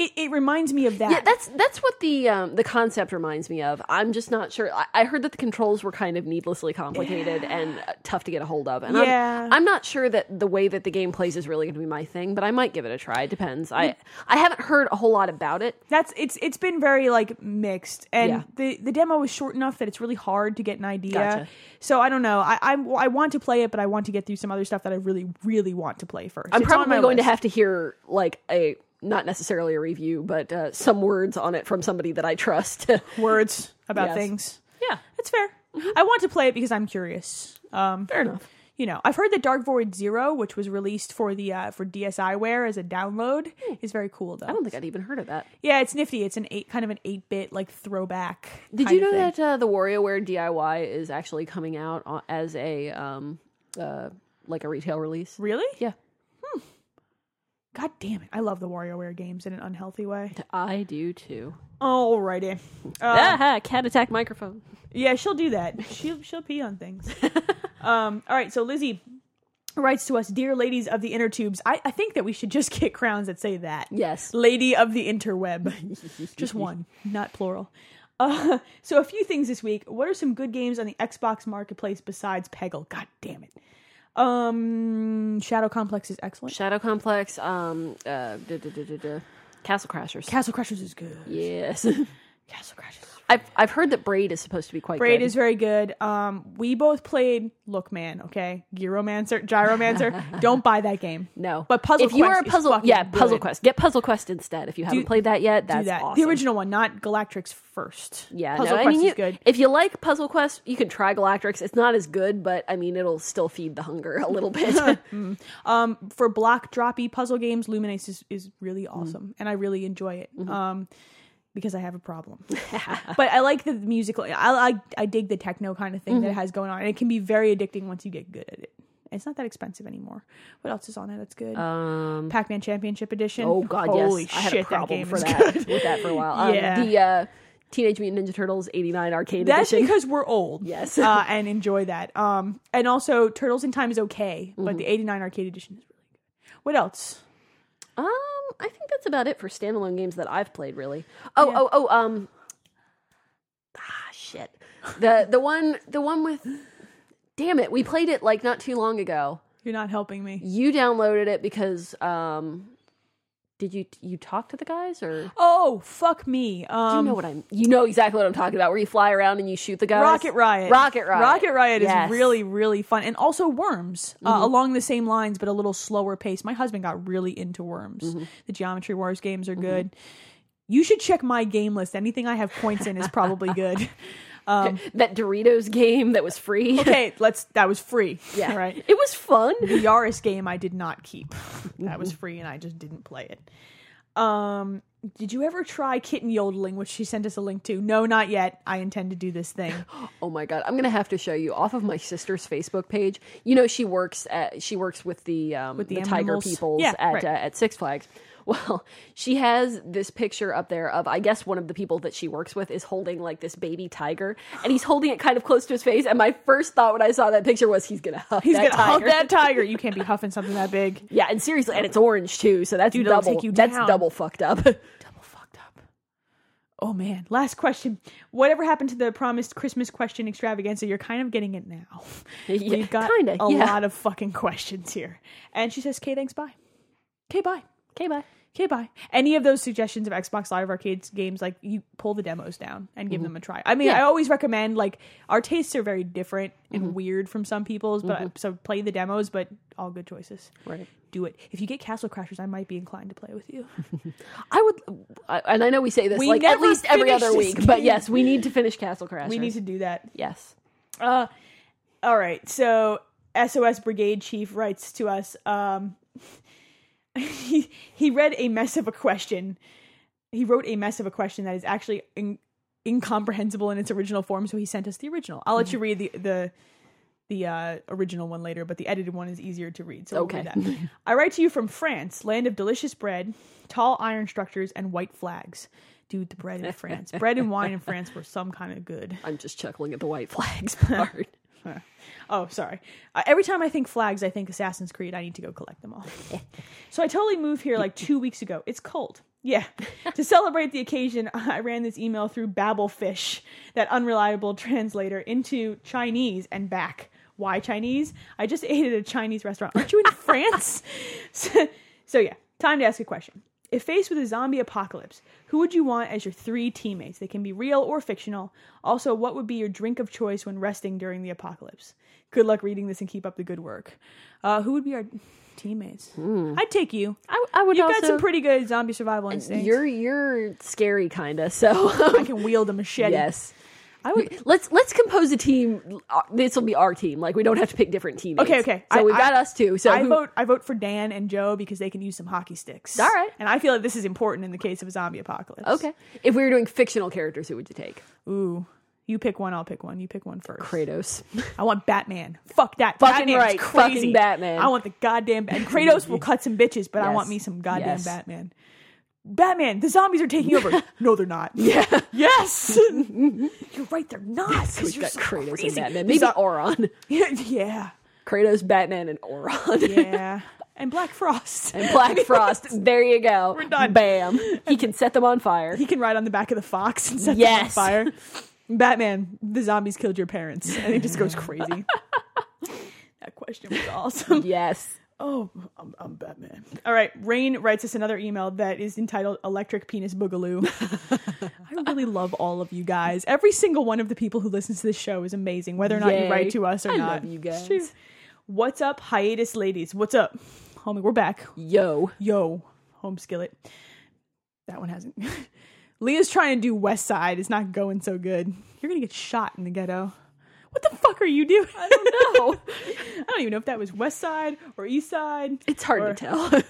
A: It it reminds me of that.
B: Yeah, that's that's what the um, the concept reminds me of. I'm just not sure. I, I heard that the controls were kind of needlessly complicated and uh, tough to get a hold of, and
A: Yeah.
B: I'm, I'm not sure that the way that the game plays is really going to be my thing. But I might give it a try. It depends. I I haven't heard a whole lot about it.
A: that's it's it's been very like mixed and
B: Yeah.
A: the the demo is short enough that it's really hard to get an idea
B: Gotcha.
A: so i don't know I, I i want to play it but i want to get through some other stuff that i really really want to play first
B: I'm
A: It's on
B: probably
A: my
B: going to
A: list.
B: have to hear like a not necessarily a review, but uh, some words on it from somebody that I trust.
A: words about
B: Yes.
A: things
B: yeah,
A: that's fair i want to play it because i'm curious um
B: fair enough.
A: you know i've heard that dark void zero which was released for the uh for dsiware as a download is very cool though
B: Hmm. I don't think I'd even heard of that.
A: yeah it's nifty it's an eight kind of an eight bit like throwback
B: Did
A: kind of
B: you know
A: thing.
B: that uh, the WarioWare DIY is actually coming out on- as a um, uh, like a retail release?
A: really Hmm.
B: Yeah,
A: god damn it i love the WarioWare games in an unhealthy way
B: I do too.
A: Alrighty. Uh,
B: Ah, cat attack microphone.
A: yeah, she'll do that. She'll she'll pee on things. um, all right, so Lizzie writes to us, dear ladies of the inner tubes. I, I think that we should just get crowns that say that.
B: Yes.
A: Lady of the interweb. just one, not plural. Uh, so a few things this week. What are some good games on the Xbox marketplace besides Peggle? God damn it. Um Shadow Complex is excellent.
B: Shadow Complex. Um. Uh. duh, duh, duh, duh, duh. Castle Crashers.
A: Castle Crushers is good.
B: yes.
A: Castle Crushers. is
B: I've I've heard that Braid is supposed to be quite.
A: Braid
B: good.
A: is very good. Um, we both played Look Man, okay? Gyromancer, Gyromancer. Don't buy that game.
B: no.
A: But Puzzle
B: If you
A: Quest
B: are a
A: is
B: puzzle,
A: fucking
B: yeah, Puzzle
A: good.
B: Quest. Get Puzzle Quest instead if you haven't played that yet. That's
A: Do that.
B: awesome.
A: The original one, not Galactrix first.
B: Yeah,
A: Puzzle
B: no,
A: Quest
B: I mean,
A: is
B: you-
A: good.
B: If you like Puzzle Quest, you can try Galactrix. It's not as good, but I mean, it'll still feed the hunger a little bit.
A: For block droppy puzzle games, Luminace is, is really
B: Mm.
A: awesome. And I really enjoy it.
B: Mm-hmm.
A: Um because I have a problem, but I like the musical. I I, I dig the techno kind of thing
B: Mm-hmm.
A: that it has going on, and it can be very addicting once you get good at it. It's not that expensive anymore. What else is on there that's good? Um, Pac-Man Championship Edition.
B: oh God,
A: Holy
B: yes,
A: shit,
B: I had a problem
A: that game
B: for
A: is
B: that
A: good.
B: with that for a while. Um,
A: Yeah.
B: the uh, Teenage Mutant Ninja Turtles '89 arcade
A: That's
B: edition.
A: because we're old.
B: Yes.
A: uh, and enjoy that. Um, and also Turtles in Time is okay, but
B: Mm-hmm.
A: the '89 arcade edition is really good. What else?
B: um, I think that's about it for standalone games that I've played. Really. Oh, oh, oh. Um. Ah, shit. The the one the one with. Damn it! We played it like not too long ago.
A: You're not helping me.
B: You downloaded it because um did you you talk to the guys or
A: Oh fuck me. Um,
B: you know what I'm you know exactly what I'm talking about where you fly around and you shoot the guys
A: Rocket Riot.
B: Rocket Riot
A: Rocket Riot
B: Yes. Mm-hmm.
A: is really, really fun. And also Worms, uh, along the same lines, but a little slower pace. My husband got really into Worms.
B: Mm-hmm.
A: The Geometry Wars games are good. You should check my game list. Anything I have points in is probably good. Um,
B: that Doritos game that was free
A: Okay, let's. That was free.
B: yeah
A: Right.
B: it was fun
A: the Yaris game I did not keep. That was free and I just didn't play it. Um did you ever try kitten yodeling, which she sent us a link to? No, not yet. I intend to do this thing.
B: oh my god I'm gonna have to show you off of my sister's Facebook page you know she works at she works with the um with
A: the
B: tiger
A: animals.
B: peoples
A: Yeah,
B: at
A: right.
B: uh, at Six Flags well she has this picture up there of I guess one of the people that she works with is holding like this baby tiger and he's holding it kind of close to his face and my first thought when I saw that picture was he's gonna huff
A: He's
B: that
A: gonna huff
B: tiger
A: that tiger. You can't be huffing something that big.
B: Yeah, and seriously, and it's orange too, so that's
A: Dude, it'll
B: double.
A: take you
B: that's
A: down.
B: double fucked up.
A: Double fucked up. Oh man. Last question. Whatever happened to the promised Christmas question extravaganza? You're kind of getting it now.
B: Yeah,
A: We've got
B: kinda,
A: a
B: yeah.
A: lot of fucking questions here. And she says, K, thanks, bye. K, bye.
B: okay, bye.
A: okay, bye. Any of those suggestions of Xbox Live Arcades games, like you pull the demos down and give them a try. I mean,
B: Mm-hmm. Yeah. Mm-hmm.
A: I always recommend like our tastes are very different and weird from some people's, but so play the demos, but all good choices.
B: Right.
A: Do it. If you get Castle Crashers, I might be inclined to play with you.
B: I would, I- and I know we say this
A: We
B: like at
A: never
B: least every
A: finish
B: other
A: this
B: week, but
A: game.
B: yes, we need to finish Castle Crashers.
A: we need to do that.
B: yes.
A: Uh, all right. So SOS Brigade Chief writes to us. Um, he he read a mess of a question. He wrote a mess of a question that is actually in, incomprehensible in its original form. So he sent us the original. I'll let you read the the the uh, original one later, but the edited one is easier to read. So we'll do
B: Okay.
A: that. I write to you from France, land of delicious bread, tall iron structures, and white flags. Dude, the bread in France, bread and wine in France were some kind of good.
B: I'm just chuckling at the white flags part.
A: Oh, sorry. Uh, every time I think flags, I think Assassin's Creed. I need to go collect them all. so I totally moved here like two weeks ago. It's cold. Yeah. to celebrate the occasion, I ran this email through Babelfish, that unreliable translator, into Chinese and back. Why Chinese? I just ate at a Chinese restaurant. Aren't you in France? so, so yeah, time to ask a question. If faced with a zombie apocalypse, who would you want as your three teammates? They can be real or fictional. Also, what would be your drink of choice when resting during the apocalypse? Good luck reading this and keep up the good work. Uh, who would be our teammates? I'd take you.
B: Hmm. I, I would
A: You've
B: also.
A: got some pretty good zombie survival instincts.
B: you're you're scary, kinda. So
A: I can wield a machete.
B: yes,
A: I would.
B: let's let's compose a team. Uh, This will be our team. Like we don't have to pick different teammates.
A: Okay, okay.
B: So
A: I-
B: we've got
A: I-
B: us two. So
A: I
B: who-
A: vote. I vote for Dan and Joe because they can use some hockey sticks.
B: All right.
A: And I feel like this is important in the case of a zombie apocalypse.
B: Okay. If we were doing fictional characters, who would you take?
A: Ooh. You pick one. I'll pick one. You pick one first.
B: Kratos.
A: I want Batman. Fuck that.
B: Fucking
A: Batman's
B: right.
A: Crazy.
B: Fucking Batman.
A: I want the goddamn Batman. Kratos will cut some bitches, but I
B: Yes.
A: want me some goddamn
B: Yes.
A: Batman. Batman, the zombies are taking over. no, they're not. Yeah. Yes. You're right. They're not. Because
B: We've
A: you're
B: got
A: so
B: Kratos
A: crazy.
B: and Batman.
A: The
B: Maybe
A: zo-
B: Oron.
A: yeah.
B: Kratos, Batman, and Oron.
A: Yeah. and Black Frost.
B: and Black Frost. There you go. We're
A: done.
B: Bam. He can set them on fire.
A: he can ride on the back of the fox and set
B: Yes.
A: them on fire. Batman, the zombies killed your parents, and he just goes crazy. that question was awesome.
B: Yes.
A: Oh, I'm, I'm Batman. All right. Rain writes us another email that is entitled Electric Penis Boogaloo. I really love all of you guys. Every single one of the people who listens to this show is amazing, whether or not
B: Yay.
A: you write to us or
B: I
A: not.
B: love you guys.
A: It's true. What's up, hiatus ladies? What's up? Homie, we're back.
B: Yo.
A: Yo, home skillet. That one hasn't. Leah's trying to do West Side. It's not going so good. You're gonna get shot in the ghetto. What the fuck are you doing? I don't know. I don't even know if that was West Side or East Side.
B: It's hard
A: Or-
B: to tell.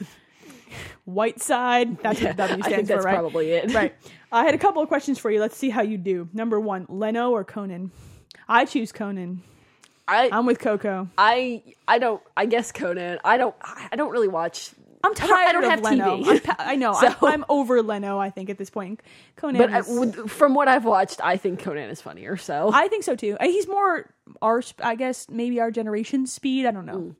A: White Side. That's what W stands
B: I think
A: for,
B: that's
A: right?
B: probably it.
A: right. I had a couple of questions for you. Let's see how you do. Number one, Leno or Conan? I choose Conan.
B: I
A: I'm with Coco.
B: I I don't I guess Conan. I don't I don't really watch
A: I'm
B: I
A: tired
B: don't- I don't
A: of
B: have
A: Leno.
B: TV.
A: I'm pa- I know. I'm,
B: So-
A: I'm over Leno. I think at this point, Conan.
B: but uh, I,
A: is-
B: with- from what I've watched, I think Conan is funnier. So
A: I think so too. Uh, He's more our, sp- I guess, maybe our generation speed. I don't know.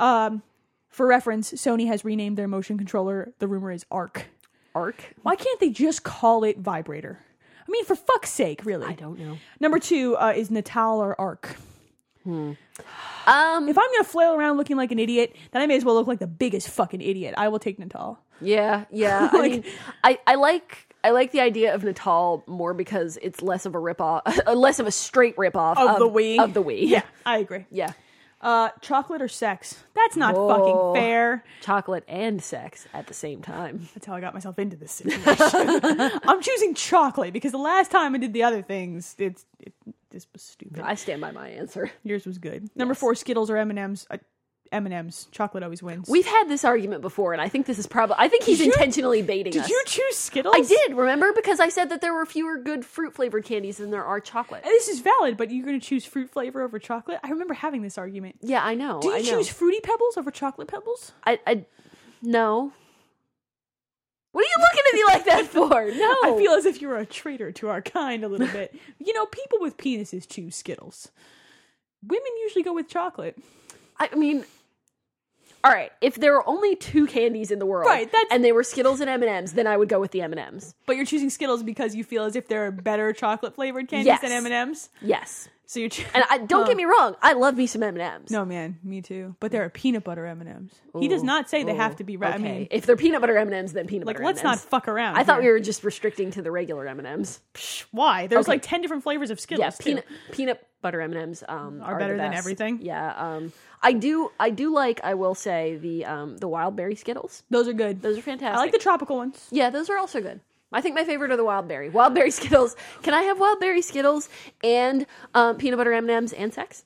B: Mm.
A: Um, for reference, Sony has renamed their motion controller. The rumor is Arc.
B: Arc.
A: Why can't they just call it vibrator? I mean, for fuck's sake, really.
B: I don't know.
A: Number two uh, is Natal or Arc.
B: Um
A: If I'm gonna flail around looking like an idiot, then I may as well look like the biggest fucking idiot. I will take Natal.
B: Yeah, yeah. I
A: Like-
B: mean, I, I like I like the idea of Natal more because it's less of a rip off, less of a straight rip off
A: Of the Wii?
B: of the Wii.
A: Yeah, I agree.
B: yeah.
A: Uh, chocolate or sex? That's not
B: Whoa.
A: fucking fair.
B: Chocolate and sex at the same time.
A: That's how I got myself into this situation. I'm choosing chocolate because the last time I did the other things, it's it, this was stupid.
B: I stand by my answer.
A: Yours was good. Number four, Skittles or M and M's. Uh, M and M's. Chocolate always wins.
B: We've had this argument before, and I think this is probably. I think he's
A: you-
B: intentionally baiting
A: did
B: us.
A: you choose Skittles?
B: I did remember because I said that there were fewer good fruit flavored candies than there are chocolate.
A: And This is valid, but you're going to choose fruit flavor over chocolate. I remember having this argument.
B: Yeah, I know.
A: Do you
B: I know.
A: choose fruity pebbles over chocolate pebbles?
B: I, I no. What are you looking at me like that for? No,
A: I feel as if you're a traitor to our kind a little bit. you know, people with penises choose Skittles. Women usually go with chocolate.
B: I mean, all right. If there were only two candies in the world,
A: Right, that's-
B: and they were Skittles and M and M's, then I would go with the M and M's.
A: But you're choosing Skittles because you feel as if there are better chocolate flavored candies
B: Yes.
A: than M and M's.
B: Yes,
A: So you're tr-
B: And I, don't get me wrong, I love me some M and M's.
A: no man, me too. But
B: Mm.
A: there are peanut butter M and M's. He does not say they have to be. Ra- I mean,
B: if they're peanut butter M and M's, then peanut
A: like
B: butter.
A: let's not
B: M&Ms.
A: fuck around.
B: I thought we
A: here.
B: were just restricting to the regular M and M's.
A: why there's
B: Okay.
A: like ten different flavors of Skittles.
B: Yeah,
A: too.
B: peanut peanut butter M and M's um,
A: Are
B: the
A: better than
B: best.
A: everything?
B: Yeah, um, I do. I do like. I will say the um, the wild berry Skittles.
A: Those are good.
B: Those are fantastic.
A: I like the tropical ones.
B: Yeah, those are also good. I think my favorite are the wild berry. Wild berry Skittles. Can I have wild berry Skittles and um, peanut butter M and M's and sex?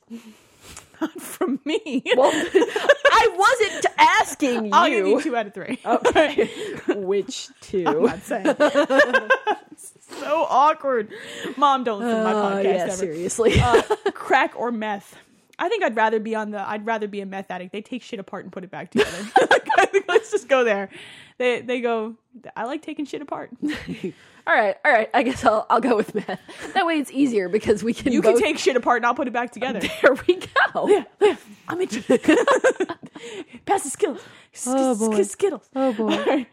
A: Not from me.
B: Well, I wasn't asking
A: I'll give
B: you
A: you two out of three.
B: which two.
A: I'd say. so awkward. Mom, don't listen to my
B: Uh,
A: podcast
B: yeah,
A: ever. Uh,
B: seriously.
A: Crack or meth. I think I'd rather be on the. I'd rather be a meth addict. They take shit apart and put it back together. I think let's just go there. They they go. I like taking shit apart.
B: all right, all right. I guess I'll I'll go with meth. That way it's easier because we can.
A: You
B: both- Oh,
A: can take shit apart and I'll put it back together.
B: There we go.
A: I'm itchy. Pass the Skittles.
B: Oh, boy.
A: Skittles.
B: Oh, boy.
A: All right.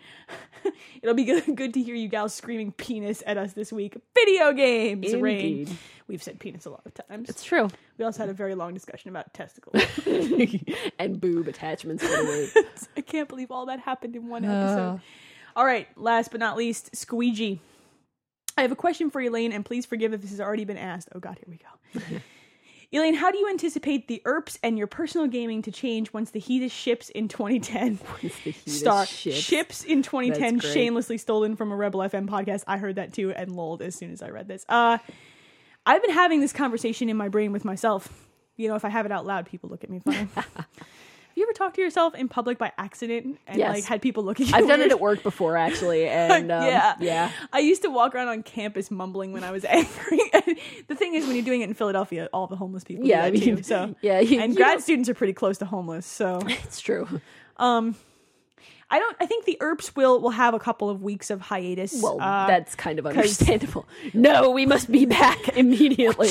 A: It'll be good, good to hear you gals screaming penis at us this week. Video games, Rain.
B: Indeed.
A: We've said penis a lot of times.
B: It's true.
A: we also had a very long discussion about testicles.
B: and boob attachments. for the week.
A: I can't believe all that happened in one episode. All right, last but not least, squeegee. I have a question for Elaine, and please forgive if this has already been asked. Oh God, here we go. Elaine, how do you anticipate the ERPs and your personal gaming to change once the Hedis ships in 2010? Star
B: ships.
A: in 2010
B: That's great.
A: shamelessly stolen from a Rebel FM podcast. I heard that too and lolled as soon as I read this. Uh, I've been having this conversation in my brain with myself. You know, if I have it out loud, people look at me funny. have you ever talked to yourself in public by accident and
B: Yes.
A: like had people look at you?
B: I've done it
A: weird?
B: at work before, actually, and um,
A: yeah,
B: yeah.
A: I used to walk around on campus mumbling when I was angry. the thing is, when you're doing it in Philadelphia, all the homeless people.
B: Yeah,
A: do
B: I
A: that
B: mean,
A: too, so
B: yeah, you-
A: and
B: you
A: grad
B: don't-
A: students are pretty close to homeless. So
B: It's true.
A: I don't. I think the ERPs will will have a couple of weeks of hiatus.
B: Well,
A: Uh,
B: that's kind of understandable. No, we must be back immediately.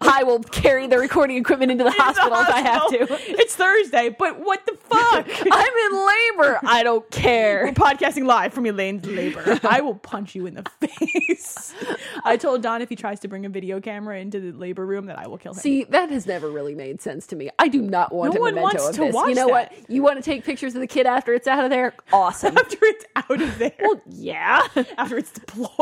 B: I will carry the recording equipment into the hospital if I have to.
A: It's Thursday, but what the fuck?
B: I'm in labor. I don't
A: We're
B: care.
A: podcasting live from Elaine's labor. I will punch you in the face. I told Don if he tries to bring a video camera into the labor room that I will kill him.
B: See, that has never really made sense to me. I do not want
A: No
B: a
A: one
B: memento
A: wants
B: of
A: to
B: this.
A: watch
B: you know
A: that.
B: what? You want to take pictures of the kid after it's out of there? Awesome.
A: after it's out of there,
B: well, yeah.
A: after it's deployed,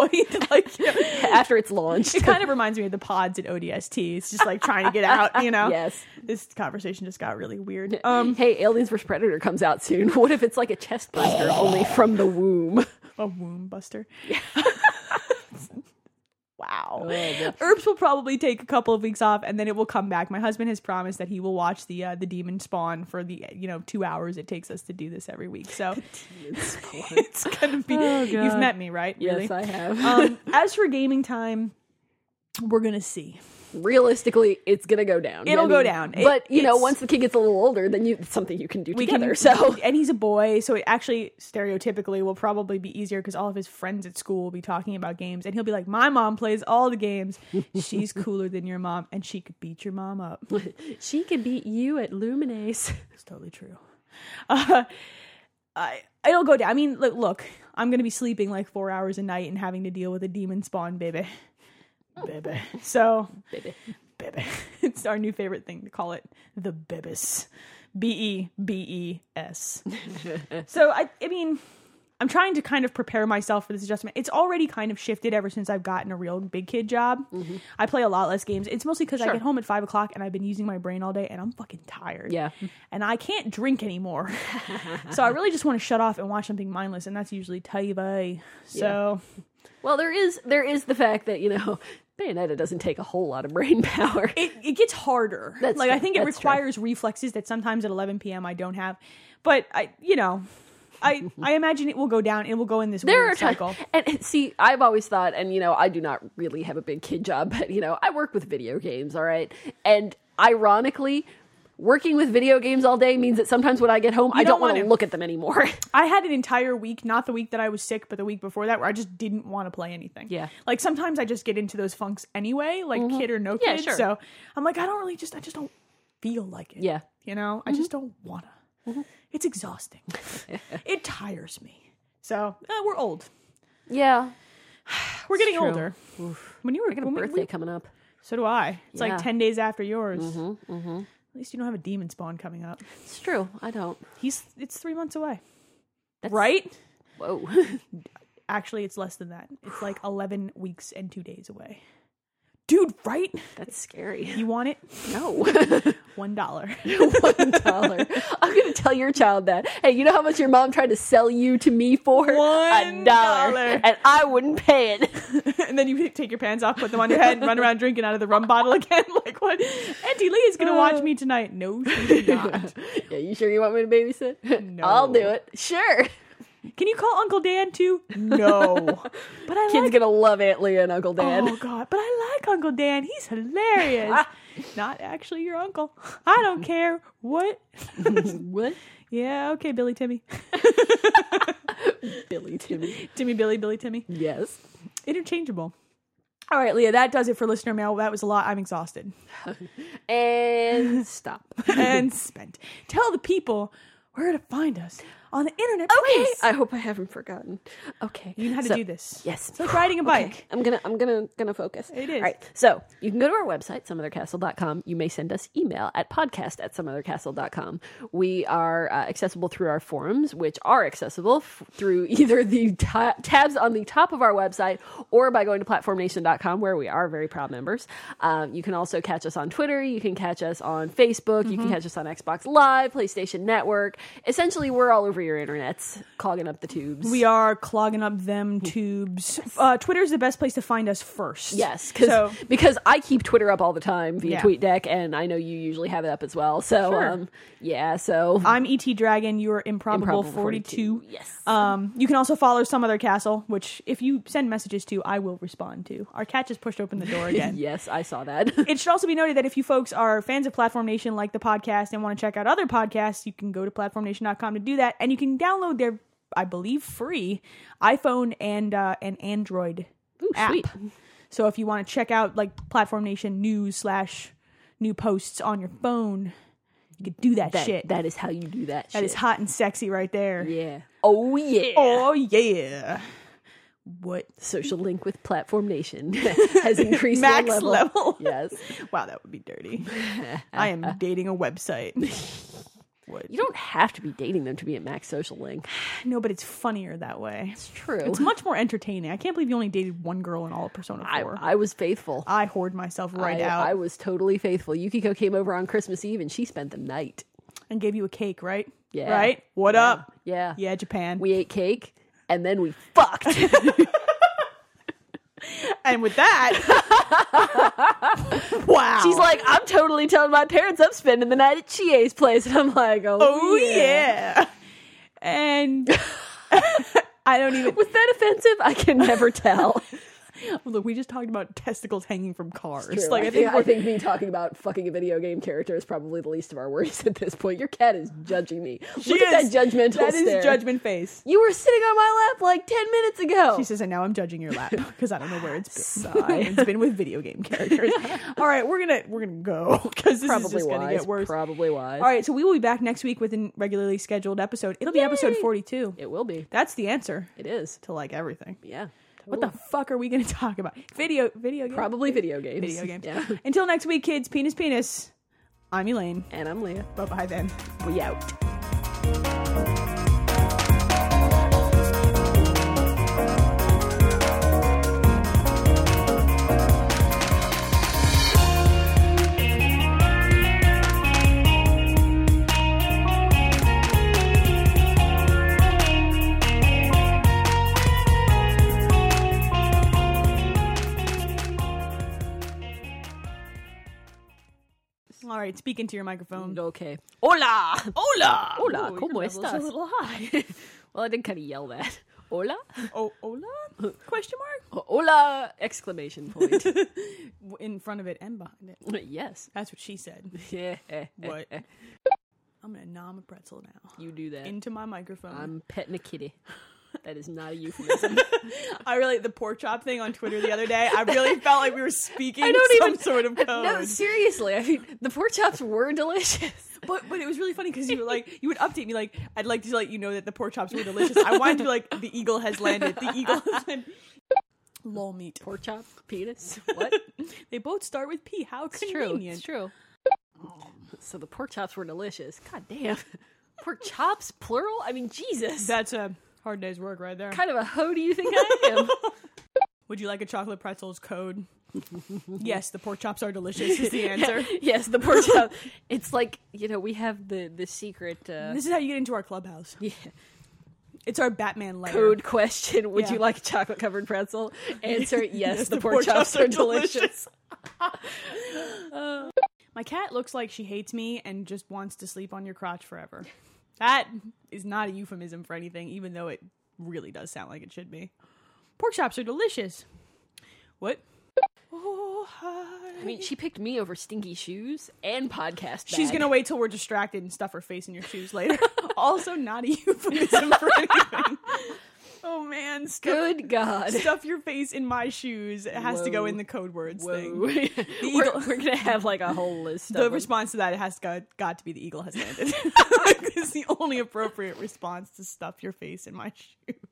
A: like you know,
B: after it's launched.
A: it kind of reminds me of the pods at ODST. It's just like trying to get out, you know.
B: Yes.
A: This conversation just got really weird. Um,
B: hey, Aliens vs Predator comes out soon. What if it's like a chest buster only from the womb?
A: a womb buster. wow. Herbs will probably take a couple of weeks off, and then it will come back. My husband has promised that he will watch the uh, the demon spawn for the you know two hours it takes us to do this every week. So it's gonna be. you've met me, right?
B: Oh, Yes, I have.
A: um, as for gaming time, we're gonna see.
B: realistically, it's gonna go down.
A: It'll go down. It-
B: but you know,
A: it's-
B: once the kid gets a little older, then you it's something you can do
A: we can
B: together. so
A: and he's a boy so it actually stereotypically will probably be easier because all of his friends at school will be talking about games and he'll be like my mom plays all the games she's cooler than your mom and she could beat your mom up
B: she can beat you at Luminace.
A: it's totally true uh, I, it'll go down i mean look, look i'm gonna be sleeping like four hours a night and having to deal with a demon spawn baby baby so
B: Baby.
A: baby it's our new favorite thing to call it the bibis E b-e-b-e-s so I, I mean, I'm trying to kind of prepare myself for this adjustment. It's already kind of shifted ever since I've gotten a real big kid job. I play a lot less games. It's mostly because I get home at five o'clock and I've been using my brain all day and I'm fucking tired.
B: Yeah.
A: and I can't drink anymore, so I really just want to shut off and watch something mindless, and that's usually TV. So
B: Well, there is there is the fact that you know Bayonetta doesn't take a whole lot of brain power.
A: it, it gets harder.
B: That's
A: like I
B: true.
A: think it
B: That's true.
A: requires reflexes that sometimes at 11 p.m. I don't have, but I, you know. I, I imagine it will go down. It will go in this
B: there
A: weird
B: are
A: cycle.
B: times, and, and see, I've always thought, and you know, I do not really have a big kid job, but you know, I work with video games, all right. And ironically, working with video games all day means that sometimes when I get home, I
A: don't
B: don't want to
A: wanna-
B: look at them anymore.
A: I had an entire week, not the week that I was sick, but the week before that, where I just didn't want to play anything.
B: Yeah. Mm-hmm.
A: Like sometimes I just get into those funks anyway, like kid or no kid.
B: Yeah, sure.
A: So I'm like, I don't really just, I just don't feel like it.
B: Yeah. Mm-hmm.
A: You know, I just don't wanna. It's exhausting. it tires me. So uh, we're old.
B: yeah,
A: We're getting
B: true.
A: older. When you were
B: I got a
A: when we-
B: birthday
A: we-
B: coming up.
A: So do I. It's
B: Yeah.
A: like 10 days after yours.
B: Mm-hmm, mm-hmm.
A: At least you don't have a demon spawn coming up.
B: It's true. I don't.
A: He's it's 3 months away.
B: That's-
A: right?
B: Whoa.
A: Actually, it's less than that. It's like 11 weeks and 2 days away. Dude, right?
B: That's scary.
A: You want it?
B: No.
A: $1.
B: One dollar. I'm going to tell your child that. Hey, you know how much your mom tried to sell you to me for?
A: One
B: A dollar.
A: dollar.
B: And I wouldn't pay it.
A: and then you take your pants off, put them on your head, and run around drinking out of the rum bottle again. like what? Auntie Lee is gonna watch me tonight. No, she's not.
B: yeah, you sure you want me to babysit?
A: No.
B: I'll do it. Sure.
A: Can you call Uncle Dan too? No. But I
B: Kid's
A: like.
B: gonna love Aunt Leah and Uncle Dan.
A: Oh God! But I like Uncle Dan. He's hilarious. Not actually your uncle. I don't care. What?
B: Oh, What?
A: yeah. Okay, Billy Timmy.
B: Billy Timmy.
A: Timmy Billy Billy Timmy.
B: Yes.
A: Interchangeable. All right, Leah. That does it for listener mail. That was a lot. I'm exhausted.
B: And stop.
A: and spent. Tell the people where to find us on the internet.
B: Okay.
A: please.
B: I hope I haven't forgotten. Okay.
A: you know how to
B: So-
A: do this.
B: Yes.
A: It's like riding a
B: Okay,
A: bike.
B: I'm gonna I'm gonna gonna focus.
A: It is.
B: All right. So you can go to our website, someothercastle.com. You may send us email at podcast at someothercastle.com. We are uh, accessible through our forums, which are accessible f- through either the ta- tabs on the top of our website or by going to platformnation.com, where we are very proud members. Um, you can also catch us on Twitter. You can catch us on Facebook. You
A: Mm-hmm.
B: can catch us on Xbox Live, PlayStation Network. Essentially, we're all over your internets, clogging up the tubes.
A: We are clogging up them tubes. Uh, Twitter is the best place to find us first.
B: Yes, cause,
A: So
B: because I keep Twitter up all the time via
A: Yeah.
B: TweetDeck, and I know you usually have it up as well. So,
A: Sure.
B: um, yeah, so
A: I'm ET Dragon. You are improbable,
B: Improbable
A: 42.
B: 42, yes.
A: Um, you can also follow some other castle, which if you send messages to, I will respond to. Our cat just pushed open the door again.
B: yes, I saw that.
A: It should also be noted that if you folks are fans of Platform Nation, like the podcast, and want to check out other podcasts, you can go to platformnation.com to do that, and you can download their, I believe, free iPhone and uh, an Android
B: Ooh,
A: app.
B: sweet.
A: So if you want to check out like Platform Nation news slash new posts on your phone, you could do that,
B: That,
A: shit.
B: That is how you do that.
A: that
B: shit.
A: is hot and sexy right there.
B: Yeah. Oh yeah.
A: Oh yeah. What
B: Social link with Platform Nation has increased my
A: max level?
B: Yes.
A: wow, that would be dirty. I am dating a website. what?
B: You don't have to be dating them to be at max social link.
A: No, but it's funnier that way.
B: It's true.
A: It's much more entertaining. I can't believe you only dated one girl in all of Persona
B: I,
A: 4. I,
B: I was faithful.
A: hoard myself right
B: I,
A: out
B: I was totally faithful. Yukiko came over on Christmas Eve, and she spent the night.
A: and gave you a cake, right?
B: Yeah.
A: Right? What up?
B: Yeah.
A: Yeah, Japan.
B: We ate cake, and then we fucked.
A: and with that, wow.
B: She's like, I'm totally telling my parents I'm spending the night at Chie's place. And I'm like, oh,
A: oh yeah. And I don't even.
B: Was that offensive? I can never tell.
A: Look, we just talked about testicles hanging from cars.
B: True.
A: Like I think,
B: I
A: we're-
B: think me talking about fucking a video game character is probably the least of our worries at this point. Your cat is judging me. Look at
A: is-
B: that judgmental
A: that
B: stare.
A: is judgment face.
B: You were sitting on my lap like 10 minutes ago.
A: She says, and now I'm judging your lap because I don't know where it's been.
B: Oh. Sigh.
A: it's been with video game characters. All right, we're gonna we're gonna go because this
B: probably
A: is just
B: wise.
A: gonna get worse.
B: Probably wise.
A: All right, so we will be back next week with a regularly scheduled episode. It'll be episode
B: Yay.
A: 42.
B: It will be.
A: That's the answer
B: It is.
A: to like everything.
B: Yeah.
A: What the fuck are we gonna talk about? Video video games.
B: Probably video games.
A: video games.
B: Yeah.
A: Until next week, kids. Penis, penis. I'm Elaine.
B: And I'm Leah.
A: Bye bye then.
B: We out.
A: All right, speak into your microphone.
B: Okay. Hola. Hola. Hola.
A: Ooh,
B: ¿Cómo
A: your level's
B: Oh, estás?
A: A little high.
B: Well, I did kind of yell that. Hola?
A: oh, hola? Question mark?
B: Oh, Hola! Exclamation point.
A: In front of it and behind it.
B: yes.
A: That's what she said.
B: Yeah.
A: What? I'm gonna nom a pretzel now
B: You do that.
A: into my microphone.
B: I'm petting a kitty. That is not a euphemism.
A: I really the pork chop thing on Twitter the other day. I really felt like we were speaking
B: I don't
A: some
B: even-
A: sort of code.
B: no, seriously. I mean, the pork chops were delicious.
A: But but it was really funny because you were like you would update me like I'd like to let you know that the pork chops were delicious. I wanted to be like the eagle has landed. The eagle has landed. Lol meat.
B: Pork chop, penis. What?
A: They both start with P. How
B: It's true.
A: convenient.
B: It's true. Oh, So the pork chops were delicious. God damn. Pork chops, plural? I mean, Jesus.
A: That's a hard day's work right there.
B: kind of a hoe do you think I am?
A: Would you like a chocolate pretzels code? yes, the pork chops are delicious. Is the answer.
B: yes, the pork chop. It's like, you know, we have the, the secret uh,
A: This is how you get into our clubhouse.
B: yeah,
A: It's our Batman layer.
B: code question. Would
A: Yeah.
B: you like a chocolate covered pretzel? Answer, yes, the,
A: the
B: pork,
A: pork
B: chops,
A: chops
B: are
A: are
B: delicious.
A: delicious. My cat looks like she hates me and just wants to sleep on your crotch forever. That is not a euphemism for anything, even though it really does sound like it should be. Pork chops are delicious. What? Oh, hi.
B: I mean, she picked me over stinky shoes and podcast.
A: She's
B: bag.
A: gonna wait till we're distracted and stuff her face in your shoes later. also, not a euphemism for anything. Oh man, stuff,
B: Good God.
A: stuff your face in my shoes. It has to go
B: Whoa.
A: in the code words thing.
B: we're,
A: eagle-
B: we're gonna have like a whole list.
A: the
B: of them.
A: response to that it has got, got to be the eagle has landed. it's the only appropriate response to stuff your face in my shoes.